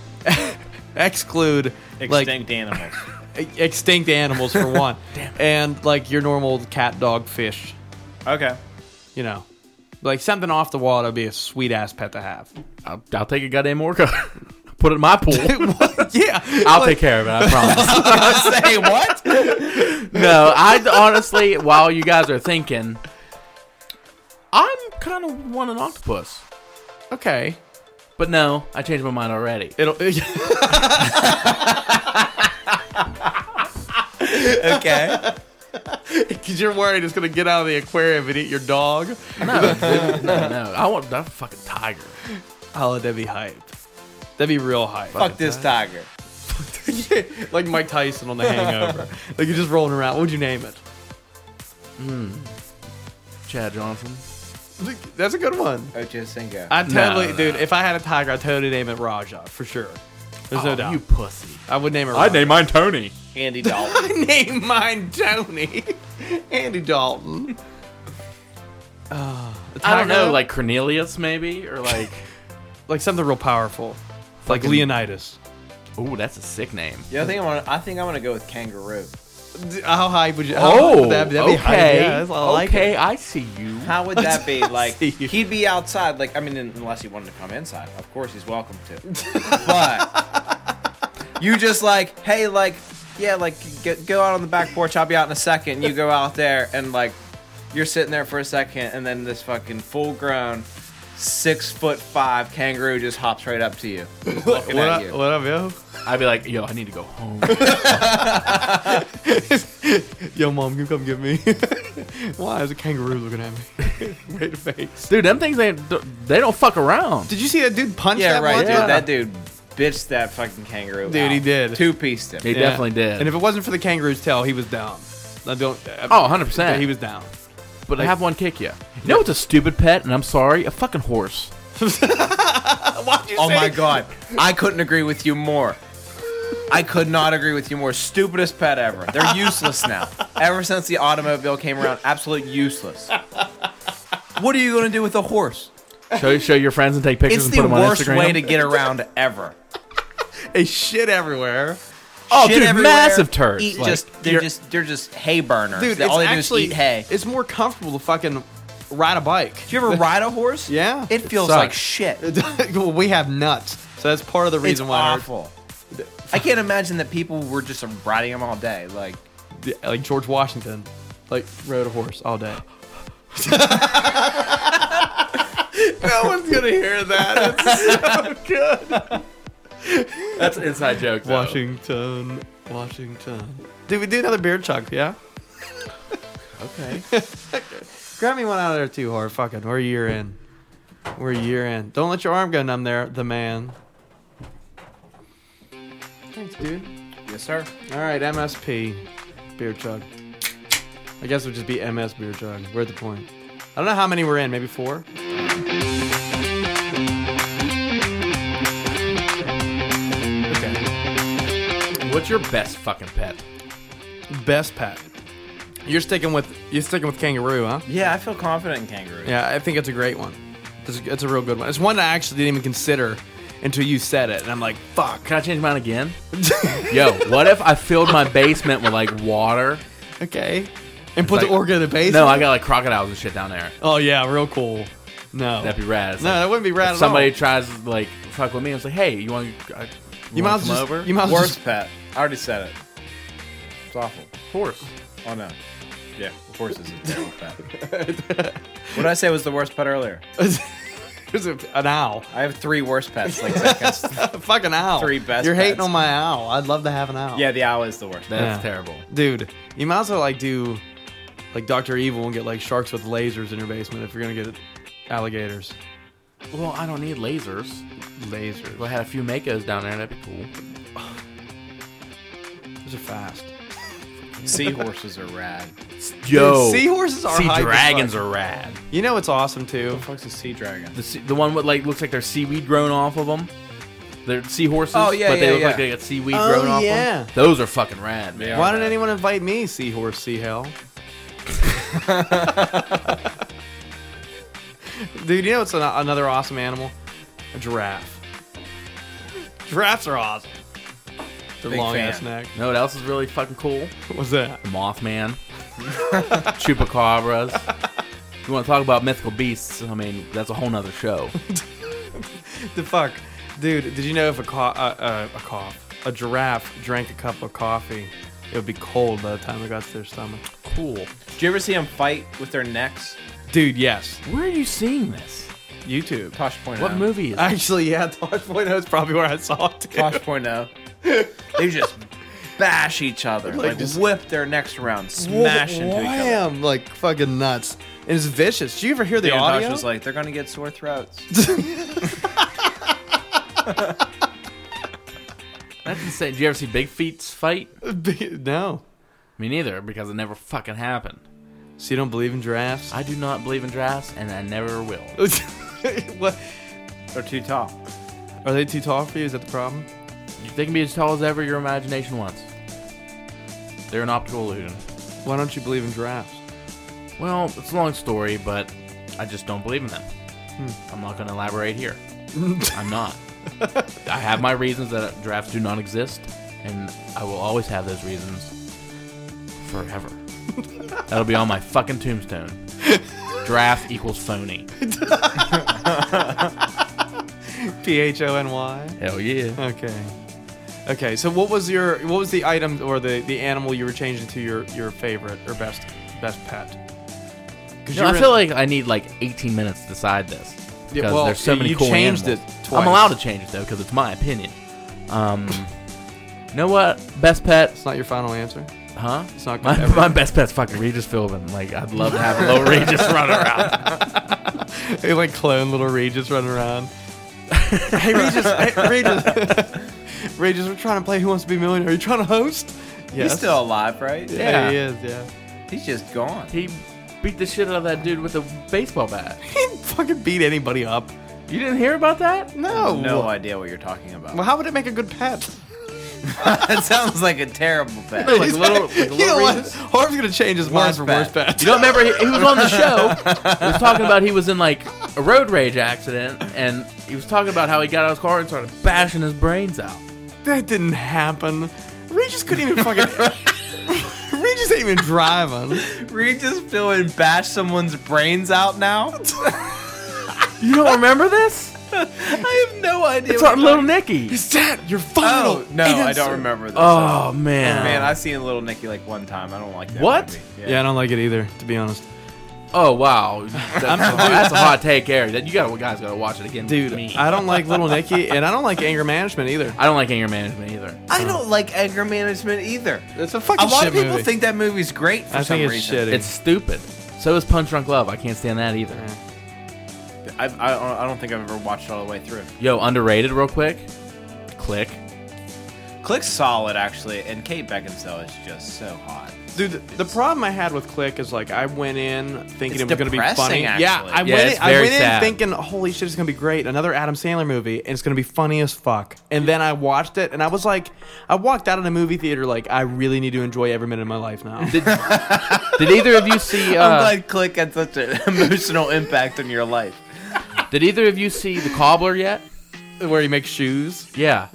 Speaker 1: exclude
Speaker 3: Extinct animals.
Speaker 1: like e- extinct animals for one, and like your normal cat, dog, fish.
Speaker 3: Okay.
Speaker 1: You know, like something off the wall that'd be a sweet ass pet to have.
Speaker 2: I'll, I'll take a goddamn orca. Put it in my pool.
Speaker 1: yeah,
Speaker 2: I'll take care of it. I promise.
Speaker 1: say what?
Speaker 2: no, I honestly, while you guys are thinking, I'm kind of want an octopus.
Speaker 1: Okay,
Speaker 2: But no, I changed my mind already.
Speaker 1: it'll.
Speaker 3: Okay.
Speaker 1: Because you're worried it's gonna get out of the aquarium and eat your dog.
Speaker 2: No, no, no. I want that fucking tiger.
Speaker 1: Oh, that'd be hype. That'd be real hype.
Speaker 3: Fuck this tiger.
Speaker 1: like Mike Tyson on The Hangover. like you're just rolling around. What'd you name it?
Speaker 2: Chad Johnson.
Speaker 1: That's a good one.
Speaker 3: Ocho Cinco.
Speaker 1: I totally,
Speaker 2: No, no,
Speaker 1: dude. If I had a tiger, I'd totally name it Raja for sure. There's no
Speaker 2: Oh,
Speaker 1: doubt.
Speaker 2: You pussy.
Speaker 1: I would name it. Raja.
Speaker 2: I'd name mine Tony.
Speaker 3: Andy Dalton.
Speaker 1: I name mine Tony, Andy Dalton. Uh,
Speaker 2: I don't know, like Cornelius maybe, or like.
Speaker 1: like something real powerful, like
Speaker 2: Fucking-
Speaker 1: Leonidas.
Speaker 2: Ooh, that's a sick name.
Speaker 3: Yeah, I think I want. I think I'm gonna go with kangaroo.
Speaker 1: D- How high would you? how high
Speaker 2: Oh,
Speaker 1: would that be? That'd be high.
Speaker 2: okay,
Speaker 1: Yeah, that's- I like
Speaker 2: okay,
Speaker 1: it.
Speaker 2: I see you.
Speaker 3: How would that be? Like
Speaker 1: See you.
Speaker 3: he'd be outside. Like I mean, unless he wanted to come inside, of course he's welcome to. but you just like, hey, like, yeah, like get, go out on the back porch. I'll be out in a second. You go out there and like, you're sitting there for a second, and then this fucking full grown. Six foot five kangaroo just hops right up to you, just looking
Speaker 1: What
Speaker 3: at
Speaker 1: up,
Speaker 3: you.
Speaker 1: what up, yo?
Speaker 2: I'd be like, yo, I need to go home.
Speaker 1: Yo, mom, you come get me. Why is a kangaroo looking at me? Great face.
Speaker 2: Dude, them things they they don't fuck around.
Speaker 1: Did you see that dude punch
Speaker 3: Yeah,
Speaker 1: that
Speaker 3: right,
Speaker 1: one?
Speaker 3: dude. That dude bitched that fucking kangaroo.
Speaker 1: Dude, he did.
Speaker 3: Two pieced him.
Speaker 2: They definitely did.
Speaker 1: And if it wasn't for the kangaroo's tail, he was down. I don't. I-
Speaker 2: oh, 100 percent.
Speaker 1: he was down.
Speaker 2: but have one kick you. You know what's a stupid pet? And I'm sorry, a fucking horse.
Speaker 3: Oh my god. I couldn't agree with you more. I could not agree with you more. Stupidest pet ever. They're useless now. Ever since the automobile came around, absolute useless. What are you going to do with a horse?
Speaker 2: Show show your friends and take pictures
Speaker 3: It's
Speaker 2: and
Speaker 3: the
Speaker 2: put them on
Speaker 3: worst
Speaker 2: Instagram.
Speaker 3: way to get around ever.
Speaker 1: Hey, shit everywhere.
Speaker 2: oh,
Speaker 3: Shit
Speaker 2: dude,
Speaker 3: everywhere,
Speaker 2: massive turds.
Speaker 3: Eat
Speaker 2: Like,
Speaker 3: just, they're just they're just hay burners.
Speaker 1: Dude,
Speaker 3: They-
Speaker 1: it's
Speaker 3: all they
Speaker 1: actually
Speaker 3: do is eat hay.
Speaker 1: It's more comfortable to fucking ride a bike.
Speaker 3: Do you ever ride a horse?
Speaker 1: Yeah.
Speaker 3: It
Speaker 1: It
Speaker 3: feels
Speaker 2: sucks.
Speaker 3: like shit.
Speaker 1: well, we have nuts, so that's part of the
Speaker 3: It's
Speaker 1: reason why. our-
Speaker 3: awful. I can't imagine that people were just riding them all day. Like
Speaker 1: Yeah, like George Washington, like rode a horse all day. no one's gonna hear that. It's
Speaker 2: that's an inside joke. though.
Speaker 1: Washington, Washington. Dude, we do another beer chunk, yeah?
Speaker 2: Okay.
Speaker 1: Grab me one out of there too, hard fucking. We're a year in. We're a year in. Don't let your arm go numb there, the man. Thanks, dude.
Speaker 3: Yes, sir.
Speaker 1: All right, MSP, beer chug. I guess it would just be MS beer chug. We're at the point. I don't know how many we're in. Maybe four.
Speaker 2: what's your best fucking pet?
Speaker 1: Best pet. You're sticking with you're sticking with kangaroo, huh?
Speaker 3: Yeah, I feel confident in kangaroos.
Speaker 1: Yeah, I think it's a great one. It's a, it's a real good one. It's one I actually didn't even consider until you said it, and I'm like,
Speaker 2: Ah,
Speaker 1: fuck.
Speaker 2: Can I change mine again? Yo, what if I filled my basement with like water?
Speaker 1: Okay. And put
Speaker 2: like-
Speaker 1: the orca in the base.
Speaker 2: No, I got like crocodiles and shit down there.
Speaker 1: Oh yeah, real cool. No.
Speaker 2: That'd be rad. It's
Speaker 1: No,
Speaker 2: like,
Speaker 1: that wouldn't be rad
Speaker 2: if
Speaker 1: at
Speaker 2: somebody
Speaker 1: all.
Speaker 2: tries to, like fuck with me. I was like, hey, you want to uh,
Speaker 1: You might
Speaker 2: wanna come
Speaker 1: as well just,
Speaker 2: over?
Speaker 1: you might as well
Speaker 3: Worst
Speaker 1: just
Speaker 3: pet. I already said it. It's awful.
Speaker 2: horse.
Speaker 3: Oh no. Yeah, horse is a terrible pet. what did I say was the worst pet earlier?
Speaker 1: There's a- an owl.
Speaker 3: I have three worst pets. Like seconds.
Speaker 1: A fucking owl.
Speaker 3: Three best
Speaker 1: You're hating
Speaker 3: pets.
Speaker 1: on my owl. I'd love to have an owl.
Speaker 3: yeah, the owl is the worst.
Speaker 2: That's
Speaker 1: Yeah.
Speaker 2: terrible.
Speaker 1: Dude, you might as well like do like Doctor Evil and get like sharks with lasers in your basement if you're gonna get alligators.
Speaker 2: Well, I don't need lasers.
Speaker 1: Lasers.
Speaker 2: If I had a few Makos down there, that'd be cool.
Speaker 1: Those are fast.
Speaker 3: Seahorses are rad.
Speaker 2: Yo,
Speaker 1: Dude, seahorses are
Speaker 2: sea
Speaker 1: hype as
Speaker 2: dragons
Speaker 1: fuck.
Speaker 2: are rad.
Speaker 1: You know what's awesome too?
Speaker 3: The fuck's a sea dragon?
Speaker 2: The, sea- the one with like looks like there's seaweed grown off of them. They're seahorses,
Speaker 3: Oh, yeah,
Speaker 2: but they
Speaker 3: yeah,
Speaker 2: look
Speaker 3: yeah.
Speaker 2: like they got seaweed
Speaker 1: Oh,
Speaker 2: grown off
Speaker 1: yeah.
Speaker 2: them. Those are fucking rad, man.
Speaker 3: They are
Speaker 1: Why didn't
Speaker 3: rad.
Speaker 1: anyone invite me, Seahorse Sea Hell? Dude, you know what's an, another awesome animal? A giraffe. Giraffes are awesome. Their
Speaker 3: Big
Speaker 1: long
Speaker 3: fan.
Speaker 1: ass neck.
Speaker 2: You know what else is really fucking cool?
Speaker 1: What's that?
Speaker 2: The Mothman, chupacabras. you want to talk about mythical beasts? I mean, that's a whole nother show.
Speaker 1: The fuck? Dude, did you know if a, co- uh, uh, a cough, a giraffe drank a cup of coffee, it would be cold by the time it got to their stomach?
Speaker 2: cool.
Speaker 3: Did you ever see them fight with their necks?
Speaker 1: Dude, yes.
Speaker 2: Where are you seeing this? Uh,
Speaker 1: YouTube.
Speaker 3: Tosh point oh.
Speaker 2: What
Speaker 3: out.
Speaker 2: movie is it?
Speaker 1: Actually, yeah, Tosh.0 is probably where I saw it. too.
Speaker 3: Tosh point out. They just bash each other. Like,
Speaker 1: just-
Speaker 3: whip their necks around, smash into each other.
Speaker 1: Wham! Like fucking nuts. And it's vicious. Do you ever hear the
Speaker 3: Dan Tosh
Speaker 1: audio?
Speaker 3: was like, they're gonna get sore throats.
Speaker 2: That's insane. Did you ever see Big Feet's fight?
Speaker 1: no.
Speaker 2: Me neither, because it never fucking happened.
Speaker 1: So you don't believe in giraffes?
Speaker 2: I do not believe in drafts, and I never will.
Speaker 1: what?
Speaker 3: they're too tall.
Speaker 1: Are they too tall for you? Is that the problem?
Speaker 2: They can be as tall as ever your imagination wants. They're an optical illusion.
Speaker 1: Why don't you believe in giraffes?
Speaker 2: Well, it's a long story, but I just don't believe in them.
Speaker 1: Hmm.
Speaker 2: I'm not going to elaborate here. I'm not. I have my reasons that drafts do not exist, and I will always have those reasons forever. That'll be on my fucking tombstone. Draft equals phony.
Speaker 1: P H O N Y.
Speaker 2: Hell yeah.
Speaker 1: Okay. Okay. So what was your what was the item or the the animal you were changing to your your favorite or best best pet? 'Cause
Speaker 2: No,
Speaker 1: you're
Speaker 2: I
Speaker 1: in-
Speaker 2: feel like I need like 18 minutes to decide this.
Speaker 1: Yeah,
Speaker 2: Because
Speaker 1: well,
Speaker 2: there's so
Speaker 1: you-
Speaker 2: many
Speaker 1: you
Speaker 2: cool
Speaker 1: changed
Speaker 2: animals.
Speaker 1: it
Speaker 2: I'm
Speaker 1: twice.
Speaker 2: allowed to change it though because it's my opinion. Um, you know what? Best pet?
Speaker 1: it's not your final answer.
Speaker 2: Huh?
Speaker 1: It's not
Speaker 2: My,
Speaker 1: gonna ever-
Speaker 2: my best pet's fucking Regis Philbin. Like I'd love to have a little Regis run around.
Speaker 1: They like clone little Regis running around. hey Regis, hey Regis, Regis, we're trying to play Who Wants to Be a Millionaire. Are you trying to host?
Speaker 3: He's still alive, right?
Speaker 1: yeah. he is. Yeah,
Speaker 3: He's just gone.
Speaker 2: He beat the shit out of that dude with a baseball bat.
Speaker 1: he didn't fucking beat anybody up.
Speaker 2: You didn't hear about that?
Speaker 1: No.
Speaker 3: No idea what you're talking about.
Speaker 1: Well, how would it make a good pet?
Speaker 3: that sounds like a terrible pet.
Speaker 2: Like little, like little
Speaker 1: you know what?
Speaker 2: Regis.
Speaker 1: Harv's gonna change his mind
Speaker 3: Worst
Speaker 1: for
Speaker 3: pet.
Speaker 1: worst pet.
Speaker 2: You don't remember he, he was on the show. He was talking about he was in like a road rage accident, and he was talking about how he got out of his car and started bashing his brains out.
Speaker 1: that didn't happen. Regis couldn't even fucking. Regis ain't even driving.
Speaker 3: Regis Phil and bash someone's brains out now?
Speaker 2: You don't remember this?
Speaker 3: I have no idea.
Speaker 2: It's
Speaker 3: what
Speaker 2: on
Speaker 3: you're
Speaker 2: Little Nicky.
Speaker 1: Is that your final?
Speaker 3: talking- Oh, no, I don't remember this.
Speaker 2: Oh man.
Speaker 3: Man, I've seen Little Nicky like one time. I don't like that.
Speaker 2: What?
Speaker 3: movie.
Speaker 1: Yeah, I don't like it either. To be honest,
Speaker 2: Oh wow. That's, a, that's a hot take, Eric. That you got to guys got to watch it again.
Speaker 1: dude,
Speaker 2: with me.
Speaker 1: I don't like Little Nicky, and I don't like anger management either.
Speaker 2: I don't like anger management either.
Speaker 3: I don't like anger management either.
Speaker 1: It's a
Speaker 3: A
Speaker 1: fucking
Speaker 3: lot
Speaker 1: shit
Speaker 3: of people
Speaker 1: movie.
Speaker 3: think that movie's great for
Speaker 1: I
Speaker 3: some
Speaker 1: think it's
Speaker 3: reason.
Speaker 1: shitty.
Speaker 2: It's stupid. So is Punch Drunk Love. I can't stand that either.
Speaker 3: I, I, don't, I don't think I've ever watched it all the way through.
Speaker 2: Yo, underrated real quick. Click.
Speaker 3: Click's solid actually, and Kate Beckinsale is just so hot.
Speaker 1: Dude, the, the problem I had with Click is like I went in thinking
Speaker 3: It's
Speaker 1: it was going to be
Speaker 3: depressing,
Speaker 1: funny.
Speaker 3: actually.
Speaker 1: Yeah, I
Speaker 2: Yeah,
Speaker 1: went,
Speaker 2: it's
Speaker 1: in, I
Speaker 2: very
Speaker 1: went in
Speaker 2: sad.
Speaker 1: thinking, holy shit, it's going to be great. Another Adam Sandler movie, and it's going to be funny as fuck. And then I watched it, and I was like, I walked out of the movie theater like I really need to enjoy every minute of my life now.
Speaker 2: Did, did either of you see? Uh,
Speaker 3: I'm glad Click had such an emotional impact on your life.
Speaker 2: Did either of you see the cobbler yet?
Speaker 1: Where he makes shoes.
Speaker 2: Yeah,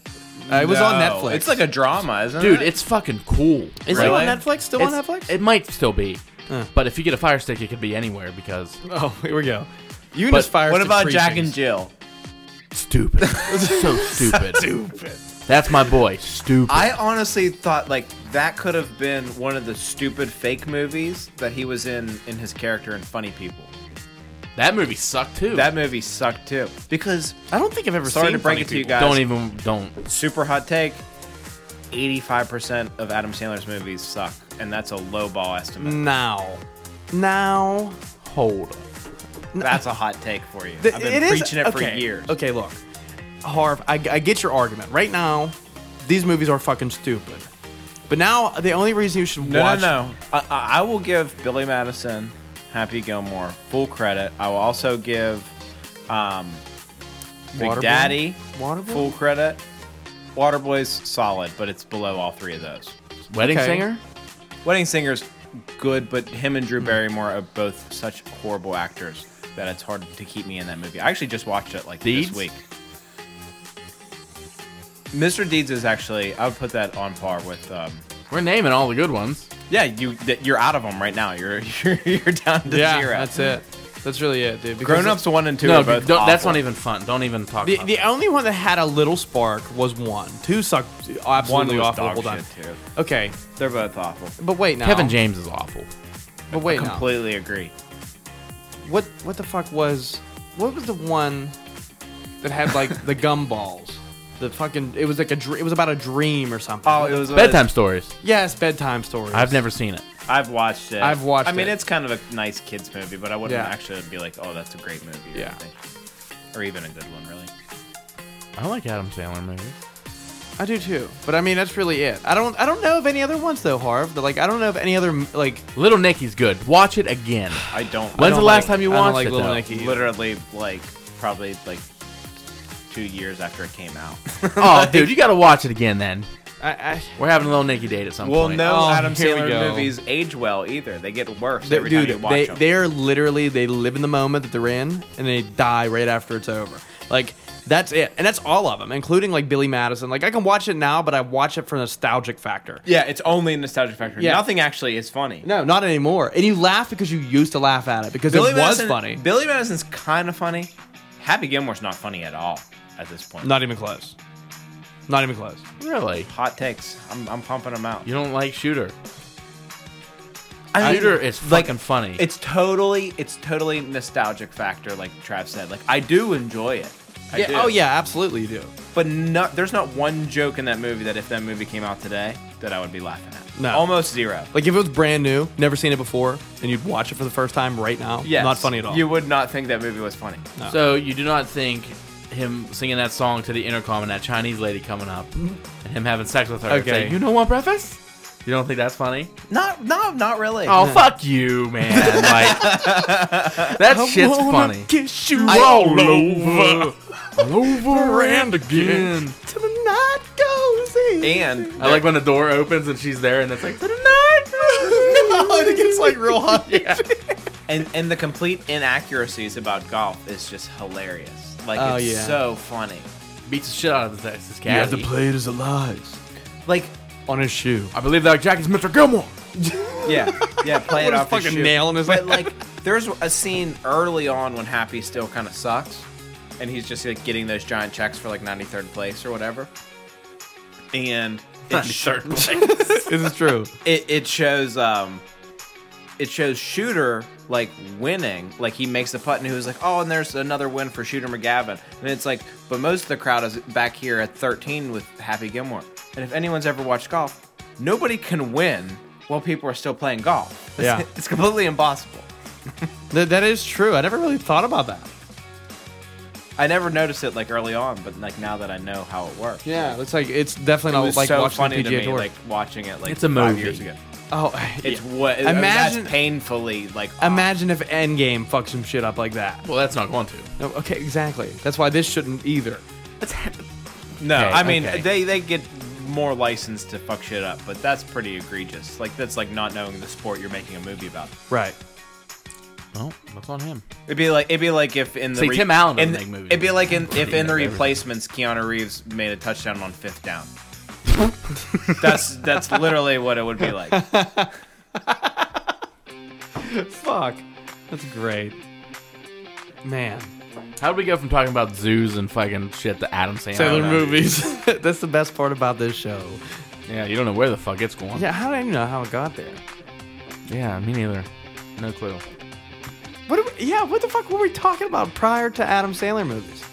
Speaker 1: Uh, it was on
Speaker 3: No,
Speaker 1: Netflix.
Speaker 3: It's like a drama, isn't it?
Speaker 2: dude, it's fucking cool.
Speaker 1: Uh-huh. Is
Speaker 3: Really?
Speaker 1: it on Netflix? Still on
Speaker 2: It's-
Speaker 1: Netflix? Uh.
Speaker 2: It might still be, but if you get a fire stick, it could be anywhere because
Speaker 1: oh, here we go. You and
Speaker 2: But
Speaker 1: his fire
Speaker 3: What
Speaker 1: stick
Speaker 3: about Jack
Speaker 1: preachings.
Speaker 3: and Jill?
Speaker 2: stupid, so stupid, stupid. That's my boy, stupid.
Speaker 3: I honestly thought like that could have been one of the stupid fake movies that he was in in his character in Funny People.
Speaker 2: that movie sucked too.
Speaker 3: That movie sucked too because
Speaker 1: I don't think I've ever
Speaker 3: sorry
Speaker 1: seen
Speaker 3: to break
Speaker 1: Funny
Speaker 3: it to you
Speaker 1: People.
Speaker 3: guys.
Speaker 2: don't even don't.
Speaker 3: super hot take. 85% of Adam Sandler's movies suck, and that's a low ball estimate.
Speaker 1: Now. Now.
Speaker 2: Hold. on.
Speaker 3: That's a hot take for you.
Speaker 1: Th-
Speaker 3: I've been
Speaker 1: it is-
Speaker 3: preaching it for years.
Speaker 1: Okay, look, Harv, I, I get your argument. Right now, these movies are fucking stupid. But now, the only reason you should
Speaker 3: No,
Speaker 1: watch
Speaker 3: no, no. I, I I will give Billy Madison, Happy Gilmore full credit. I will also give um, Big
Speaker 1: Waterboy?
Speaker 3: Daddy
Speaker 1: Waterboy?
Speaker 3: full credit. Waterboy's solid, but it's below all three of those.
Speaker 2: Wedding
Speaker 1: Okay.
Speaker 2: singer.
Speaker 3: Wedding Singer's good, but him and Drew Barrymore are both such horrible actors that it's hard to keep me in that movie. I actually just watched it like
Speaker 2: Deeds?
Speaker 3: this week. Mr. Deeds is actually I would put that on par with. Um,
Speaker 2: We're naming all the good ones.
Speaker 3: yeah, you that you're out of them right now. You're you're, you're down to
Speaker 1: yeah,
Speaker 3: zero.
Speaker 1: that's it. That's really it, dude. because
Speaker 3: Grown ups one and 2
Speaker 2: No,
Speaker 3: are both.
Speaker 2: don't- that's
Speaker 3: awful.
Speaker 2: not even fun. Don't even talk.
Speaker 1: The,
Speaker 2: about
Speaker 1: the
Speaker 2: that.
Speaker 1: only one that had a little spark was one. Two sucked absolutely
Speaker 3: was
Speaker 1: off the
Speaker 3: dog
Speaker 1: whole time.
Speaker 3: shit, too.
Speaker 1: Okay,
Speaker 3: They're both awful.
Speaker 1: but wait now.
Speaker 2: Kevin James is awful.
Speaker 1: But wait now.
Speaker 3: Completely agree.
Speaker 1: What what the fuck was? What was the one that had like the gumballs? The fucking it was like a dr- it was about a dream or something.
Speaker 3: Oh, it was
Speaker 2: Bedtime stories.
Speaker 1: yes, bedtime stories.
Speaker 2: I've never seen it.
Speaker 3: I've watched it.
Speaker 1: I've watched
Speaker 3: I mean,
Speaker 1: it.
Speaker 3: it's kind of a nice kids movie, but I wouldn't
Speaker 1: Yeah.
Speaker 3: actually be like, "Oh, that's a great movie." or
Speaker 1: Yeah.
Speaker 3: anything. Or even a good one, really.
Speaker 2: I like Adam Sandler movies.
Speaker 1: I do too, but I mean that's really it. I don't I don't know of any other ones though, Harv. But, like I don't know of any other like.
Speaker 2: Little Nicky's good. Watch it again.
Speaker 3: I don't.
Speaker 2: When's
Speaker 3: I
Speaker 2: the
Speaker 3: don't
Speaker 2: last
Speaker 3: like,
Speaker 2: time you
Speaker 1: I don't
Speaker 2: watched
Speaker 1: like
Speaker 2: it?
Speaker 1: Little
Speaker 2: though?
Speaker 1: Nicky. you-
Speaker 3: Literally, like probably like two years after it came out.
Speaker 2: Oh, dude, you gotta watch it again. Then
Speaker 1: I, I
Speaker 2: we're having a Little Nicky date at some
Speaker 3: well,
Speaker 2: point.
Speaker 3: no
Speaker 1: Oh,
Speaker 3: Adam
Speaker 1: here we
Speaker 3: Sandler
Speaker 1: go.
Speaker 3: movies age well either. They get worse
Speaker 1: they,
Speaker 3: every time you
Speaker 1: dude,
Speaker 3: watch
Speaker 1: they
Speaker 3: them.
Speaker 1: they are literally they live in the moment that they're in and they die right after it's over. Like that's it, and that's all of them, including like Billy Madison. Like I can watch it now, but I watch it for nostalgic factor.
Speaker 3: yeah, it's only nostalgic factor.
Speaker 1: Yeah.
Speaker 3: Nothing actually is funny.
Speaker 1: No, not anymore. And you laugh because you used to laugh at it because it was
Speaker 3: Madison-
Speaker 1: funny.
Speaker 3: Billy Madison's kind of funny. Happy Gilmore's not funny at all at this point.
Speaker 1: Not even close. Not even close.
Speaker 2: really.
Speaker 3: Hot takes. I'm, I'm pumping them out.
Speaker 2: You don't like Shooter.
Speaker 3: I mean,
Speaker 2: Shooter is
Speaker 3: like,
Speaker 2: fucking funny.
Speaker 3: It's totally, it's totally nostalgic factor, like Trav said. Like I do enjoy it. I do.
Speaker 1: Oh yeah, absolutely you do.
Speaker 3: But not, there's not one joke in that movie that if that movie came out today, that I would be laughing at.
Speaker 1: No.
Speaker 3: almost zero.
Speaker 1: Like if it was brand new, never seen it before, and you'd watch it for the first time right now,
Speaker 3: Yes,
Speaker 1: not funny at all.
Speaker 3: You would not think that movie was funny.
Speaker 2: so you do not think him singing that song to the intercom and that Chinese lady coming up and him having sex with her. it's
Speaker 1: Okay.
Speaker 2: like, you know what, breakfast? You don't think that's funny?
Speaker 3: Not, no, not really.
Speaker 2: Oh fuck you, man! Like that shit's funny.
Speaker 1: kiss you
Speaker 2: all over, all over and again.
Speaker 1: till the night goes in.
Speaker 3: And
Speaker 2: I like when the door opens and she's there, and it's like
Speaker 1: oh, it gets like real hot.
Speaker 3: and and the complete inaccuracies about golf is just hilarious. Like
Speaker 1: Oh,
Speaker 3: it's
Speaker 1: yeah.
Speaker 3: so funny.
Speaker 2: beats the shit out of this, this caddy.
Speaker 1: blade is alive
Speaker 3: Like
Speaker 1: on his shoe.
Speaker 2: I believe that Jackie's Mr. Gilmore.
Speaker 3: yeah, yeah, play it
Speaker 1: Put a
Speaker 3: off. your
Speaker 1: fucking
Speaker 3: shoe.
Speaker 1: nail in his
Speaker 3: But like, there's a scene early on when Happy still kind of sucks, and he's just like getting those giant checks for like 93rd place or whatever. And it, sh-
Speaker 1: this is true.
Speaker 3: it, it shows um, it shows Shooter like winning, like he makes the putt, and he was like, oh, and there's another win for Shooter McGavin, and it's like, but most of the crowd is back here at 13 with Happy Gilmore, and if anyone's ever watched golf, nobody can win while people are still playing golf. It's-
Speaker 1: Yeah.
Speaker 3: it's completely impossible.
Speaker 1: Th- that is true. I never really thought about that.
Speaker 3: I never noticed it like early on, but like now that I know how it works.
Speaker 1: Yeah, it's like it's definitely
Speaker 3: It
Speaker 1: not
Speaker 3: was
Speaker 1: like
Speaker 3: so
Speaker 1: watching
Speaker 3: funny
Speaker 1: the PGA
Speaker 3: to me,
Speaker 1: Tour.
Speaker 3: like watching it like
Speaker 2: It's a
Speaker 3: five
Speaker 2: movie.
Speaker 3: years ago.
Speaker 1: oh,
Speaker 3: It's what
Speaker 1: Imagine-
Speaker 3: that's painfully like uh,
Speaker 1: imagine if Endgame fucked some shit up like that.
Speaker 2: Well, that's not going to.
Speaker 1: No, okay, exactly. That's why this shouldn't either.
Speaker 2: Okay,
Speaker 3: No, I mean
Speaker 2: okay.
Speaker 3: they they get more license to fuck shit up, but that's pretty egregious. Like that's like not knowing the sport you're making a movie about.
Speaker 1: Right.
Speaker 2: Well, that's on him.
Speaker 3: It'd be like it'd be like if in the
Speaker 2: See, Tim Allen
Speaker 3: in,
Speaker 2: doesn't make movies.
Speaker 3: it'd be like in, if in the
Speaker 2: Everything.
Speaker 3: replacements Keanu Reeves made a touchdown on fifth down. that's that's literally what it would be like.
Speaker 1: Fuck. That's great. Man.
Speaker 2: How did we go from talking about zoos and fucking shit to Adam Sandler?
Speaker 1: Sailor movies. That's the best part about this show.
Speaker 2: Yeah, you don't know where the fuck it's going.
Speaker 1: Yeah, how do I know how it got there?
Speaker 2: Yeah, me neither. No clue.
Speaker 1: What? Are we, yeah, what the fuck were we talking about prior to Adam Sandler movies?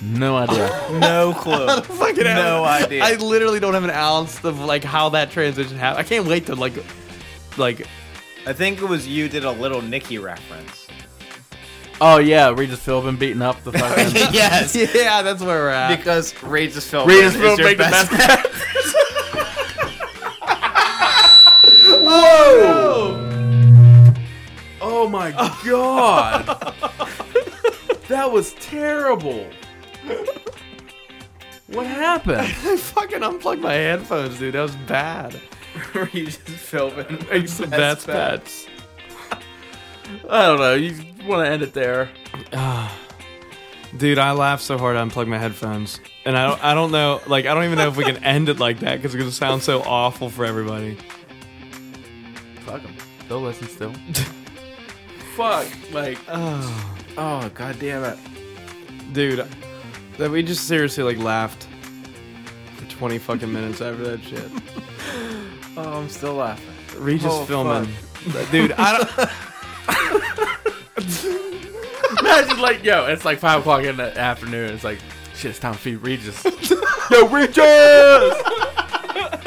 Speaker 2: No idea.
Speaker 3: No clue.
Speaker 1: Fucking hell.
Speaker 3: No idea.
Speaker 1: I literally don't have an ounce of like how that transition happened. I can't wait to like, like
Speaker 3: I think it was you did a little Nicky reference
Speaker 2: oh yeah, Regis Philbin beating up the fucking.
Speaker 1: yes, yeah, that's where we're at.
Speaker 3: because Regis Philbin
Speaker 2: Regis
Speaker 3: is
Speaker 2: Philbin
Speaker 3: your
Speaker 2: beat the
Speaker 3: best.
Speaker 2: best. Oh my god. that was terrible. What happened?
Speaker 1: I fucking unplugged my headphones, dude. That was bad.
Speaker 3: Regis Philbin.
Speaker 1: It's the best bets.
Speaker 2: I don't know. You want to end it there?
Speaker 1: Dude, I laughed so hard I unplugged my headphones, and I don't, I don't know, like I don't even know if we can end it like that because it's gonna sound so awful for everybody.
Speaker 2: Fuck them. They'll listen still. Fuck. Like,
Speaker 3: Oh god damn it.
Speaker 1: Dude, that we just seriously like laughed for 20 fucking minutes after that shit.
Speaker 3: Oh, I'm still laughing.
Speaker 1: Regis
Speaker 3: Oh,
Speaker 1: filming. Dude, I don't
Speaker 2: imagine like, yo, it's like five o'clock in the afternoon. It's like, shit, it's time to feed Regis. yo, Regis.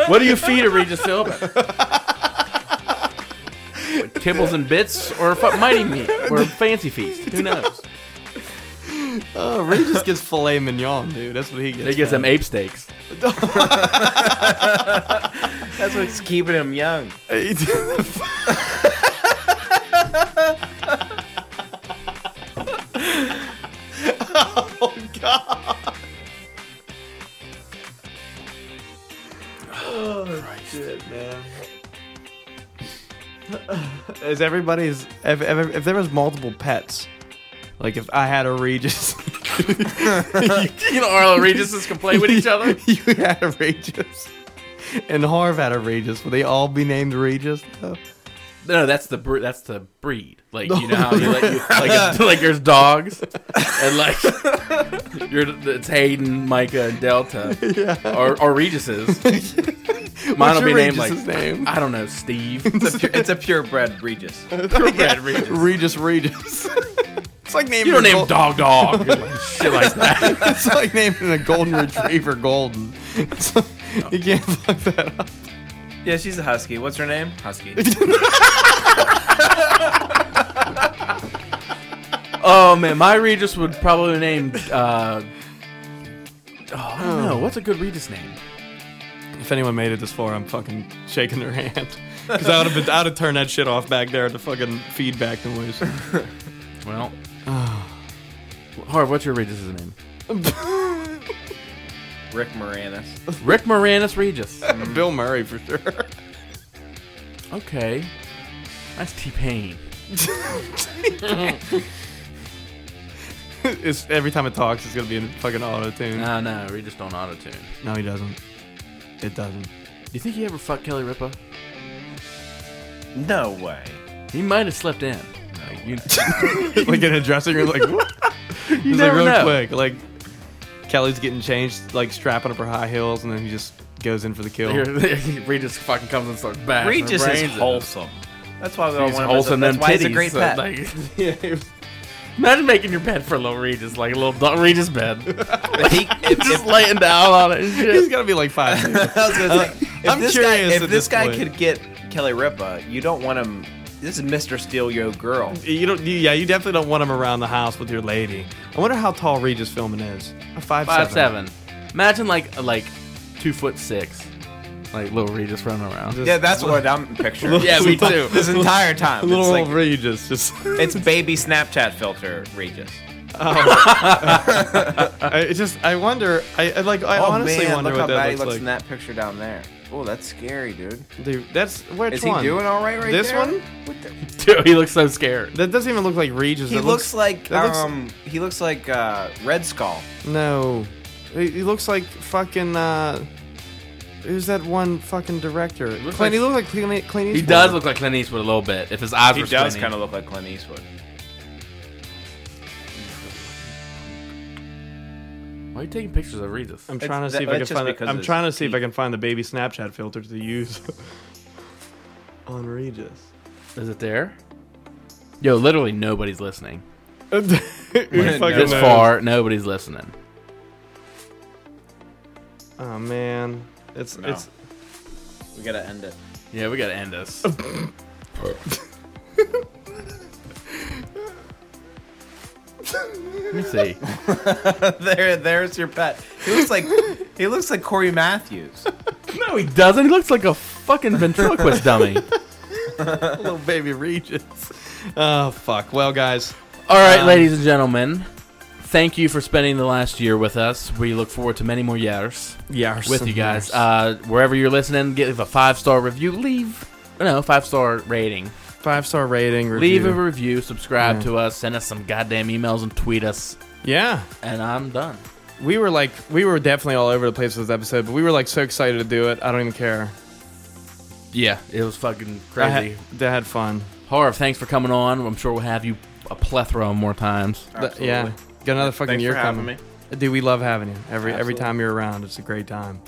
Speaker 2: what do you feed a Regis Philbin? What, Kibbles and bits, or fu- mighty meat, or fancy feast. Who knows?
Speaker 1: oh, Regis gets filet mignon, dude. That's what he gets.
Speaker 2: They get some
Speaker 1: man.
Speaker 2: ape steaks.
Speaker 3: That's what's keeping him young.
Speaker 1: Is everybody's if, if, if there was multiple pets, like if I had a Regis,
Speaker 2: You know, Arlo and Regis's can play with each other.
Speaker 1: you had a Regis, and Harv had a Regis, would they all be named Regis? Though?
Speaker 2: No, that's the bre- that's the breed. Like you know how you like you, like, like there's dogs and like you're it's Hayden, Micah, and Delta, or or Regis's. Mine will
Speaker 1: your
Speaker 2: be named
Speaker 1: Regis's
Speaker 2: like
Speaker 1: name?
Speaker 2: I don't know, Steve.
Speaker 3: It's a, pu- it's a purebred Regis.
Speaker 2: Purebred Regis.
Speaker 1: Regis Regis. it's like naming
Speaker 2: You don't
Speaker 1: a
Speaker 2: name
Speaker 1: gold-
Speaker 2: dog dog like, shit like that.
Speaker 1: It's like naming a golden retriever golden. It's like- you can't fuck that up.
Speaker 3: Yeah, she's a husky. What's her name? Husky.
Speaker 2: Oh man, my Regis would probably name. Uh, oh, I don't know. What's a good Regis name?
Speaker 1: If anyone made it this far, I'm fucking shaking their hand because I would have been, I would have turned that shit off back there at the fucking feedback noise.
Speaker 2: Well, Harv, what's your Regis's name?
Speaker 3: Rick Moranis.
Speaker 2: Rick Moranis Regis.
Speaker 1: Bill Murray for sure.
Speaker 2: Okay. That's T Pain.
Speaker 1: It's, every time it talks, it's gonna be in fucking auto tune.
Speaker 2: No, no, we just don't auto tune.
Speaker 1: No, he doesn't. It doesn't.
Speaker 2: Do you think he ever fucked Kelly Ripa?
Speaker 3: No way.
Speaker 2: He might have slept in. Like, you,
Speaker 1: like in a dressing room, like what?
Speaker 2: you
Speaker 1: It's
Speaker 2: never
Speaker 1: like real
Speaker 2: know.
Speaker 1: quick. Like Kelly's getting changed, like strapping up her high heels, and then he just goes in for the kill.
Speaker 2: Here, Regis fucking comes and starts bashing.
Speaker 3: Regis
Speaker 2: brains in.
Speaker 3: is wholesome. That's why we all
Speaker 2: He's
Speaker 3: want him. as a-
Speaker 2: wholesome
Speaker 3: That's
Speaker 2: them
Speaker 3: why he's a
Speaker 2: titties.
Speaker 3: great
Speaker 2: so,
Speaker 3: pet.
Speaker 2: like, yeah. Imagine making your bed for a little Regis, like a little dog Regis bed,
Speaker 3: He- if,
Speaker 2: just laying down on it. And
Speaker 1: He's
Speaker 2: shit.
Speaker 1: gotta be like five.
Speaker 3: I was gonna say, Uh, if
Speaker 1: I'm
Speaker 3: this
Speaker 1: curious
Speaker 3: Guy,
Speaker 1: at
Speaker 3: if this
Speaker 1: this
Speaker 3: guy
Speaker 1: point.
Speaker 3: could get Kelly Ripa, you don't want him
Speaker 6: this is Mr. Steal Yo Girl.
Speaker 1: You don't. You, yeah, you definitely don't want him around the house with your lady. I wonder how tall Regis Philbin is. A five,
Speaker 2: Five seven. Imagine like like two foot six, like little Regis running around.
Speaker 6: Yeah, that's what I'm picturing.
Speaker 2: Yeah, me too.
Speaker 6: this entire time. It's,
Speaker 1: Little
Speaker 6: like,
Speaker 1: Regis, just
Speaker 6: it's baby Snapchat
Speaker 3: filter Regis.
Speaker 1: I it just I wonder. I, I like. I
Speaker 6: Oh
Speaker 1: honestly
Speaker 6: man,
Speaker 1: wonder
Speaker 6: look
Speaker 1: what
Speaker 6: how bad
Speaker 1: that looks
Speaker 6: he looks
Speaker 1: like.
Speaker 6: in that picture down there. Oh, that's scary, dude.
Speaker 1: Dude, that's which
Speaker 6: Is he
Speaker 1: one?
Speaker 6: doing all right right
Speaker 1: This
Speaker 6: there?
Speaker 1: one?
Speaker 6: What the-
Speaker 2: Dude, he looks so scared.
Speaker 1: That doesn't even look like Regis.
Speaker 6: He
Speaker 1: That
Speaker 6: looks, like
Speaker 1: that looks-
Speaker 6: um, he looks like uh, Red Skull.
Speaker 1: no. He, he looks like fucking. uh Who's that one fucking director?
Speaker 2: looks
Speaker 1: Clint.
Speaker 2: like-
Speaker 1: he looks like Clint, Clint
Speaker 2: He
Speaker 1: Eastwood.
Speaker 2: does look like Clint Eastwood a little bit. If his eyes
Speaker 3: He
Speaker 2: were
Speaker 3: does
Speaker 2: squinty.
Speaker 3: kind of look like Clint Eastwood.
Speaker 2: Why are you taking pictures of Regis?
Speaker 1: I'm trying to
Speaker 6: It's-
Speaker 1: see if
Speaker 6: that-
Speaker 1: I can
Speaker 6: that's just
Speaker 1: find. The,
Speaker 6: because
Speaker 1: I'm
Speaker 6: it's
Speaker 1: trying to see if I can find the baby Snapchat filter to use on Regis.
Speaker 2: Is it there? Yo, literally nobody's listening.
Speaker 1: Who fucking
Speaker 2: this
Speaker 1: knows?
Speaker 2: far, nobody's listening.
Speaker 1: Oh man, it's
Speaker 3: No.
Speaker 1: it's
Speaker 6: We gotta end it.
Speaker 2: Yeah, we gotta end this. Let me see.
Speaker 6: there, there's your pet. He looks like he looks like Corey Matthews.
Speaker 2: No, he doesn't. He looks like a fucking ventriloquist dummy.
Speaker 1: little baby Regis. Oh fuck. Well, guys,
Speaker 2: All right,
Speaker 1: Um,
Speaker 2: ladies and gentlemen, thank you for spending the last year with us. We look forward to many more years
Speaker 1: yeah,
Speaker 2: with you guys. Uh, wherever you're listening, give a five star review. Leave no five star rating.
Speaker 1: Five star rating.
Speaker 2: Leave a
Speaker 1: review.
Speaker 2: review. Subscribe
Speaker 1: Yeah.
Speaker 2: to us. Send us some goddamn emails and tweet us.
Speaker 1: yeah.
Speaker 2: And I'm done.
Speaker 1: We were like, we were definitely all over the place with this episode, but we were like so excited to do it. I don't even care.
Speaker 2: Yeah, it was fucking
Speaker 1: I
Speaker 2: crazy.
Speaker 1: had, I had fun.
Speaker 2: Harv, thanks for coming on. I'm sure we'll have you a plethora of more times.
Speaker 1: Th- yeah. Got another fucking
Speaker 3: Thanks
Speaker 1: year
Speaker 3: for having
Speaker 1: coming. Dude, we love having you. Every every time you're around, it's a great time.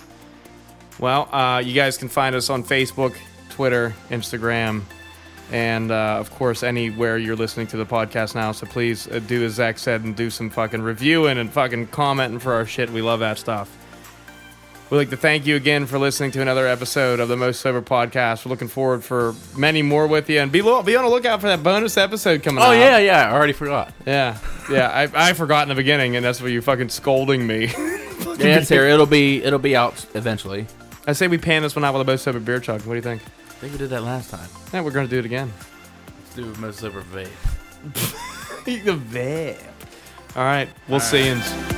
Speaker 1: Well, uh, you guys can find us on Facebook, Twitter, Instagram, and uh, of course anywhere you're listening to the podcast now. So please uh, do as Zach said and do some fucking reviewing and fucking commenting for our shit. We love that stuff. We'd like to thank you again for listening to another episode of the Most Sober Podcast. We're looking forward for many more with you, and be lo- be on the lookout for that bonus episode coming.
Speaker 2: Oh
Speaker 1: out.
Speaker 2: yeah, yeah. I already forgot.
Speaker 1: Yeah, yeah. I, I forgot in the beginning, and that's where you're fucking scolding me.
Speaker 2: Yeah, it's here. It'll be it'll be out eventually.
Speaker 1: I say we pan this one out with a most sober beer chug. What do you think?
Speaker 2: I think we did that last time.
Speaker 1: Yeah, we're gonna do it again.
Speaker 2: Let's do most over vape.
Speaker 1: the vape. All right, we'll see you.